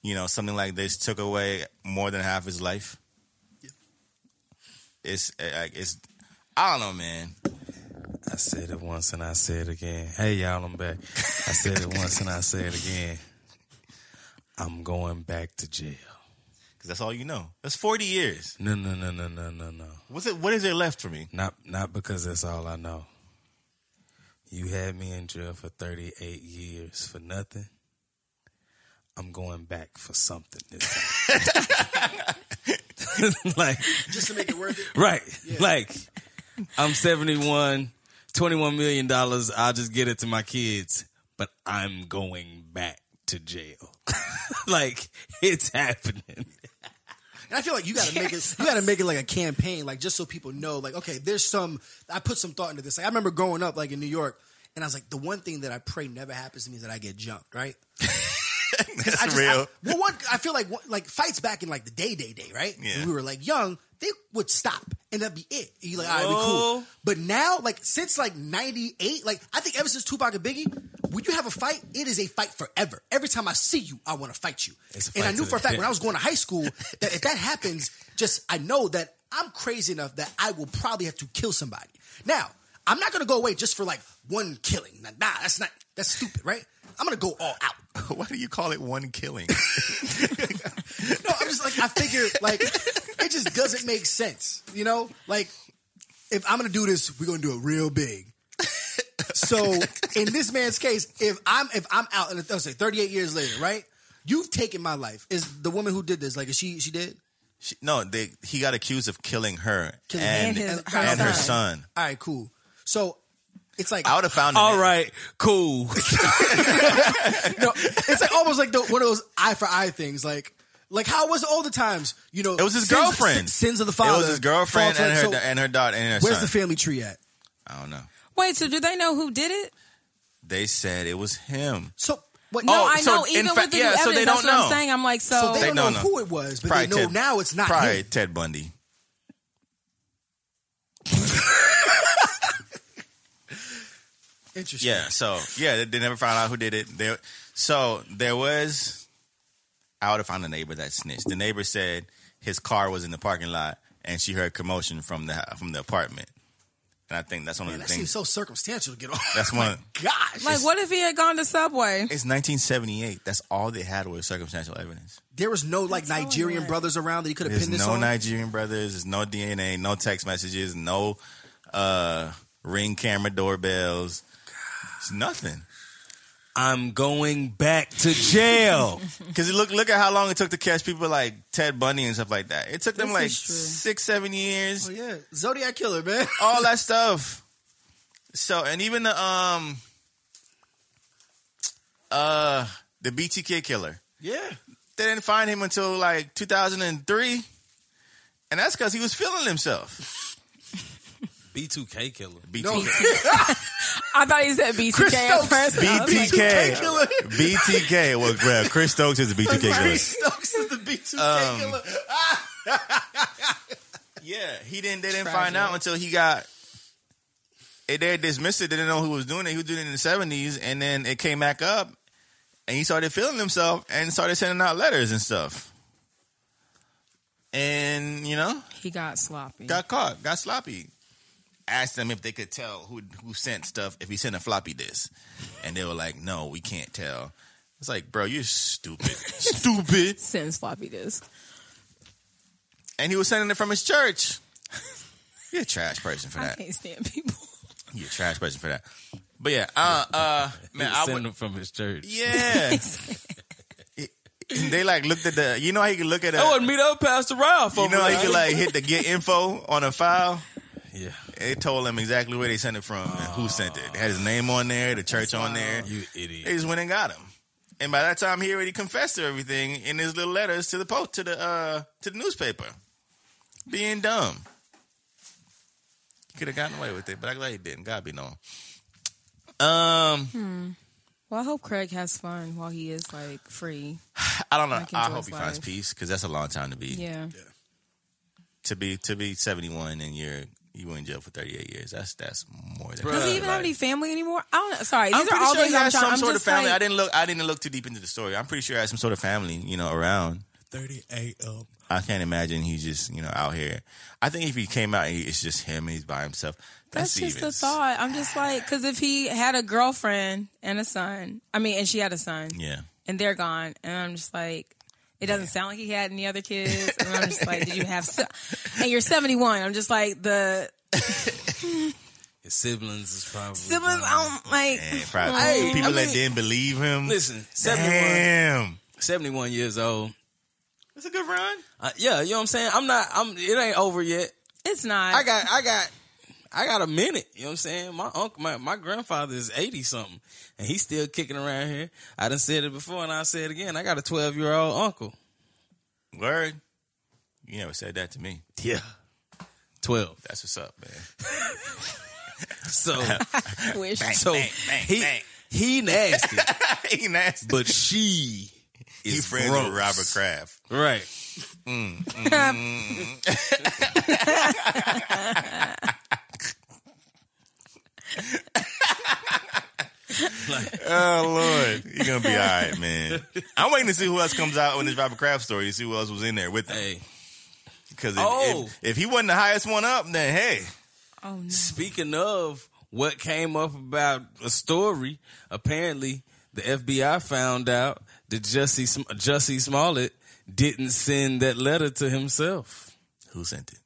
Speaker 7: you know, something like this took away more than half his life. It's eh, like, it's, I don't know, man.
Speaker 9: I said it once and I said it again. Hey y'all, I'm back. I said it once and I said it again. I'm going back to jail.
Speaker 7: Cause that's all you know. That's 40 years.
Speaker 9: No, no, no, no, no, no, no.
Speaker 7: What's it? What is there left for me?
Speaker 9: Not not because that's all I know. You had me in jail for 38 years for nothing. I'm going back for something this time. like
Speaker 5: just to make it worth it.
Speaker 9: Right. Like I'm 71, 21 million dollars, I'll just get it to my kids, but I'm going back to jail. like it's happening.
Speaker 5: And I feel like you gotta make it. You gotta make it like a campaign, like just so people know, like okay, there's some. I put some thought into this. Like I remember growing up, like in New York, and I was like, the one thing that I pray never happens to me is that I get jumped, right?
Speaker 7: That's
Speaker 5: I just- I, well, one, I feel like one- like fights back in like the day, day, day, right?
Speaker 7: Yeah.
Speaker 5: When we were like young, they would stop and that'd be it. You like, all right, we cool. But now, like since like '98, like I think ever since Tupac and Biggie, when you have a fight, it is a fight forever. Every time I see you, I want to fight you.
Speaker 9: It's a
Speaker 5: and
Speaker 9: fight
Speaker 5: I knew
Speaker 9: to
Speaker 5: for a
Speaker 9: the
Speaker 5: fact
Speaker 9: death.
Speaker 5: when I was going to high school that if that happens, just I know that I'm crazy enough that I will probably have to kill somebody. Now, I'm not gonna go away just for like one killing. Nah, nah, that's not that's stupid, right? I'm gonna go all out.
Speaker 7: Why do you call it one killing?
Speaker 5: No, I'm just like I figure like it just doesn't make sense. You know, like if I'm gonna do this, we're gonna do it real big. So in this man's case, if I'm if I'm out and let's say 38 years later, right? You've taken my life. Is the woman who did this like is she she dead?
Speaker 7: She- no, they, he got accused of killing her
Speaker 5: Killing
Speaker 7: and,
Speaker 3: him and
Speaker 7: and,
Speaker 3: his-
Speaker 7: her,
Speaker 3: her
Speaker 7: son.
Speaker 3: son.
Speaker 5: All right, cool. So it's like
Speaker 7: I would have found him.
Speaker 9: All right, cool.
Speaker 5: no, it's like almost like the, one of those eye for eye things. Like like how it was all the times. You know,
Speaker 7: It was his
Speaker 5: sins-
Speaker 7: girlfriend.
Speaker 5: Sins of the father.
Speaker 7: It was his girlfriend
Speaker 5: fall to-
Speaker 7: and her
Speaker 5: so
Speaker 7: and her daughter and her
Speaker 5: where's
Speaker 7: son.
Speaker 5: the family tree at?
Speaker 7: I don't know.
Speaker 3: Wait, so do they know who did it?
Speaker 7: They said it was him.
Speaker 5: So what?
Speaker 3: No,
Speaker 7: Oh,
Speaker 3: I
Speaker 7: so
Speaker 3: know.
Speaker 7: in
Speaker 3: Even
Speaker 7: fa-
Speaker 3: with the
Speaker 7: yeah,
Speaker 3: new evidence,
Speaker 7: so they
Speaker 3: that's
Speaker 7: don't
Speaker 3: what
Speaker 7: know.
Speaker 3: I'm saying. I'm like, so,
Speaker 5: So they,
Speaker 7: They
Speaker 5: don't,
Speaker 7: don't
Speaker 5: know,
Speaker 7: know.
Speaker 5: who it was, but
Speaker 7: Probably
Speaker 5: they know
Speaker 7: Ted-
Speaker 5: now it's not
Speaker 7: Probably
Speaker 5: him.
Speaker 7: Ted Bundy.
Speaker 5: Interesting.
Speaker 7: Yeah. So yeah, they, they never found out who did it. They, so there was. I would have found a neighbor that snitched. The neighbor said his car was in the parking lot and she heard commotion from the from the apartment. And I think that's one of
Speaker 5: Man,
Speaker 7: the
Speaker 5: that
Speaker 7: things.
Speaker 5: seems so circumstantial to get on.
Speaker 7: that's one.
Speaker 5: Gosh,
Speaker 3: like, what if he had gone to Subway?
Speaker 7: It's 1978. That's all they had was circumstantial evidence.
Speaker 5: there was no like
Speaker 3: telling
Speaker 5: Nigerian
Speaker 3: you.
Speaker 5: brothers around that he could have
Speaker 7: There's
Speaker 5: pinned this
Speaker 7: no
Speaker 5: on.
Speaker 7: Nigerian brothers. There's no DNA. No text messages. No uh, ring camera doorbells. It's nothing.
Speaker 9: I'm going back to jail.
Speaker 7: Because look, look at how long it took to catch people like Ted Bundy and stuff like that. It took them
Speaker 3: This
Speaker 7: like
Speaker 3: is true.
Speaker 7: six, seven years.
Speaker 5: oh, yeah, Zodiac killer, man.
Speaker 7: All that stuff. So and even the um uh the BTK killer.
Speaker 5: yeah,
Speaker 7: they didn't find him until like 2003, and that's because he was feeling himself.
Speaker 9: B2K killer.
Speaker 7: BTK,
Speaker 5: no,
Speaker 3: I thought he said BTK
Speaker 5: Chris
Speaker 3: at
Speaker 5: Stokes.
Speaker 3: first. I was like,
Speaker 7: BTK,
Speaker 5: killer.
Speaker 7: BTK. Well, well, Chris Stokes is the BTK
Speaker 5: Barry
Speaker 7: killer.
Speaker 5: Stokes is the B two
Speaker 7: Um,
Speaker 5: K killer.
Speaker 7: Yeah, he didn't. They didn't
Speaker 3: Tragic.
Speaker 7: find out until he got. It, they dismissed it. They didn't know who was doing it. He was doing it in the seventies, and then it came back up, and he started feeling himself and started sending out letters and stuff. and you know
Speaker 3: He got sloppy.
Speaker 7: got caught, got sloppy. Asked them if they could tell who who sent stuff, if he sent a floppy disk, and they were like, "No, we can't tell." It's like, bro, you're stupid, stupid.
Speaker 3: Sends floppy disk.
Speaker 7: And he was sending it from his church. You're a trash person for
Speaker 3: I
Speaker 7: that.
Speaker 3: can't stand people.
Speaker 7: You're a trash person for that. But yeah, uh, uh, man, I would.
Speaker 9: him from his church.
Speaker 7: Yeah, they like looked at the. You know how you can look at a.
Speaker 9: I would meet up Pastor Ralph.
Speaker 7: you
Speaker 9: over
Speaker 7: know how you
Speaker 9: there.
Speaker 7: can like hit the get info on a file.
Speaker 9: yeah,
Speaker 7: It told him exactly where they sent it from and who sent it. They had his name on there, the church on there.
Speaker 9: you
Speaker 7: They
Speaker 9: idiot.
Speaker 7: just went and got him. And by that time, he already confessed to everything in his little letters to the post to the uh, to the newspaper, being dumb. Could have gotten away with it, but I'm glad he didn't. God be known. Um,
Speaker 3: Well, I hope Craig has fun while he is like free.
Speaker 7: I don't know.
Speaker 3: can
Speaker 7: I
Speaker 3: enjoy
Speaker 7: hope
Speaker 3: his
Speaker 7: he finds
Speaker 3: life.
Speaker 7: peace because that's a long time to be
Speaker 3: Yeah.
Speaker 7: to be to be 71 and you're you were in jail for 38 years. That's that's more than.
Speaker 3: Does he even have any family anymore? I don't know. Sorry, these
Speaker 7: I'm
Speaker 3: are
Speaker 7: pretty
Speaker 3: all
Speaker 7: sure he
Speaker 3: things I'm
Speaker 7: has
Speaker 3: trying.
Speaker 7: some
Speaker 3: I'm
Speaker 7: sort of
Speaker 3: just
Speaker 7: family.
Speaker 3: like,
Speaker 7: I didn't look. I didn't look too deep into the story. I'm pretty sure he has some sort of family, you know, around.
Speaker 9: Thirty-eight up.
Speaker 7: I can't imagine he's just you know out here. I think if he came out, he- it's just him. He's by himself.
Speaker 3: That's
Speaker 7: even
Speaker 3: just the thought. I'm just like, because if he had a girlfriend and a son, I mean, and she had a son,
Speaker 7: Yeah,
Speaker 3: and they're gone, and I'm just like, it doesn't sound like he had any other kids, and I'm just like, did you have? So- and you're 71. I'm just like the
Speaker 9: His siblings is probably
Speaker 3: siblings. I don't like.
Speaker 7: and probably
Speaker 9: Hey,
Speaker 7: people
Speaker 9: I
Speaker 7: that
Speaker 9: mean-
Speaker 7: didn't believe him.
Speaker 9: Listen, seventy-one.
Speaker 7: damn,
Speaker 9: 71 years old.
Speaker 7: it's a good run.
Speaker 9: Uh, yeah, you know what I'm saying. I'm not. I'm. It ain't over yet.
Speaker 3: It's not.
Speaker 9: I got. I got. I got a minute. You know what I'm saying. My uncle, my, my grandfather is 80 something, and he's still kicking around here. I done said it before, and I will say it again. I got a 12 year old uncle.
Speaker 7: Word, you never said that to me.
Speaker 9: Yeah, 12.
Speaker 7: That's what's up, man.
Speaker 9: So
Speaker 3: wish.
Speaker 9: so
Speaker 7: bang, bang,
Speaker 9: he
Speaker 7: bang.
Speaker 9: he nasty,
Speaker 7: he nasty.
Speaker 9: but she is
Speaker 7: He friends
Speaker 9: gross.
Speaker 7: with Robert Kraft.
Speaker 9: Right.
Speaker 7: Oh Lord, you're gonna be all right, man. I'm waiting to see who else comes out when this Robert Kraft story. To see who else was in there with him.
Speaker 9: Hey,
Speaker 7: Because if,
Speaker 9: Oh.
Speaker 7: if, if he wasn't the highest one up, then hey,
Speaker 3: Oh no.
Speaker 9: Speaking of what came up about a story, apparently the FBI found out that Jesse Sm- Jesse Smollett didn't send that letter to himself.
Speaker 7: who sent it?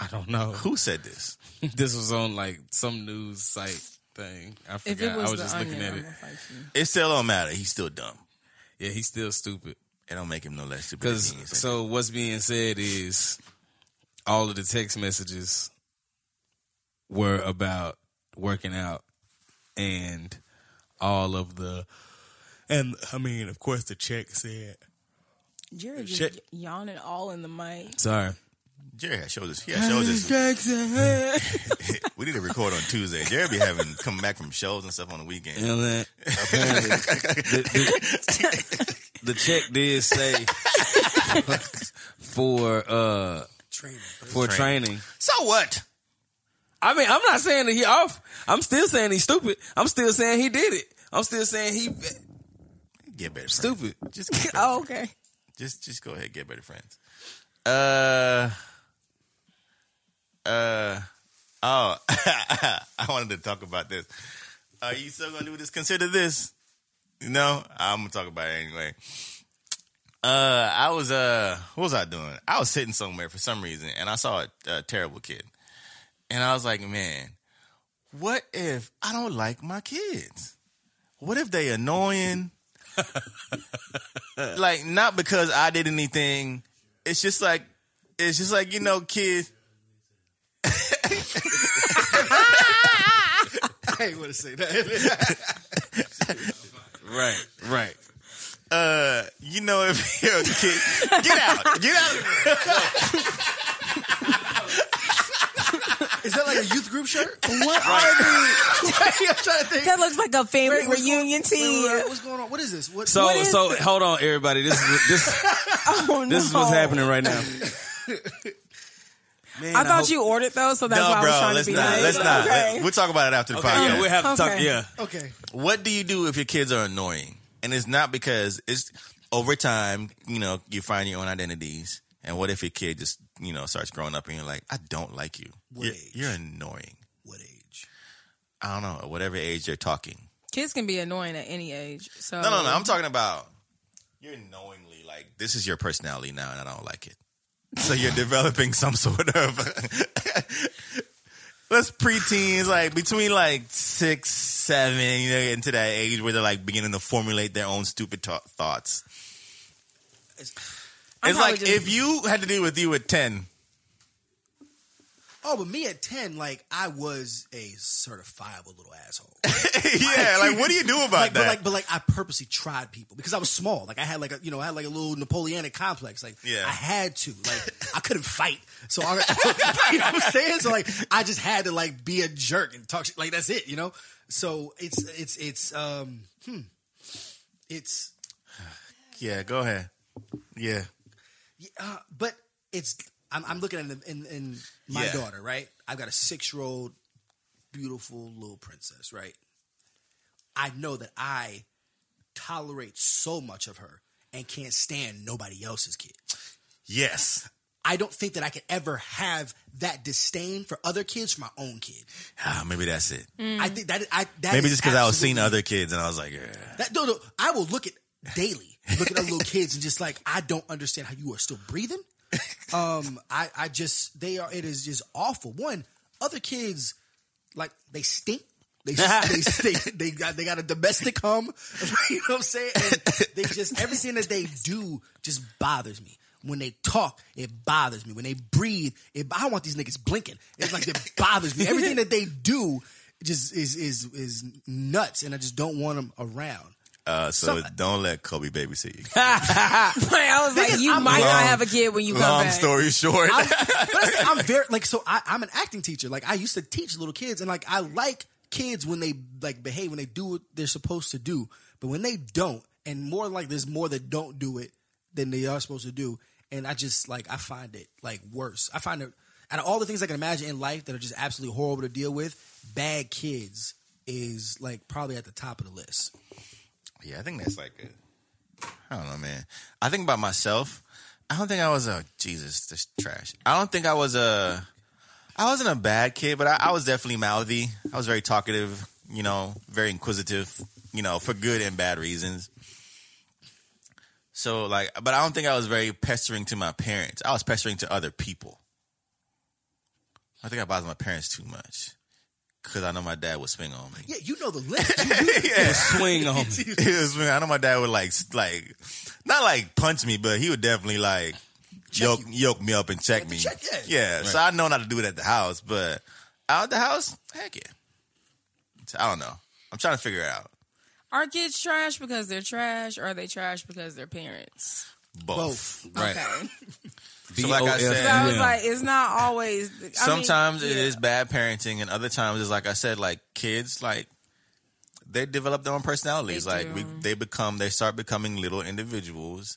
Speaker 9: I don't know.
Speaker 7: Who said this?
Speaker 9: this was on like some news site thing. I
Speaker 3: If
Speaker 9: forgot.
Speaker 3: it was,
Speaker 9: I was
Speaker 3: the
Speaker 9: just
Speaker 3: onion,
Speaker 9: looking at
Speaker 3: I'm
Speaker 9: it.
Speaker 3: gonna fight you.
Speaker 7: It still don't matter. He's still dumb.
Speaker 9: Yeah, he's still stupid.
Speaker 7: It don't make him no less stupid.
Speaker 9: Because
Speaker 7: than he is.
Speaker 9: so what's being said is all of the text messages were about working out and all of the and I mean of course the check said
Speaker 3: Jerry just
Speaker 9: Shit.
Speaker 3: yawning all in the mic.
Speaker 9: sorry
Speaker 7: Jerry had shows us. He had shows us. We need to record on Tuesday. Jerry be having come back from shows and stuff on the weekend.
Speaker 9: You know that? Apparently, the, the- the check did say for uh
Speaker 5: Training.
Speaker 9: for
Speaker 7: Training.
Speaker 9: training.
Speaker 7: So what?
Speaker 9: I mean, I'm not saying that he off. I'm still saying he's stupid. I'm still saying he did it. I'm still saying he
Speaker 7: Get better. Friends.
Speaker 9: stupid.
Speaker 7: Just get better.
Speaker 3: Oh, okay.
Speaker 7: just just go ahead and get better friends. Uh uh oh I wanted to talk about this. Are you still gonna do this? Consider this. No, I'm gonna talk about it anyway. Uh I was uh what was I doing? I was sitting somewhere for some reason and I saw a, a terrible kid. And I was like, man, what if I don't like my kids? What if they annoying? like not because I did anything. It's just like it's just like you know, kids.
Speaker 5: I ain't want to say that.
Speaker 9: Right, right.
Speaker 7: Uh, you know, if you're a kid, get out, get out. of-
Speaker 5: Is that like a youth group shirt?
Speaker 3: What
Speaker 5: I'm trying to think.
Speaker 3: That looks like a family
Speaker 5: Wait, what's
Speaker 3: reunion
Speaker 5: Wait,
Speaker 3: tea.
Speaker 5: wait, wait, what's going on? What is this? What,
Speaker 9: So
Speaker 3: What is
Speaker 9: so hold on, everybody. This is this
Speaker 3: Oh, no.
Speaker 9: this is what's happening right now. Man,
Speaker 3: I thought
Speaker 9: hope-
Speaker 3: you ordered those, so that's why I
Speaker 7: No,
Speaker 3: was
Speaker 7: bro,
Speaker 3: trying
Speaker 7: let's
Speaker 3: to be
Speaker 7: not.
Speaker 3: nice.
Speaker 7: Let's not.
Speaker 3: Okay.
Speaker 7: Let- We'll talk about it after the
Speaker 9: Okay,
Speaker 7: podcast.
Speaker 9: yeah, we have to talk.
Speaker 3: Okay.
Speaker 9: Yeah,
Speaker 5: okay.
Speaker 7: what do you do if your kids are annoying? And it's not because it's over time, you know, you find your own identities And what if your kid just, you know, starts growing up and you're like, I don't like you. You're,
Speaker 5: Wait.
Speaker 7: you're annoying.
Speaker 5: What age?
Speaker 7: I don't know, at whatever age they're talking.
Speaker 3: Kids can be annoying at any age. So
Speaker 7: No, no, no. I'm talking about Um, you're knowingly like this is your personality now, and I don't like it. So you're developing some sort of let's preteens like between like six, seven, you know, into that age where they're like beginning to formulate their own stupid ta- thoughts.
Speaker 3: I'm
Speaker 7: it's
Speaker 3: probably
Speaker 7: like
Speaker 3: just-
Speaker 7: if you had to deal with you at ten.
Speaker 5: Oh, but me at ten, like I was a certifiable little asshole.
Speaker 7: yeah, like what do you do about
Speaker 5: like,
Speaker 7: that?
Speaker 5: But like, but like, I purposely tried people because I was small. Like, I had like a, you know, I had like a little Napoleonic complex. Like,
Speaker 7: Yeah.
Speaker 5: I had to. Like, I couldn't fight, so I, you know what I'm saying. So like, I just had to like be a jerk and talk shit. Like, that's it. You know. So it's it's it's um hmm, it's
Speaker 7: yeah, go ahead. Yeah.
Speaker 5: but it's I'm, I'm looking at it in, in my
Speaker 7: Yeah.
Speaker 5: daughter, right? I've got a six year old, beautiful little princess, right? I know that I tolerate so much of her and can't stand nobody else's kid.
Speaker 7: Yes.
Speaker 5: I don't think that I could ever have that disdain for other kids for my own kid.
Speaker 7: Ah, maybe that's it.
Speaker 5: I think that I that
Speaker 7: Maybe
Speaker 5: is
Speaker 7: just because I was
Speaker 5: Mm. absolutely-
Speaker 7: seeing other kids and I was like, yeah.
Speaker 5: That, no, no, I will look at daily, look at other little kids, and just like I don't understand how you are still breathing. Um, I, I just they are. It is just awful. One, other kids like they stink. They they stink. They got they got a domestic hum. you know what I'm saying? And they just everything that they do just bothers me. When they talk, it bothers me. When they breathe, it, I want these niggas blinking. It's like it bothers me. Everything that they do just is is is nuts, and I just don't want them around.
Speaker 7: Uh, so don't let Kobe babysit you.
Speaker 3: I was like, you might not have a kid when you come
Speaker 7: Long
Speaker 3: back.
Speaker 7: story short.
Speaker 5: I'm, but I say I'm very like so. I, I'm an acting teacher. Like I used to teach little kids, and like I like kids when they like behave, when they do what they're supposed to do. But when they don't, and more like there's more that don't do it than they are supposed to do, and I just like I find it like worse. I find it out of all the things I can imagine in life that are just absolutely horrible to deal with. Bad kids is like probably at the top of the list.
Speaker 7: Yeah, I think that's like a, I don't know, man. I think about myself. I don't think I was a Jesus. This trash. I don't think I was a. I wasn't a bad kid, but I, I was definitely mouthy. I was very talkative. You know, very inquisitive. You know, for good and bad reasons. So like, but I don't think I was very pestering to my parents. I was pestering to other people. I think I bothered my parents too much because I know my dad would swing on me.
Speaker 5: Yeah, you know the list.
Speaker 7: yeah.
Speaker 9: Swing on me.
Speaker 7: It was- I know my dad would like like not like punch me, but he would definitely like yoke yoke me up and check me.
Speaker 5: check, yeah.
Speaker 7: yeah, so I know not to do it at the house, but out the house, heck yeah. So I don't know. I'm trying to figure it out.
Speaker 3: Are kids trash because they're trash, or are they trash because they're parents?
Speaker 7: Both.
Speaker 9: Right.
Speaker 3: Okay.
Speaker 7: So like I
Speaker 3: So I
Speaker 7: said,
Speaker 3: was like, it's not always. I mean,
Speaker 7: sometimes it
Speaker 3: yeah.
Speaker 7: is bad parenting, and other times it's like I said, like kids like. They develop their own personalities.
Speaker 3: They
Speaker 7: like we,
Speaker 3: do.
Speaker 7: they become, they start becoming little individuals,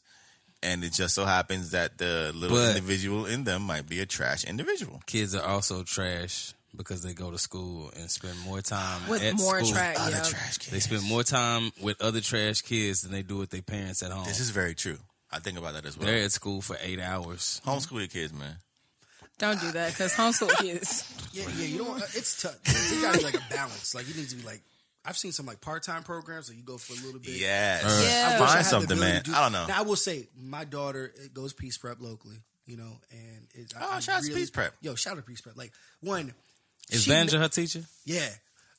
Speaker 7: and it just so happens that the little
Speaker 9: But-
Speaker 7: individual in them might be a trash individual.
Speaker 9: Kids are also trash because they go to school and spend more time
Speaker 3: With
Speaker 9: at
Speaker 3: more
Speaker 9: school.
Speaker 3: trash, yeah.
Speaker 9: They spend more time with other trash kids than they do with their parents at home.
Speaker 7: This is very true. I think about that as well.
Speaker 9: They're at school for eight hours.
Speaker 7: Homeschool your kids, man.
Speaker 3: Don't do that because homeschool kids.
Speaker 5: Yeah, yeah, you don't. It's tough. It got to be like a balance. Like you need to be like. I've seen some like part time programs where you go for a little bit.
Speaker 7: Yes.
Speaker 3: Yeah.
Speaker 5: I wish I
Speaker 7: Find
Speaker 5: had the
Speaker 7: something,
Speaker 5: ability
Speaker 7: man.
Speaker 5: to do-
Speaker 7: I don't know.
Speaker 5: Now, I will say my daughter it goes peace prep locally, you know, and it's,
Speaker 7: Oh, shout out to Peace Prep.
Speaker 5: Yo, shout out to peace prep. Like one,
Speaker 9: Is
Speaker 5: she-
Speaker 9: Vanja her teacher?
Speaker 5: yeah.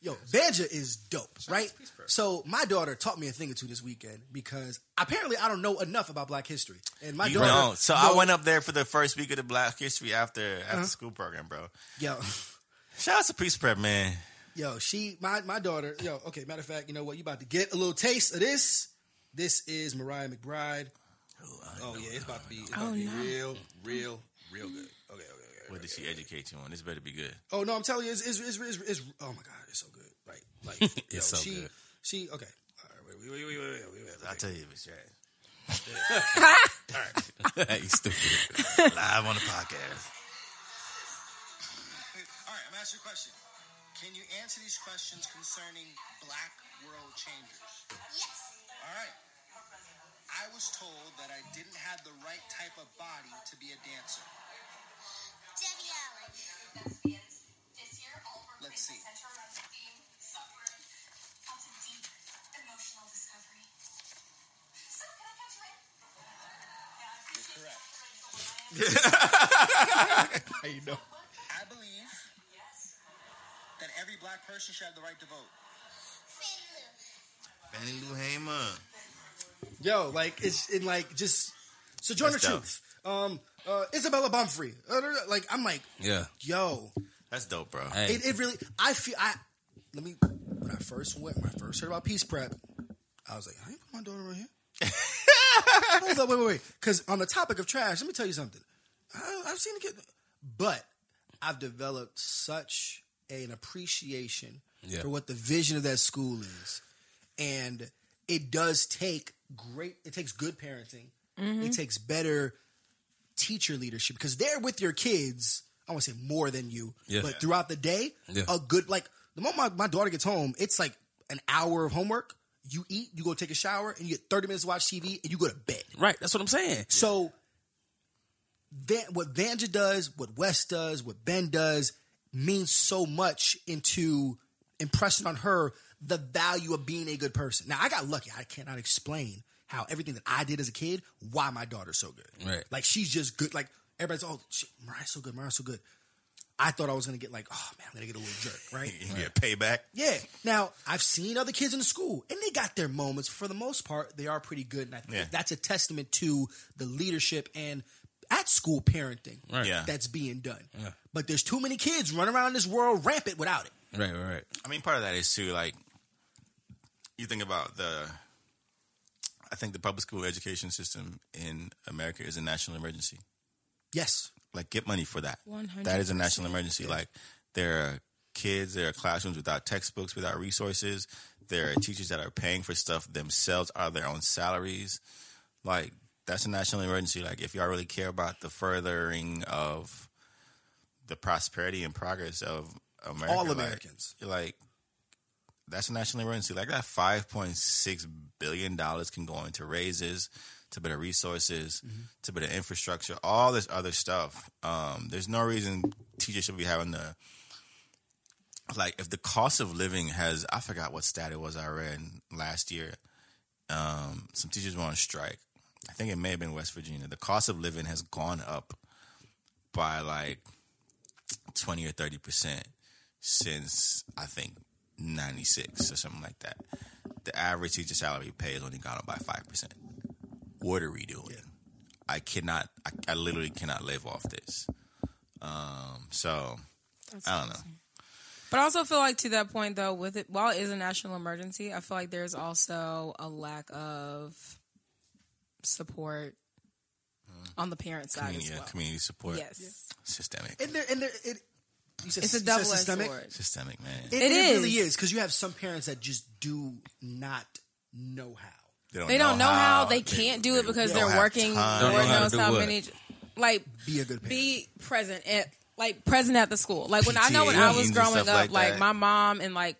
Speaker 5: Yo, Banja is dope, right? So my daughter taught me a thing or two this weekend because apparently I don't know enough about Black history, and my
Speaker 7: You
Speaker 5: daughter.
Speaker 7: don't. So
Speaker 5: yo,
Speaker 7: I went up there for the first week of the Black History after after
Speaker 5: Uh-huh.
Speaker 7: school program, bro.
Speaker 5: Yo,
Speaker 7: Shout out to Peace Prep, man.
Speaker 5: Yo, she my my daughter. Yo, okay. Matter of fact, you know what? You about to get a little taste of this. This is Mariah McBride. Oh yeah, it's about to be, it's about to be real, real, real good. Okay, okay, okay.
Speaker 7: What did she educate you on? This better be good.
Speaker 5: Oh no, I'm telling you, it's it's it's, it's, it's oh my god, it's so good. Like like it's
Speaker 9: so
Speaker 5: she,
Speaker 9: good.
Speaker 5: She okay. All right, wait, wait, wait, wait, wait, wait, wait.
Speaker 7: I'll tell you if it's right.
Speaker 9: Hey, stupid.
Speaker 7: Live on the podcast.
Speaker 10: All right, I'm gonna ask you a question. Can you answer these questions concerning black world changers?
Speaker 11: Yes.
Speaker 10: All right. I was told that I didn't have the right type of body to be a dancer.
Speaker 11: Debbie Allen.
Speaker 10: Let's see. You're correct.
Speaker 5: How you know?
Speaker 10: I believe that every black person should have the right to vote.
Speaker 11: Fannie Lou.
Speaker 7: Fannie Lou Hamer.
Speaker 5: Yo, like it's it like just Sojourner
Speaker 7: That's dope.
Speaker 5: Truth, um, uh, Isabella Bumfrey. Uh, Like I'm like,
Speaker 9: Yeah.
Speaker 5: yo,
Speaker 7: That's dope, bro.
Speaker 9: Hey.
Speaker 5: it, it really. I feel I. Let me. When I first went, when I first heard about peace prep, I was like, I ain't put my daughter right here. Hold up, wait, wait, wait. Because on the topic of trash, let me tell you something. I, I've seen a kid, but I've developed such an appreciation
Speaker 9: Yeah.
Speaker 5: for what the vision of that school is, and it does take great. It takes good parenting. It takes better teacher leadership because they're with your kids. I want to say more than you,
Speaker 9: Yeah.
Speaker 5: but throughout the day,
Speaker 9: Yeah.
Speaker 5: a good like the moment my, my daughter gets home, it's like an hour of homework. You eat, you go take a shower, and you get thirty minutes to watch TV, and you go to bed.
Speaker 9: Right. That's what I'm saying.
Speaker 5: So, Van, what Vanja does, what Wes does, what Ben does means so much into impressing on her the value of being a good person. Now, I got lucky. I cannot explain how everything that I did as a kid, why my daughter's so good.
Speaker 9: Right.
Speaker 5: Like, she's just good. Like, everybody's, oh, shit, Mariah's so good. Mariah's so good. I thought I was going to get like, oh, man, I'm going to get a little jerk, right?
Speaker 7: You get payback.
Speaker 5: Yeah. Now I've seen other kids in the school, and they got their moments. For the most part, they are pretty good, and I think
Speaker 7: Yeah.
Speaker 5: that's a testament to the leadership and at school parenting
Speaker 9: Right.
Speaker 7: Yeah.
Speaker 5: that's being done. But there's too many kids running around this world rampant without it.
Speaker 9: Right, right, right.
Speaker 7: I mean, part of that is too, like, you think about the. I think the public school education system in America is a national emergency.
Speaker 5: Yes.
Speaker 7: Like, get money for that.
Speaker 3: 100%.
Speaker 7: That is a national emergency. Like, there are kids, there are classrooms without textbooks, without resources. There are teachers that are paying for stuff themselves out of their own salaries. Like, that's a national emergency. Like, if y'all really care about the furthering of the prosperity and progress of America,
Speaker 5: All
Speaker 7: like-
Speaker 5: Americans.
Speaker 7: like that's a national emergency. Like that five point six billion dollars can go into raises, to better resources, to better infrastructure, all this other stuff. Um, there's no reason teachers should be having to like if the cost of living has I forgot what stat it was I read last year. Um, some teachers were on strike. I think it may have been West Virginia. The cost of living has gone up by like twenty or thirty percent since I think ninety six or something like that. The average teacher salary pay has only gone up by five percent. What are we doing? I cannot. I, I literally cannot live off this. Um. So I don't know.
Speaker 3: But I also feel like to that point though, with it while it is a national emergency, I feel like there's also a lack of support on the parent side
Speaker 7: Mm. Community,
Speaker 3: as well.
Speaker 7: community support.
Speaker 3: Yes.
Speaker 7: Systemic.
Speaker 5: And there, and there, it, you said,
Speaker 3: It's a
Speaker 5: you said
Speaker 3: double edged
Speaker 5: systemic?
Speaker 3: sword.
Speaker 7: Systemic man.
Speaker 5: It,
Speaker 3: It
Speaker 5: it really
Speaker 3: is.
Speaker 5: is because you have some parents that just do not know how.
Speaker 3: They don't know how, they can't do it because
Speaker 7: don't
Speaker 3: they are
Speaker 7: have
Speaker 3: working
Speaker 7: time.
Speaker 9: Don't
Speaker 3: Lord
Speaker 9: know how to
Speaker 3: knows
Speaker 9: do
Speaker 3: how
Speaker 9: what?
Speaker 3: many like
Speaker 5: Be a good parent.
Speaker 3: be present at like present at the school. Like when I know when
Speaker 7: PTA
Speaker 3: I was
Speaker 7: meetings and
Speaker 3: growing up,
Speaker 7: stuff like
Speaker 3: like,
Speaker 7: that.
Speaker 3: my mom and like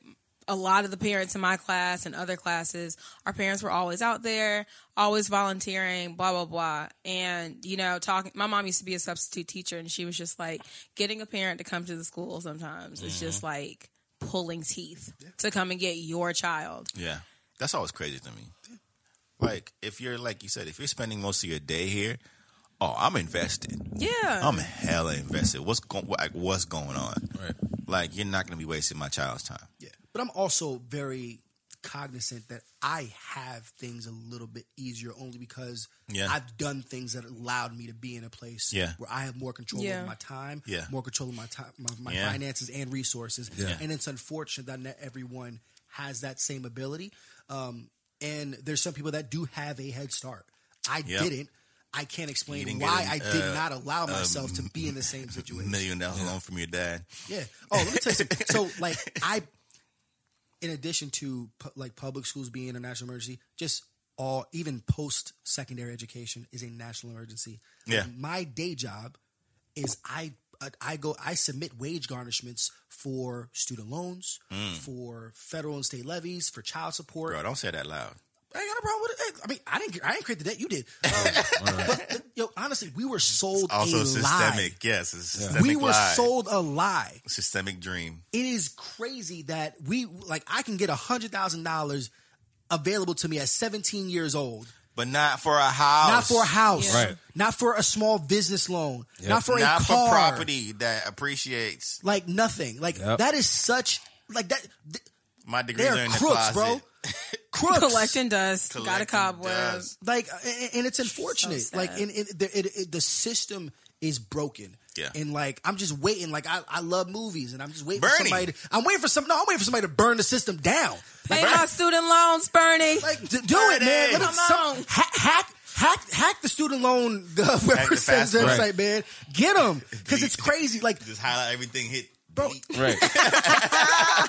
Speaker 3: a lot of the parents in my class and other classes, our parents were always out there, always volunteering, blah blah blah. And you know, talking. My mom used to be a substitute teacher, and she was just like getting a parent to come to the school. Sometimes it's just like pulling teeth to come and get your child.
Speaker 7: Yeah. That's always crazy to me. Like, if you're, like you said, if you're spending most of your day here, oh, I'm invested.
Speaker 3: Yeah,
Speaker 7: I'm hella invested. What's going, like, what's going on?
Speaker 9: Right.
Speaker 7: Like, you're not going to be wasting my child's time.
Speaker 5: Yeah. But I'm also very cognizant that I have things a little bit easier only because
Speaker 7: Yeah.
Speaker 5: I've done things that allowed me to be in a place
Speaker 7: Yeah.
Speaker 5: where I have more control
Speaker 3: Yeah.
Speaker 5: over my time,
Speaker 7: Yeah.
Speaker 5: more control of my time, my, my
Speaker 7: Yeah.
Speaker 5: finances and resources.
Speaker 7: Yeah.
Speaker 5: And it's unfortunate that not everyone has that same ability. Um, and there's some people that do have a head start. I
Speaker 7: Yep.
Speaker 5: didn't. I can't explain
Speaker 7: didn't
Speaker 5: why
Speaker 7: get
Speaker 5: I
Speaker 7: an,
Speaker 5: did
Speaker 7: uh,
Speaker 5: not allow myself to be in the same situation.
Speaker 7: Million dollar loan from your dad.
Speaker 5: Yeah. Oh, let me tell you something. So, like, I, in addition to pu- like public schools being a national emergency, just all even post secondary education is a national emergency.
Speaker 7: Yeah.
Speaker 5: My day job is I I- I go I submit wage garnishments
Speaker 7: Mm.
Speaker 5: for student loans, for federal and state levies, for child support.
Speaker 7: Bro, don't say that loud.
Speaker 5: I ain't got a problem with it. Hey, I mean, I didn't. I didn't create the debt. You did. Um, But yo, honestly, we were sold
Speaker 7: Also
Speaker 5: a
Speaker 7: systemic. Yes, it's a
Speaker 5: lie.
Speaker 7: systemic
Speaker 5: We were
Speaker 7: lie.
Speaker 5: sold a lie.
Speaker 7: Systemic dream.
Speaker 5: It is crazy that we like. I can get a hundred thousand dollars available to me at seventeen years old.
Speaker 7: But not for a house.
Speaker 5: Not for a house.
Speaker 9: Right.
Speaker 5: Not for a small business loan. Not for
Speaker 7: Not
Speaker 5: a
Speaker 7: for
Speaker 5: car.
Speaker 7: property that appreciates.
Speaker 5: Like nothing. Like
Speaker 9: Yep.
Speaker 5: that is such like that. th-
Speaker 7: My degrees
Speaker 5: They're
Speaker 7: are in
Speaker 5: crooks,
Speaker 7: the closet.
Speaker 5: bro. crooks.
Speaker 3: Collecting dust, got a
Speaker 7: Collecting
Speaker 3: cobweb.
Speaker 7: dust.
Speaker 5: like and, and it's unfortunate
Speaker 3: So sad.
Speaker 5: like and, and the, it, it, the system is broken
Speaker 7: Yeah.
Speaker 5: and like i'm just waiting like i, I love movies and i'm just waiting for
Speaker 7: Bernie.
Speaker 5: somebody to, i'm waiting for some no i'm waiting for somebody to burn the system down
Speaker 3: Pay my student loans, Bernie.
Speaker 5: like d- do it man Let me,
Speaker 7: Come
Speaker 5: some, ha- hack hack hack the student loan the
Speaker 7: fast
Speaker 5: website
Speaker 7: food.
Speaker 5: man get them because it's crazy like
Speaker 7: Just highlight everything. Hit.
Speaker 5: bro
Speaker 9: Right.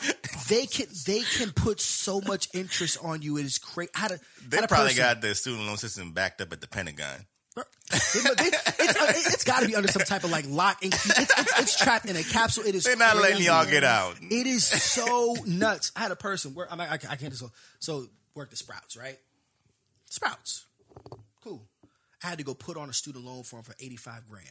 Speaker 5: they can they can put so much interest on you it is crazy how to
Speaker 7: They probably got the student loan system backed up at the Pentagon.
Speaker 5: They- they- it's, uh, it's got to be under some type of like lock and key. It's, it's, it's trapped in a capsule. It is.
Speaker 7: They're not letting
Speaker 5: crazy.
Speaker 7: y'all get out.
Speaker 5: It is so nuts. I had a person where I'm like, I, can't- I can't just go. So worked at Sprouts, right? Sprouts, cool. I had to go put on a student loan form for eighty five grand.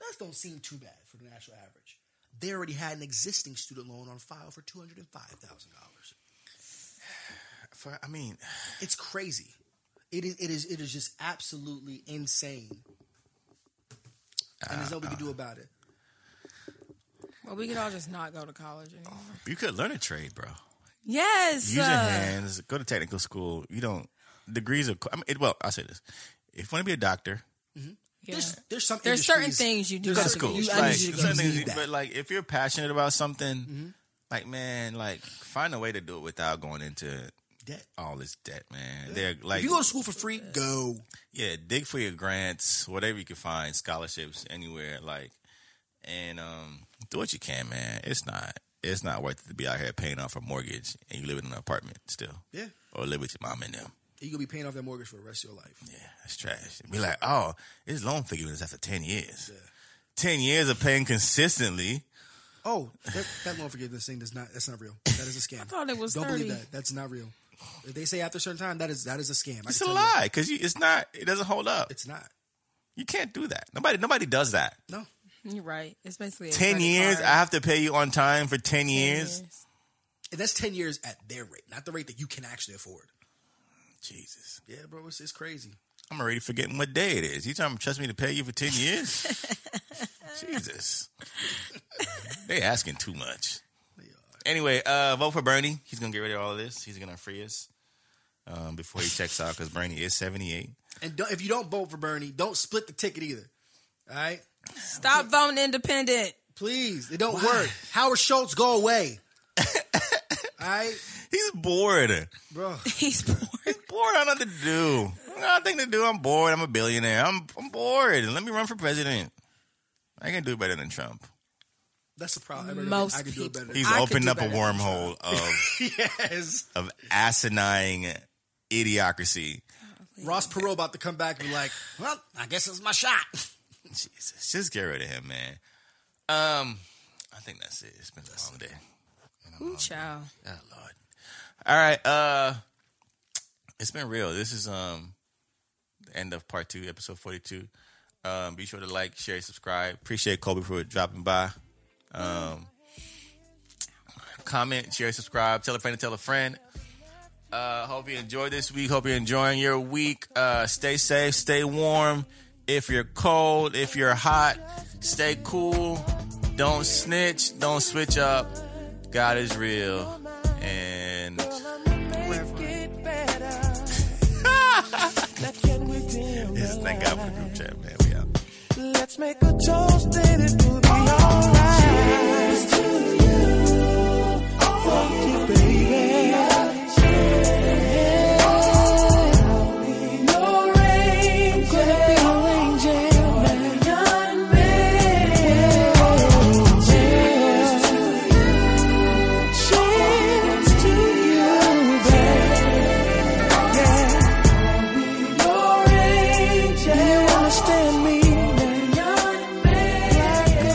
Speaker 5: That don't seem too bad for the national average. They already had an existing student loan on file for two hundred and five thousand dollars.
Speaker 7: For, I mean,
Speaker 5: It's crazy. It is. It is. It is just absolutely insane. And there's nothing we can do about it.
Speaker 3: well, we could all just not go to college anymore.
Speaker 7: you could learn a trade, bro.
Speaker 3: Yes.
Speaker 7: Use your
Speaker 3: uh,
Speaker 7: hands. Go to technical school. You don't degrees are. I mean, it, well, I'll say this: if you want to be a doctor,
Speaker 3: yeah.
Speaker 5: There's there's some.
Speaker 3: There's certain
Speaker 5: industries-
Speaker 3: things you do.
Speaker 5: There's
Speaker 3: have
Speaker 5: certain
Speaker 3: to
Speaker 7: cool.
Speaker 3: do.
Speaker 5: you- I
Speaker 7: like,
Speaker 5: need you to Mm-hmm.
Speaker 7: certain
Speaker 5: go
Speaker 7: things-
Speaker 5: do that.
Speaker 7: but like, if you're passionate about something, like man, like find a way to do it without going into
Speaker 5: Debt.
Speaker 7: all this debt, man. They're like,
Speaker 5: If you go to school for free, go.
Speaker 7: yeah, dig for your grants, whatever you can find, scholarships anywhere, like, and um, do what you can, man. It's not, it's not worth it to be out here paying off a mortgage and you live in an apartment still,
Speaker 5: Yeah.
Speaker 7: or live with your mom and them.
Speaker 5: You're gonna be paying off that mortgage for the rest of your life.
Speaker 7: Yeah, that's trash. Be like, oh, it's loan forgiveness after ten years. Ten years of paying consistently.
Speaker 5: Oh, that, that loan forgiveness thing does not. That's not real. That is a scam. I
Speaker 3: thought it was
Speaker 5: Don't
Speaker 3: 30.
Speaker 5: believe that. That's not real. If they say after a certain time, that is that is a scam. I
Speaker 7: It's a
Speaker 5: can tell you.
Speaker 7: lie because you, it's not. It doesn't hold up.
Speaker 5: It's not.
Speaker 7: You can't do that. Nobody, nobody does that.
Speaker 5: No.
Speaker 3: You're right. It's basically a
Speaker 7: Ten
Speaker 3: credit
Speaker 7: years.
Speaker 3: card.
Speaker 7: I have to pay you on time for ten, years.
Speaker 5: And that's ten years at their rate, not the rate that you can actually afford.
Speaker 7: Jesus,
Speaker 5: Yeah, bro, it's, it's crazy.
Speaker 7: I'm already forgetting what day it is. You trying to trust me to pay you for ten years? Jesus, they asking too much. Anyway, uh, vote for Bernie. He's gonna get rid of all of this. He's gonna free us um, before he checks out because Bernie is 78.
Speaker 5: And don't, if you don't vote for Bernie, don't split the ticket either. All right,
Speaker 3: Stop voting independent.
Speaker 5: please. It don't work. Howard Schultz, go away. All right,
Speaker 7: He's bored.
Speaker 5: bro.
Speaker 3: He's bored.
Speaker 7: bored. I don't know what to do. I got nothing to do. I'm bored. I'm a billionaire. I'm I'm bored. Let me run for president. I can do better than Trump.
Speaker 5: That's the problem. Everybody-
Speaker 3: Most
Speaker 5: I can do it
Speaker 3: people-
Speaker 5: better.
Speaker 7: He's
Speaker 3: I could
Speaker 7: opened
Speaker 3: do
Speaker 7: up a
Speaker 3: better than
Speaker 7: wormhole of
Speaker 5: yes.
Speaker 7: of asinine idiocracy.
Speaker 5: Ross Perot about to come back and be like, well, I guess it's my shot.
Speaker 7: Jesus, just get rid of him, man. Um, I think that's it. It's been a long day.
Speaker 3: Ooh, child.
Speaker 7: Oh Lord. All right. Uh, it's been real. This is um the end of part two, episode forty two. Um, be sure to like, share, subscribe. Appreciate Kobe for dropping by. Um, comment, share, subscribe. Tell a friend to tell a friend. Uh, hope you enjoyed this week. Hope you're enjoying your week. Uh, stay safe, stay warm. If you're cold, if you're hot, stay cool. Don't snitch. Don't switch up. God is real. And just thank God for the group chat, man. We out.
Speaker 12: Let's make a toast and it will be alright. Fuck you, baby. I'll be your angel. Gonna be your angel, man. Young man. Cheers to you, baby. Yeah. You're angel. You understand me, man. Young man.